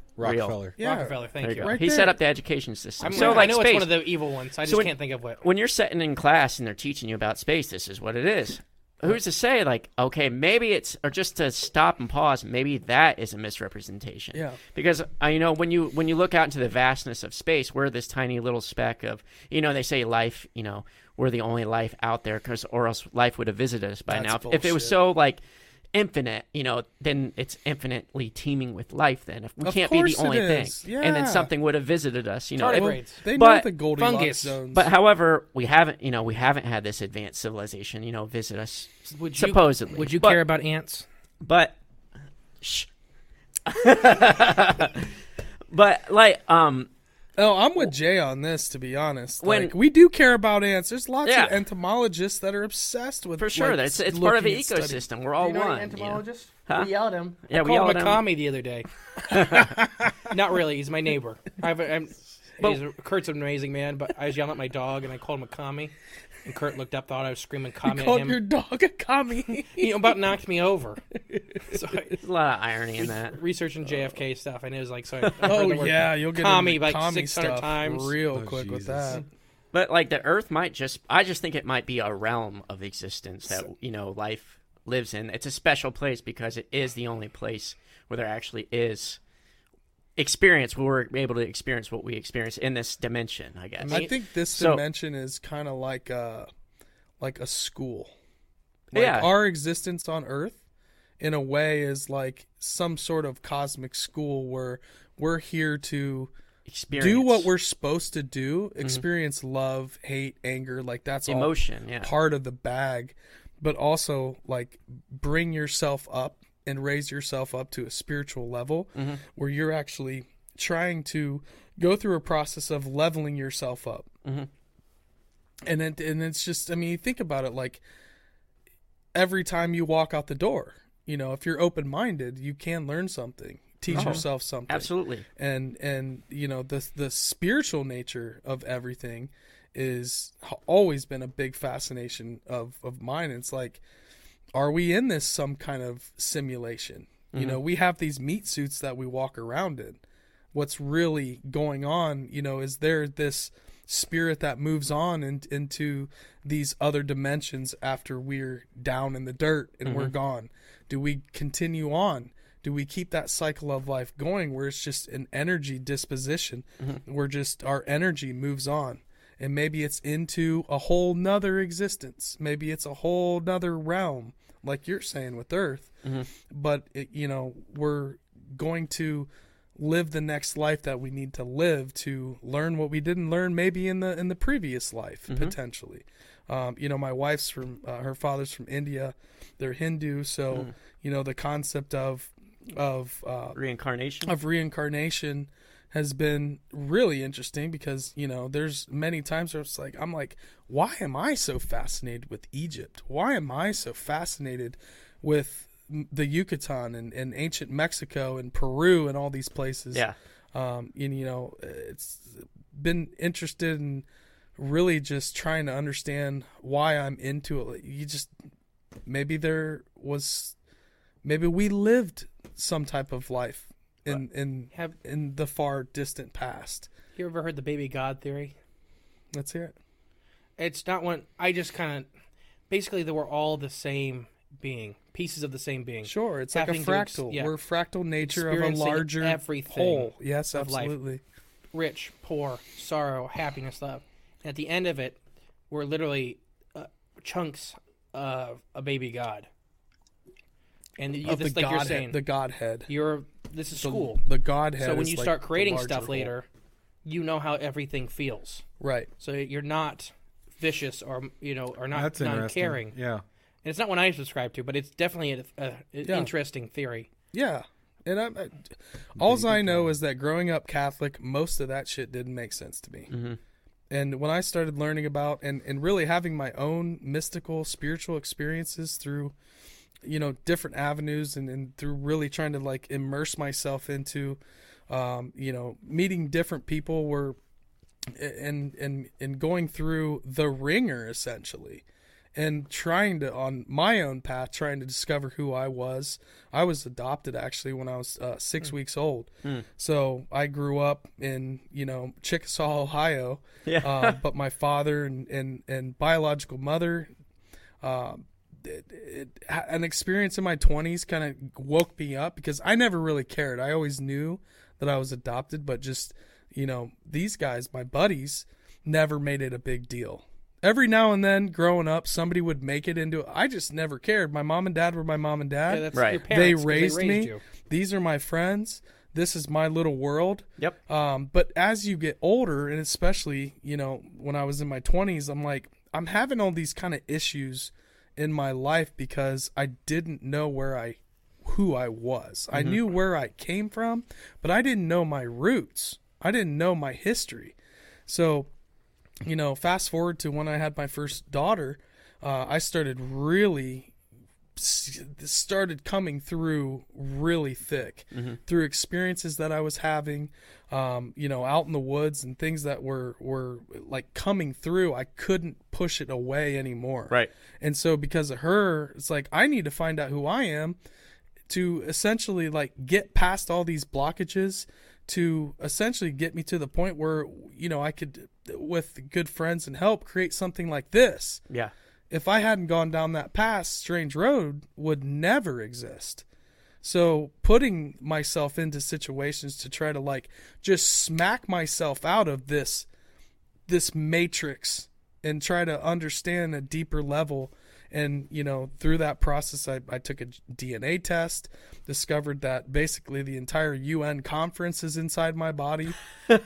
C: Rockefeller.
A: Yeah.
B: Rockefeller. Thank
D: There
B: you.
D: you go.
A: Right
D: he
A: there.
D: set up the education system.
B: I'm,
D: so like
B: I know
D: space.
B: it's one of the evil ones. I just
D: when-
B: can't think of what.
D: when you're sitting in class and they're teaching you about space, this is what it is. Who's to say, like, okay, maybe it's, or just to stop and pause, maybe that is a misrepresentation.
A: Yeah.
D: Because I, you know, when you when you look out into the vastness of space, we're this tiny little speck of, you know, they say life, you know, we're the only life out there, because or else life would have visited us by
A: That's
D: now. If- If it was
A: bullshit.
D: so like infinite, you know, then it's infinitely teeming with life. Then if we
A: Of
D: can't be the
A: course it
D: only thing,
A: is.
D: and
A: Yeah.
D: then something would have visited us, you know.
B: Tardigrade.
A: Well,
D: If-
A: they know
D: But-
A: the Goldilocks
B: Fungus.
A: zones.
D: but however, we haven't, you know, we haven't had this advanced civilization, you know, visit us
B: Would you-
D: supposedly.
B: Would you
D: But-
B: care about ants?
D: But, shh. but like, um,
A: oh, I'm with Jay on this. To be honest,
D: When-
A: like, we do care about ants. There's lots
D: Yeah.
A: of entomologists that are obsessed with
D: for sure,
A: like,
D: that's it's part of the
A: looking at studying-
D: ecosystem. We're all one. you know. Huh? We
B: yelled at him.
D: Yeah,
B: I
D: we
B: called him
D: yelled at
B: a
D: him.
B: commie the other day. Not really. He's my neighbor. I have a, I'm, he's a, Kurt's an amazing man, but I was yelling at my dog and I called him a commie. And Kurt looked up, thought I was screaming commie at
A: Called
B: him.
A: your dog a commie.
B: He about knocked me over. So I,
D: There's a lot of irony in that.
B: researching JFK stuff, and it was like so. I, I heard
A: oh
B: the word
A: yeah, you'll get
B: commie
A: into
B: like
A: commie
B: 600
A: stuff
B: times.
A: real
C: Oh,
A: quick with
C: Jesus.
A: that.
D: But like the Earth might just, I just think it might be a realm of existence that you know life lives in. It's a special place because it is the only place where there actually is experience where we're able to experience what we experience in this dimension. I guess.
A: I think this
D: So-
A: dimension is kind of like a like a school. Like
D: Yeah.
A: our existence on Earth, in a way, is like some sort of cosmic school where we're here to
D: experience. Mm-hmm.
A: do what we're supposed to do, experience love, hate, anger, like that's all
D: emotion. Yeah.
A: part of the bag, but also like bring yourself up and raise yourself up to a spiritual level
D: Mm-hmm.
A: where you're actually trying to go through a process of leveling yourself up.
D: Mm-hmm.
A: And it, and it's just I mean think about it like every time you walk out the door, you know, if you're open minded, you can learn something, teach
D: Oh,
A: yourself something
D: Absolutely.
A: and and you know the the spiritual nature of everything is h- always been a big fascination of of mine it's like are we in this some kind of simulation you know we have these meat suits that we walk around in what's really going on you know is there this spirit that moves on and into these other dimensions after we're down in the dirt and we're gone do we continue on do we keep that cycle of life going where it's just an energy disposition where just our energy moves on and maybe it's into a whole nother existence maybe it's a whole nother realm like you're saying with earth but it, you know we're going to live the next life that we need to live to learn what we didn't learn maybe in the in the previous life potentially um, you know my wife's from uh, her father's from india they're hindu so you know the concept of of uh,
D: Reincarnation.
A: of reincarnation has been really interesting because you know there's many times where it's like I'm like why am I so fascinated with Egypt why am I so fascinated with m- the Yucatan and, and ancient Mexico and Peru and all these places
D: Yeah.
A: um, and you know it's been interested in really just trying to understand why I'm into it. Like, You just maybe there was maybe we lived some type of life in in
E: Have-
A: in the far distant past.
E: You ever heard the baby God theory?
A: Let's hear it.
E: It's not one. I just kind of basically that we're all the same being, pieces of the same being.
A: Sure, it's like a
E: Having to ex-
A: fractal.
E: yeah.
A: We're fractal nature of a
E: Experiencing
A: larger
E: everything
A: whole. Yes,
E: of life.
A: absolutely.
E: Rich, poor, sorrow, happiness, love. And at the end of it, we're literally uh, chunks of a baby God. And you,
A: Of
E: this,
A: the
E: like you're
A: godhead,
E: saying,
A: the godhead.
E: you're this is
A: The-
E: school.
A: The godhead.
E: So when
A: is
E: you
A: like
E: start
A: the
E: creating
A: larger
E: stuff
A: whole.
E: later, you know how everything feels.
A: right?
E: So you're not vicious or you know or not
C: That's interesting.
E: non-caring. And
C: Yeah.
E: it's not one I subscribe to, but it's definitely an a, an
A: Yeah.
E: interesting theory.
A: Yeah, and I'm I, all I know is that growing up Catholic, most of that shit didn't make sense to me. And when I started learning about and and really having my own mystical spiritual experiences through, you know, different avenues and and through really trying to like immerse myself into, um, you know, meeting different people were, and and and going through the ringer essentially and trying to on my own path trying to discover who i was i was adopted actually when i was uh, six weeks old so i grew up in you know chickasaw ohio
D: Yeah.
A: uh, but my father and, and, and biological mother ha- an experience in my 20s kind of woke me up because I never really cared. I always knew that I was adopted, but just, you know, these guys, my buddies, never made it a big deal. Every now and then growing up, somebody would make it into I just never cared. My mom and dad were my mom and dad.
E: Yeah, that's
D: Right.
E: your parents. 'cause
A: they raised, me.
E: You.
A: These are my friends. This is my little world.
D: Yep.
A: Um, but as you get older, and especially, you know, when I was in my 20s, I'm like, I'm having all these kind of issues in my life because I didn't know where I, who I was. I knew where I came from, but I didn't know my roots. I didn't know my history. So, you know, fast forward to when I had my first daughter, uh, I started really, s- started coming through really thick through experiences that I was having, um, you know, out in the woods and things that were were like coming through. I couldn't push it away anymore.
D: Right.
A: And so because of her, it's like I need to find out who I am to essentially like get past all these blockages to essentially get me to the point where you know I could with good friends and help create something like this
D: Yeah.
A: if I hadn't gone down that path, Strange Road would never exist. So putting myself into situations to try to like just smack myself out of this this matrix and try to understand a deeper level and you know through that process I, I took a dna test discovered that basically the entire un conference is inside my body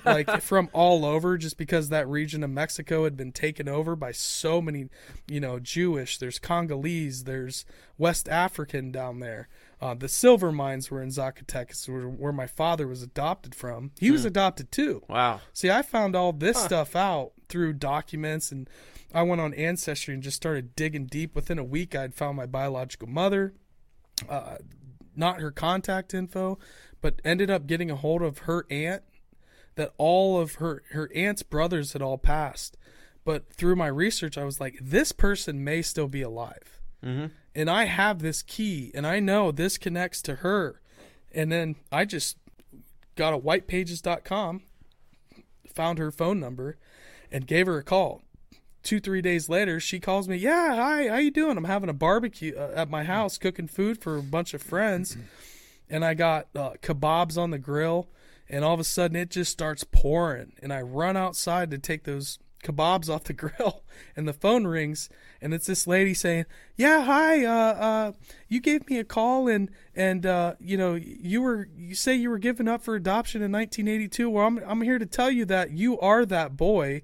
A: like from all over just because that region of mexico had been taken over by so many you know jewish there's congolese there's west african down there uh, the silver mines were in zacatecas where, where my father was adopted from he was adopted too
D: Wow.
A: See, I found all this stuff out through documents, and I went on Ancestry and just started digging deep. Within a week, I'd found my biological mother, uh, not her contact info, but ended up getting a hold of her aunt. That all of her her aunt's brothers had all passed, but through my research, I was like, this person may still be alive, mm-hmm. and I have this key, and I know this connects to her, and then I just got a whitepages.com found her phone number and gave her a call. Two three days later, she calls me. Yeah, hi, how you doing? I'm having a barbecue uh, at my house, cooking food for a bunch of friends, and I got uh, kebabs on the grill. And all of a sudden, it just starts pouring, and I run outside to take those kebabs off the grill, and the phone rings, and it's this lady saying, "Yeah, hi, uh, uh, you gave me a call, and and uh, you know you were you say you were given up for adoption in 1982. Well, I'm I'm here to tell you that you are that boy,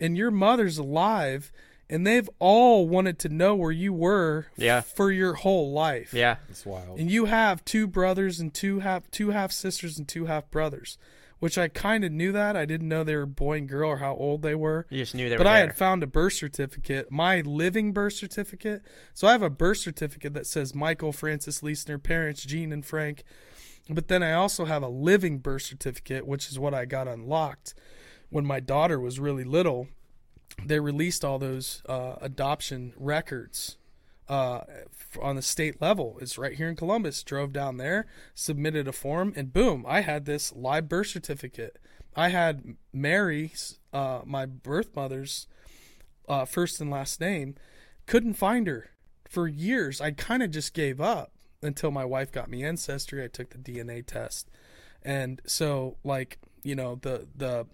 A: and your mother's alive." And they've all wanted to know where you were
D: Yeah.
A: for your whole life.
D: Yeah.
C: It's wild.
A: And you have two brothers and two half two half sisters and two half brothers, which I kind of knew that. I didn't know they were boy and girl or how old they were.
D: You just knew they
A: but
D: were
A: I
D: there.
A: had found a birth certificate, my living birth certificate. So I have a birth certificate that says Michael, Francis, Leisner, parents Gene and Frank. But then I also have a living birth certificate, which is what I got unlocked when my daughter was really little they released all those uh, adoption records uh, f- on the state level. It's right here in Columbus. Drove down there, submitted a form, and boom, I had this live birth certificate. I had Mary's, uh, my birth mother's uh, first and last name. Couldn't find her for years. I kind of just gave up until my wife got me ancestry. I took the DNA test, and so like you know the the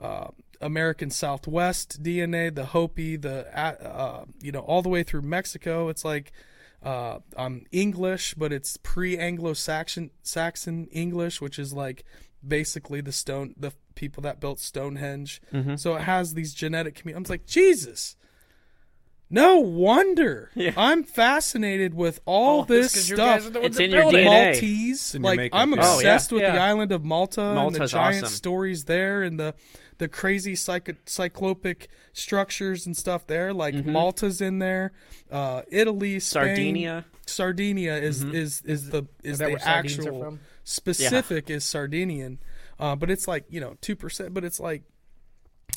A: uh, American Southwest DNA, the Hopi, the uh, uh, you know all the way through Mexico. It's like uh, I'm English, but it's pre-Anglo-Saxon Saxon English, which is like basically the stone the people that built Stonehenge. So it has these genetic. Commu- I'm like Jesus. No wonder I'm fascinated with all this stuff.
D: It's in your DNA.
A: Maltese.
C: in your
A: Like
C: makeup,
A: I'm
C: yeah.
D: Oh, yeah.
A: obsessed with the
B: Yeah.
A: island of Malta and the
D: Malta's
A: giant
D: awesome.
A: stories there and the the crazy psycho- cyclopic structures and stuff there. Like
D: Mm-hmm.
A: Malta's in there, uh, Italy, Spain,
D: Sardinia. Mm-hmm.
A: Sardinia is is is the is,
E: that
A: the
E: where sardines are
A: actual
E: from?
A: specific is Sardinian, uh, but it's like you know two percent. But it's like,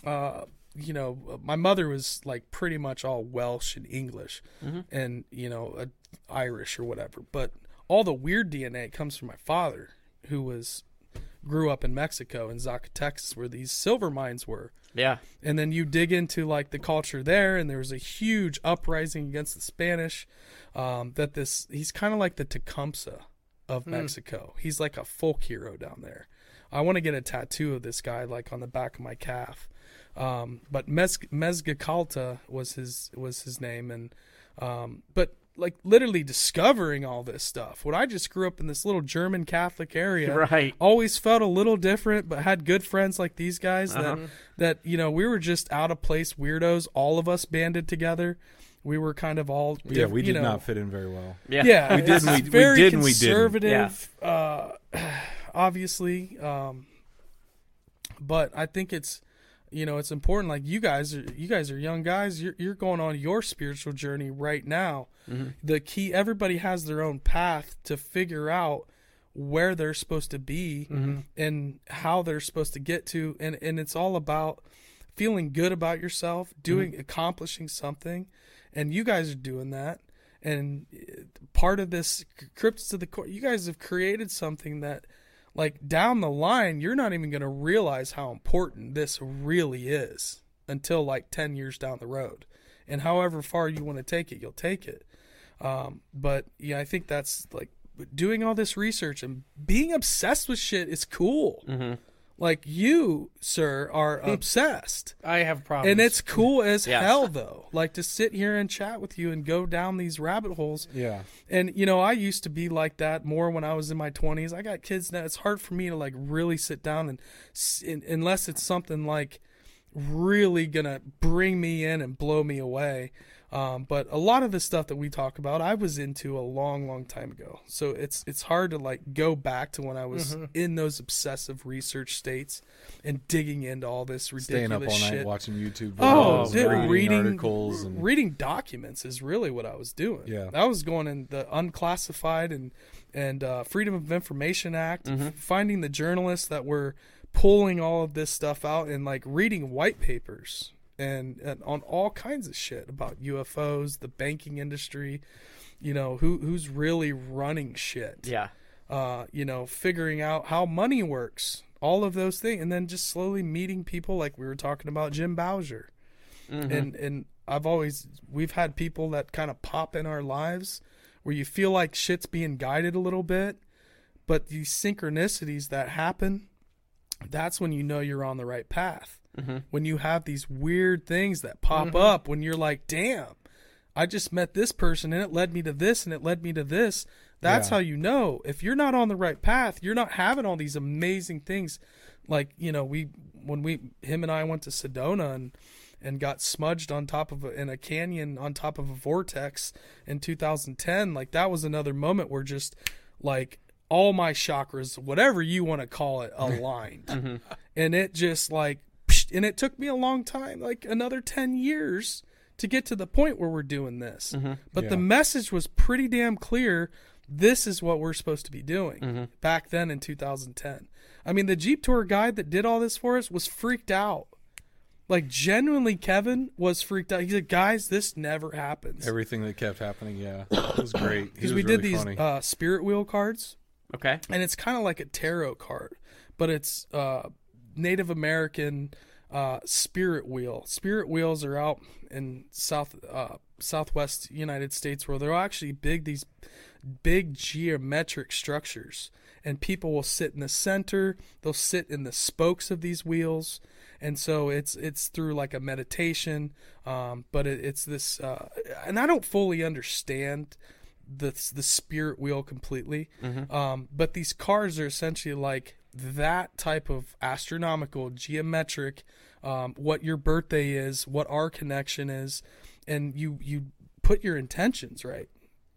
A: uh, you know, my mother was like pretty much all Welsh and English, and you know uh, Irish or whatever. But all the weird DNA comes from my father, who was grew up in Mexico in Zacatecas, where these silver mines were
D: Yeah.
A: and then you dig into like the culture there and there was a huge uprising against the spanish um, that this he's kind of like the tecumseh of mexico he's like a folk hero down there i want to get a tattoo of this guy like on the back of my calf um, but Mez- mezgicalta was his was his name and um, but like literally discovering all this stuff when i just grew up in this little german catholic area
D: Right.
A: always felt a little different, but had good friends like these guys that that you know we were just out of place weirdos. All of us banded together. We were kind of all
C: Yeah, we
A: you
C: did
A: know,
C: not fit in very well.
D: Yeah.
A: Yeah, we
C: did and we- we
A: very
C: did and we didn't.
A: conservative. Uh, obviously, um, but I think it's you know it's important. Like you guys are you guys are young guys. You're you're going on your spiritual journey right now.
C: Mm-hmm.
A: The key. Everybody has their own path to figure out where they're supposed to be
C: Mm-hmm.
A: and how they're supposed to get to and and it's all about feeling good about yourself doing accomplishing something and you guys are doing that and uh, part of this c- crypts to the core you guys have created something that like down the line you're not even going to realize how important this really is until like 10 years down the road and however far you want to take it you'll take it Um, but yeah, I think that's like doing all this research and being obsessed with shit is cool. Like you, sir, are obsessed,
E: I have problems.
A: and it's cool as
D: Yes.
A: hell though. Like to sit here and chat with you and go down these rabbit holes.
C: Yeah.
A: And you know, I used to be like that more when I was in my 20s. I got kids now. It's hard for me to like really sit down and, s- in- unless it's something like really gonna bring me in and blow me away. Um, but a lot of the stuff that we talk about, I was into a long, long time ago. So it's it's hard to like go back to when I was
C: Mm-hmm.
A: in those obsessive research states and digging into all this ridiculous
C: Staying up all night
A: shit.
C: watching YouTube
A: Oh,
C: videos,
A: dude,
C: reading,
A: reading,
C: articles, and
A: reading documents is really what I was doing.
C: Yeah.
A: I was going in the unclassified and and uh, Freedom of Information Act,
C: Mm-hmm.
A: f- finding the journalists that were pulling all of this stuff out, and like reading white papers and, and on all kinds of shit about UFOs, the banking industry. You know who who's really running shit
D: Yeah.
A: uh, you know, figuring out how money works, all of those things, and then just slowly meeting people like we were talking about Jim Bowser. And and I've always we've had people that kind of pop in our lives where you feel like shit's being guided a little bit, but these synchronicities that happen, that's when you know you're on the right path. When you have these weird things that pop up when you're like, damn, I just met this person and it led me to this and it led me to this. That's
C: Yeah.
A: how you know if you're not on the right path, you're not having all these amazing things. Like, you know, we, when we, him and I went to Sedona and, and got smudged on top of a, in a canyon on top of a vortex in 2010. Like that was another moment where just like all my chakras, whatever you want to call it, aligned, and it just like, psh, and it took me a long time, like another 10 years to get to the point where we're doing this.
C: Mm-hmm.
A: But the message was pretty damn clear. This is what we're supposed to be doing
C: Mm-hmm.
A: back then in 2010. I mean, the Jeep Tour guide that did all this for us was freaked out Like genuinely, Kevin was freaked out. He said, "Guys, this never happens."
C: Everything that kept happening, yeah, it was great. He
A: Because
C: was
A: we
C: really
A: did these
C: funny.
A: uh, spirit wheel cards,
D: Okay.
A: and it's kind of like a tarot card, but it's uh, Native American uh, spirit wheel. Spirit wheels are out in south uh, southwest United States where they're actually big these big geometric structures, and people will sit in the center. They'll sit in the spokes of these wheels, and so it's it's through like a meditation, um, but it, it's this, uh, and I don't fully understand the the spirit wheel completely. Um, but these cars are essentially like that type of astronomical, geometric, um, what your birthday is, what our connection is, and you you put your intentions right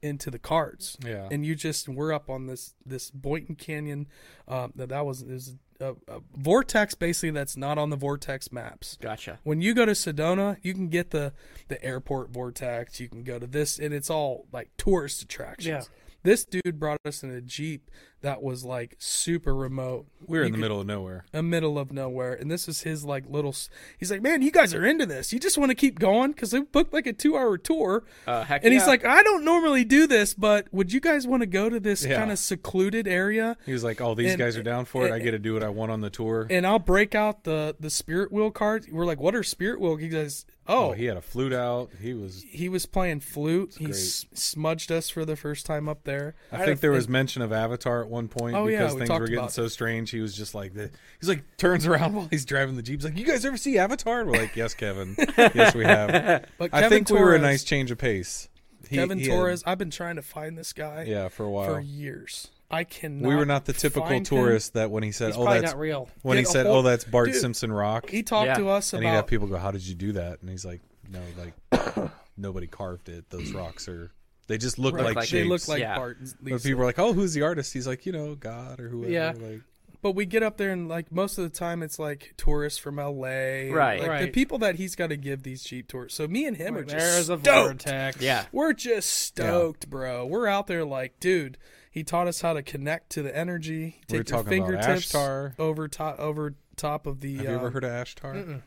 A: into the cards.
C: Yeah.
A: and you just we're up on this this Boynton Canyon. Um, that that was is a, a vortex basically that's not on the vortex maps
D: Gotcha.
A: when you go to Sedona, you can get the the airport vortex. You can go to this, and it's all like tourist attractions. This dude brought us in a jeep that was like super remote.
C: we were in
A: you
C: the
A: could-
C: middle of nowhere.
A: a middle of nowhere, and this is his like little. s- He's like, man, you guys are into this. You just want to keep going because they booked like a two-hour tour.
D: Uh, heck
A: and he's
D: yeah.
A: like, I don't normally do this, but would you guys want to go to this
C: Yeah.
A: kind of secluded area?
C: He was like, "Oh, these
A: And-
C: guys are down for it. I get to do what I want on the tour."
A: And I'll break out the the spirit wheel cards. We're like, what are spirit wheel? He goes,
C: oh,
A: oh,
C: he had a flute out. He was.
A: he was playing flute. He
C: great.
A: s- smudged us for the first time up there.
C: I think there was mention of Avatar at one point
A: Oh, yeah,
C: because
A: we
C: things
A: talked
C: were getting
A: about
C: so strange. He was just like, the, he's like turns around while he's driving the jeep. He's like, "You guys ever see Avatar?" And we're like, "Yes, Kevin. yes, we have."
A: But
C: I
A: Kevin
C: think we were a
A: Torres-
C: nice change of pace. He-
A: Kevin
C: he had-
A: Torres. I've been trying to find this guy
C: yeah, for a while.
A: for years. I cannot.
C: we were not the typical
A: find him.
C: tourist that when he said,
E: He's
C: "Oh,
E: probably
C: that's
E: not real.
C: when he
A: Get a
C: said,
A: hold-
C: "Oh, that's Bart
A: Dude,
C: Simpson rock,"
A: He talked
D: Yeah.
A: to us
C: and he'd have
A: about.
C: people go, "How did you do that?" And he's like, "No, like nobody carved it. Those rocks are they just look
A: Right,
C: like,
D: like-
A: they
C: shapes."
A: look like
D: Yeah.
A: Bart and
C: but
A: Lisa.
C: people are like, "Oh, who's the artist?" He's like, "You know, God or whoever."
E: Yeah.
C: Like,
A: But we get up there and like most of the time it's like tourists from L.A. and,
D: Right.
A: like, The
E: Right.
A: people that he's got to give these jeep tours. So me and him are just
E: There's a
A: stoked.
E: vortex.
D: Yeah.
A: We're just stoked, bro. We're out there like, dude. He taught us how to connect to the energy.
C: We were
A: Take your
C: talking about
A: fingertips
C: Ashtar.
A: over top over top of the.
C: have
A: uh,
C: you ever heard of Ashtar?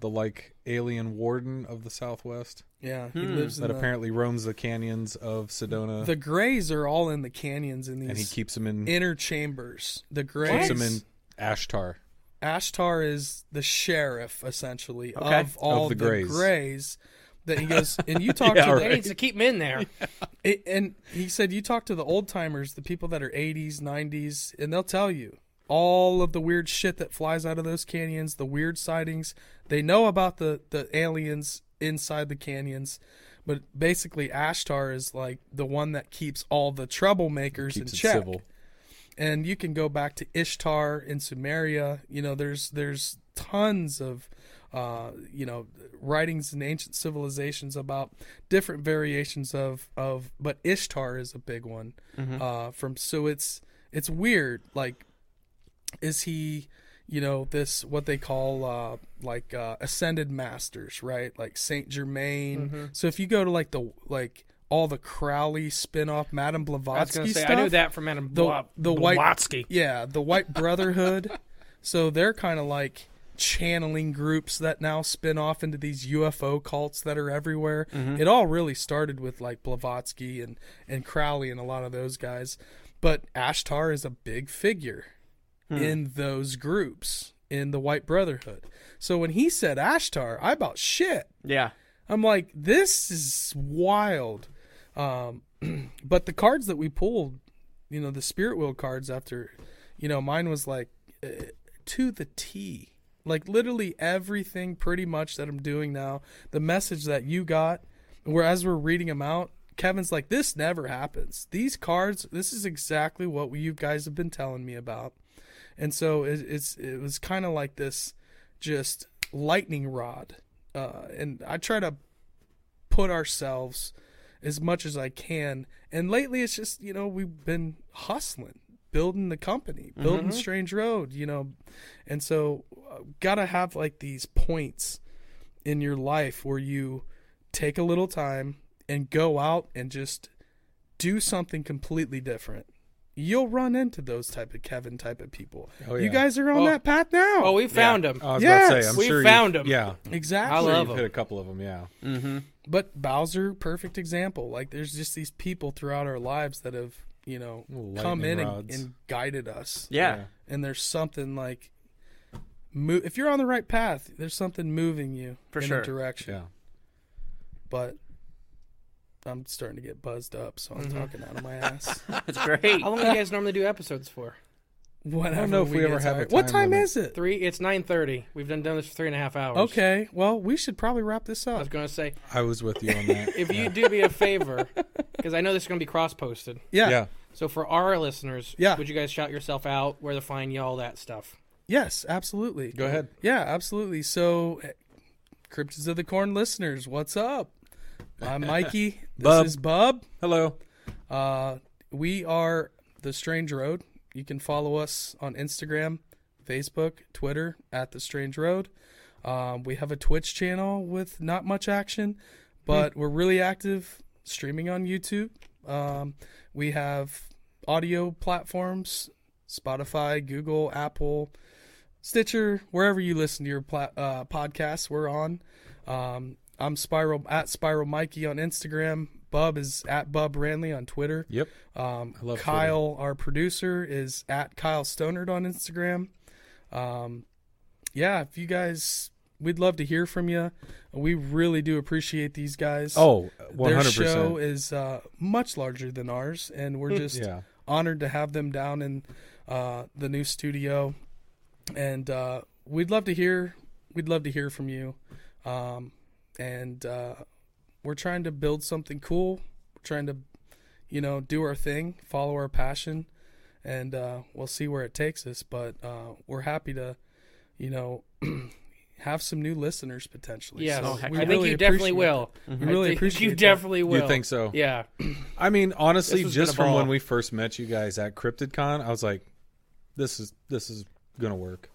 C: The like alien warden of the Southwest
A: Yeah, he lives in
C: that
A: the,
C: apparently roams the canyons of Sedona,
A: The Greys are all in the canyons in these
C: and he keeps them in
A: inner chambers. The
C: keeps
A: Greys.
C: them in Ashtar.
A: Ashtar is the sheriff essentially
D: Okay.
A: of all
C: Of the
A: the,
C: Greys.
A: Greys. That he goes and you talk to
E: They
A: the,
E: need to keep him in there.
A: it- and he said you talk to the old timers, the people that are 80s, 90s, and they'll tell you all of the weird shit that flies out of those canyons, the weird sightings. They know about the the aliens inside the canyons, but basically Ashtar is like the one that keeps all the troublemakers
C: Keeps
A: in
C: it
A: check
C: civil.
A: and you can go back to Ishtar in Sumeria. You know, there's there's tons of uh, you know writings in ancient civilizations about different variations of of, but Ishtar is a big one.
E: Mm-hmm.
A: Uh, from so it's it's weird. Like, is he? You know this what they call uh, like uh, ascended masters, right? Like Saint Germain.
E: Mm-hmm.
A: So if you go to like the like all the Crowley spin-off, Madame Blavatsky
E: I was gonna say
A: stuff.
E: I knew that from Adam
A: The-
E: Blo-
A: the white-
E: Blavatsky.
A: Yeah, the White Brotherhood. so they're kind of like channeling groups that now spin off into these UFO cults that are everywhere.
E: Mm-hmm.
A: It all really started with like Blavatsky and and Crowley and a lot of those guys, but Ashtar is a big figure
E: Hmm.
A: in those groups in the White Brotherhood. So when he said Ashtar, I about shit.
D: Yeah.
A: I'm like, this is wild. Um, but the cards that we pulled, you know, the spirit wheel cards after, you know, mine was like uh, to the T. Like literally everything pretty much that I'm doing now, the message that you got, where as we're reading them out, Kevin's like, this never happens. These cards, this is exactly what you guys have been telling me about. And so it, it's it was kind of like this just lightning rod. Uh, and I try to put ourselves as much as I can. And lately, it's just you know we've been hustling, building the company, building Strange Road, you know, and so uh, gotta have like these points in your life where you take a little time and go out and just do something completely different you'll run into those type of Kevin type of people.
C: Oh,
A: You
C: yeah.
A: guys are on
B: Oh.
A: that path now.
B: Oh, we found him.
A: Uh,
C: I was about to
A: Yes,
C: say, I'm
B: we
C: sure
B: found
C: you've-
B: 'em.
C: Yeah,
A: exactly.
B: I
C: sure
B: love
C: you've
B: 'em.
C: hit a couple of them. Yeah,
A: But Bowser, perfect example. Like there's just these people throughout our lives that have, you know,
C: Little
A: come in
C: lightning
A: and,
C: rods.
A: and guided us.
D: Yeah.
C: Yeah.
A: And there's something like, mo- if you're on the right path, there's something moving you
D: For
A: in
D: sure.
A: a direction.
C: yeah.
A: But I'm starting to get buzzed up, so I'm
D: Mm-hmm.
A: talking out of my ass.
D: That's great.
B: How long do you guys normally do episodes for?
A: Whatever.
C: I don't know if we
A: get
C: ever have a
A: tired- What
C: time
A: time
C: limit.
A: is it?
B: Three. It's nine thirty. We've done done this for three and a half hours.
A: Okay. Well, we should probably wrap this
B: I was
A: up.
B: gonna say
C: I was with you on that.
B: if
C: Yeah.
B: you do me a favor, because I know this is gonna be cross posted.
A: Yeah.
C: yeah,
B: So for our listeners,
A: Yeah.
B: would you guys shout yourself out, where to find you, all that stuff?
A: Yes, absolutely.
C: go ahead.
A: Yeah, absolutely. So, eh, Cryptids of the Corn listeners, what's up? I'm Mikey. this
C: Bub.
A: is Bub.
C: Hello.
A: Uh, we are The Strange Road. You can follow us on Instagram, Facebook, Twitter at The Strange Road. Um, we have a Twitch channel with not much action, but we're really active streaming on YouTube. Um, we have audio platforms Spotify, Google, Apple, Stitcher, wherever you listen to your pla- uh, podcasts, we're on. Um, I'm Spiral at Spiral Mikey on Instagram. Bub is at Bub Ranley on Twitter.
C: Yep.
A: Um,
C: I love
A: Kyle, our producer, is at Kyle Stonard on Instagram. Um, yeah, if you guys, we'd love to hear from you. We really do appreciate these guys.
C: Oh,
A: their
C: 100
A: show
C: percent. Hmm,
A: is uh, much larger than ours, and we're just
C: Yeah.
A: honored to have them down in uh, the new studio, and uh, we'd love to hear we'd love to hear from you. Um, and uh, we're trying to build something cool. We're trying to, you know, do our thing, follow our passion, and uh, we'll see where it takes us. But uh, we're happy to, you know. Have some new listeners potentially.
B: Yes,
A: So
D: heck
A: Oh, we
B: Oh, I think
A: really
B: you definitely
A: appreciate
B: will.
A: that. We Mm-hmm. really
B: I think
A: appreciate
B: you
A: that.
B: definitely will.
C: You think so?
B: Yeah.
C: I mean, honestly,
B: This has
C: just
B: been a
C: from
B: ball.
C: when we first met you guys at CryptidCon, I was like, "This is this is gonna work."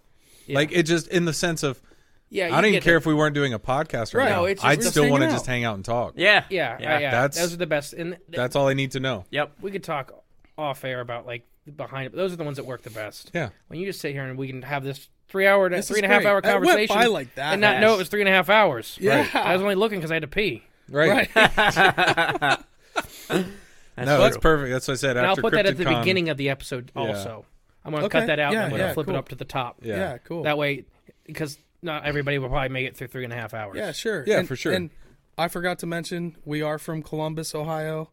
B: Yeah.
C: Like it just in the sense of
B: Yeah.
C: I
B: you
C: don't even
B: get
C: care
B: it.
C: if we weren't doing a podcast right,
B: Right.
C: now.
B: No, it's just-
C: I'd
B: we're
C: still
A: hanging
C: want to
A: out.
C: just hang out and talk.
D: yeah.
B: Yeah.
D: Yeah.
B: Yeah. yeah.
C: That's-
B: Those are the best. And th-
C: That's all I need to know.
D: Yep.
B: we could talk off air about like behind it. Those are the ones that work the best.
C: Yeah.
B: When you just sit here and we can have this three hour,
A: This
B: three
A: is
B: and a half
A: great.
B: hour
A: It went
B: conversation
A: by like that.
B: and not know it was three and a half hours.
A: Yeah.
B: I was only looking because I had to pee.
C: Right.
A: Right.
D: That's
C: No,
D: true.
C: that's perfect. That's what I said.
B: And I'll
C: after
B: put that at the
C: CryptidCon-
B: beginning of the episode. Also, I'm gonna
A: Okay.
B: cut that out.
A: Yeah,
B: and I'm gonna
A: yeah,
B: flip
A: cool.
B: it up to the top.
C: Yeah.
A: yeah, cool.
B: That way, because not everybody will probably make it through three and a half hours.
A: Yeah, sure.
C: Yeah,
A: And-
C: for sure.
A: And I forgot to mention, we are from Columbus, Ohio.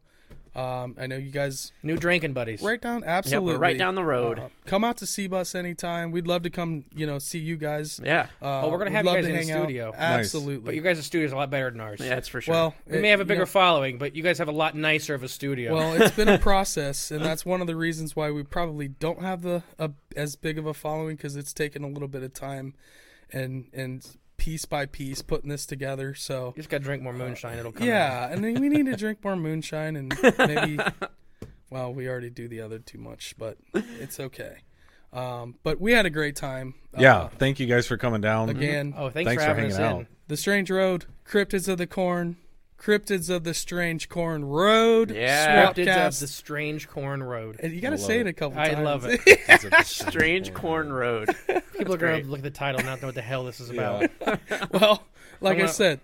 A: Um, I know you guys
B: New drinking buddies.
A: right down
D: Yep,
A: absolutely
D: we're right down the road.
A: Uh, come out to see bus anytime. We'd love to come, you know, see you guys.
D: yeah.
A: Uh,
B: Oh, we're gonna
A: we'd
B: have you
A: love
B: guys
A: to
B: in the
A: hang out.
B: studio. Nice.
A: Absolutely.
B: But you guys' studio is a lot better than ours.
D: Yeah, that's for sure.
A: well,
B: We
A: it-
B: may have a
A: you
B: bigger
A: know,
B: following, but you guys have a lot nicer of a studio.
A: well, it's been a process, and that's one of the reasons why we probably don't have the a, as big of a following because it's taken a little bit of time, and and piece by piece putting this together. So
B: you just gotta drink more moonshine. It'll come. out.
A: Yeah, and then we need to drink more moonshine and maybe. Well, we already do the other too much, but it's okay. Um, but we had a great time.
C: Yeah.
A: Uh, Mm-hmm.
C: Thank you guys for coming down.
A: again,
B: Oh, thanks,
C: Thanks
B: for
C: for
B: having
C: hanging
B: us
C: out.
B: in.
A: the Strange Road, Cryptids of the Corn, Cryptids of the Strange Corn Road.
D: Yeah.
A: Swapcast.
B: Cryptids of the Strange Corn Road.
A: And you got to
C: love
A: say it.
C: it.
A: a couple
B: I
A: times.
B: love it.
D: Strange Corn Road.
B: People are going to look at the title and not know what the hell this is about.
C: Yeah.
A: well, like
B: I'm
A: i
B: not-
A: said,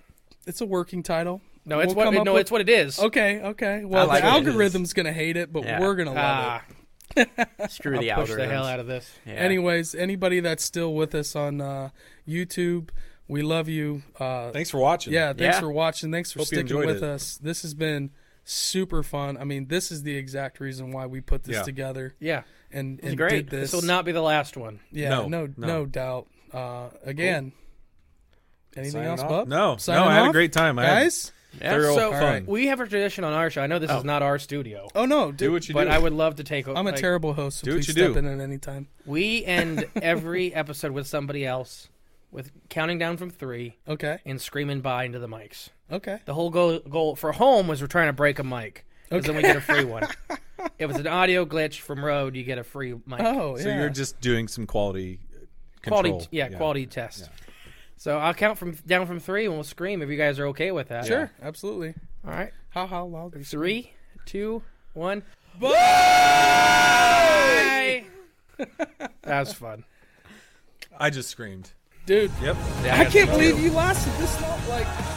A: it's a working title.
B: No, it's
A: We'll
B: what
A: come
B: no,
A: up with-
B: it's what it is.
A: Okay, okay. Well,
D: like
A: the
D: it. It is.
A: algorithm's gonna hate it, but
D: Yeah.
A: we're gonna love it.
B: Ah,
D: Screw the
B: push
D: outer.
B: the hell out of this.
D: Yeah.
A: Anyways, anybody that's still with us on uh, YouTube, we love you. Uh,
C: Thanks for watching.
A: yeah, thanks
D: Yeah.
A: for watching. Thanks for
C: Hope you
A: sticking
C: enjoyed
A: with
C: it.
A: us. This has been super fun. I mean, this is the exact reason why we put this
C: Yeah.
A: together
B: Yeah,
A: and, and
D: great.
A: did this.
B: this will not be the last one.
A: yeah,
C: No,
A: no,
C: no.
A: doubt. Uh, again, anything
C: Signing
A: else,
C: off?
A: Bub?
C: No.
A: Signing
C: no, I had a
A: off?
C: great time. I had
A: guys.
D: Yeah.
C: thorough
B: So
C: fun.
A: right.
B: we have a tradition on our show. I know this is not our studio,
A: Oh no,
C: do
A: dude,
C: what you
B: but
C: do.
B: I would love to take.
A: I'm a
B: like,
A: terrible host. So
C: Do what
A: please
C: you
A: step
C: do.
A: in at any time.
B: We end every episode with somebody else, with counting down from three
A: Okay,
B: and screaming "bye" into the mics.
A: okay.
B: The whole goal, goal for home was we're trying to break a mic. Because then we get a free one. if it's an audio glitch from Road, you get a free mic.
A: Oh, yeah.
C: So you're just doing some quality
B: quality,
C: control.
B: yeah, quality test. So I'll count from down from three, and we'll scream if you guys are okay with that.
A: sure, absolutely.
B: All right.
A: How how loud?
B: Three, two, one. That was fun.
C: I just screamed.
A: dude.
C: Yep.
A: I can't believe you lasted this long. Like,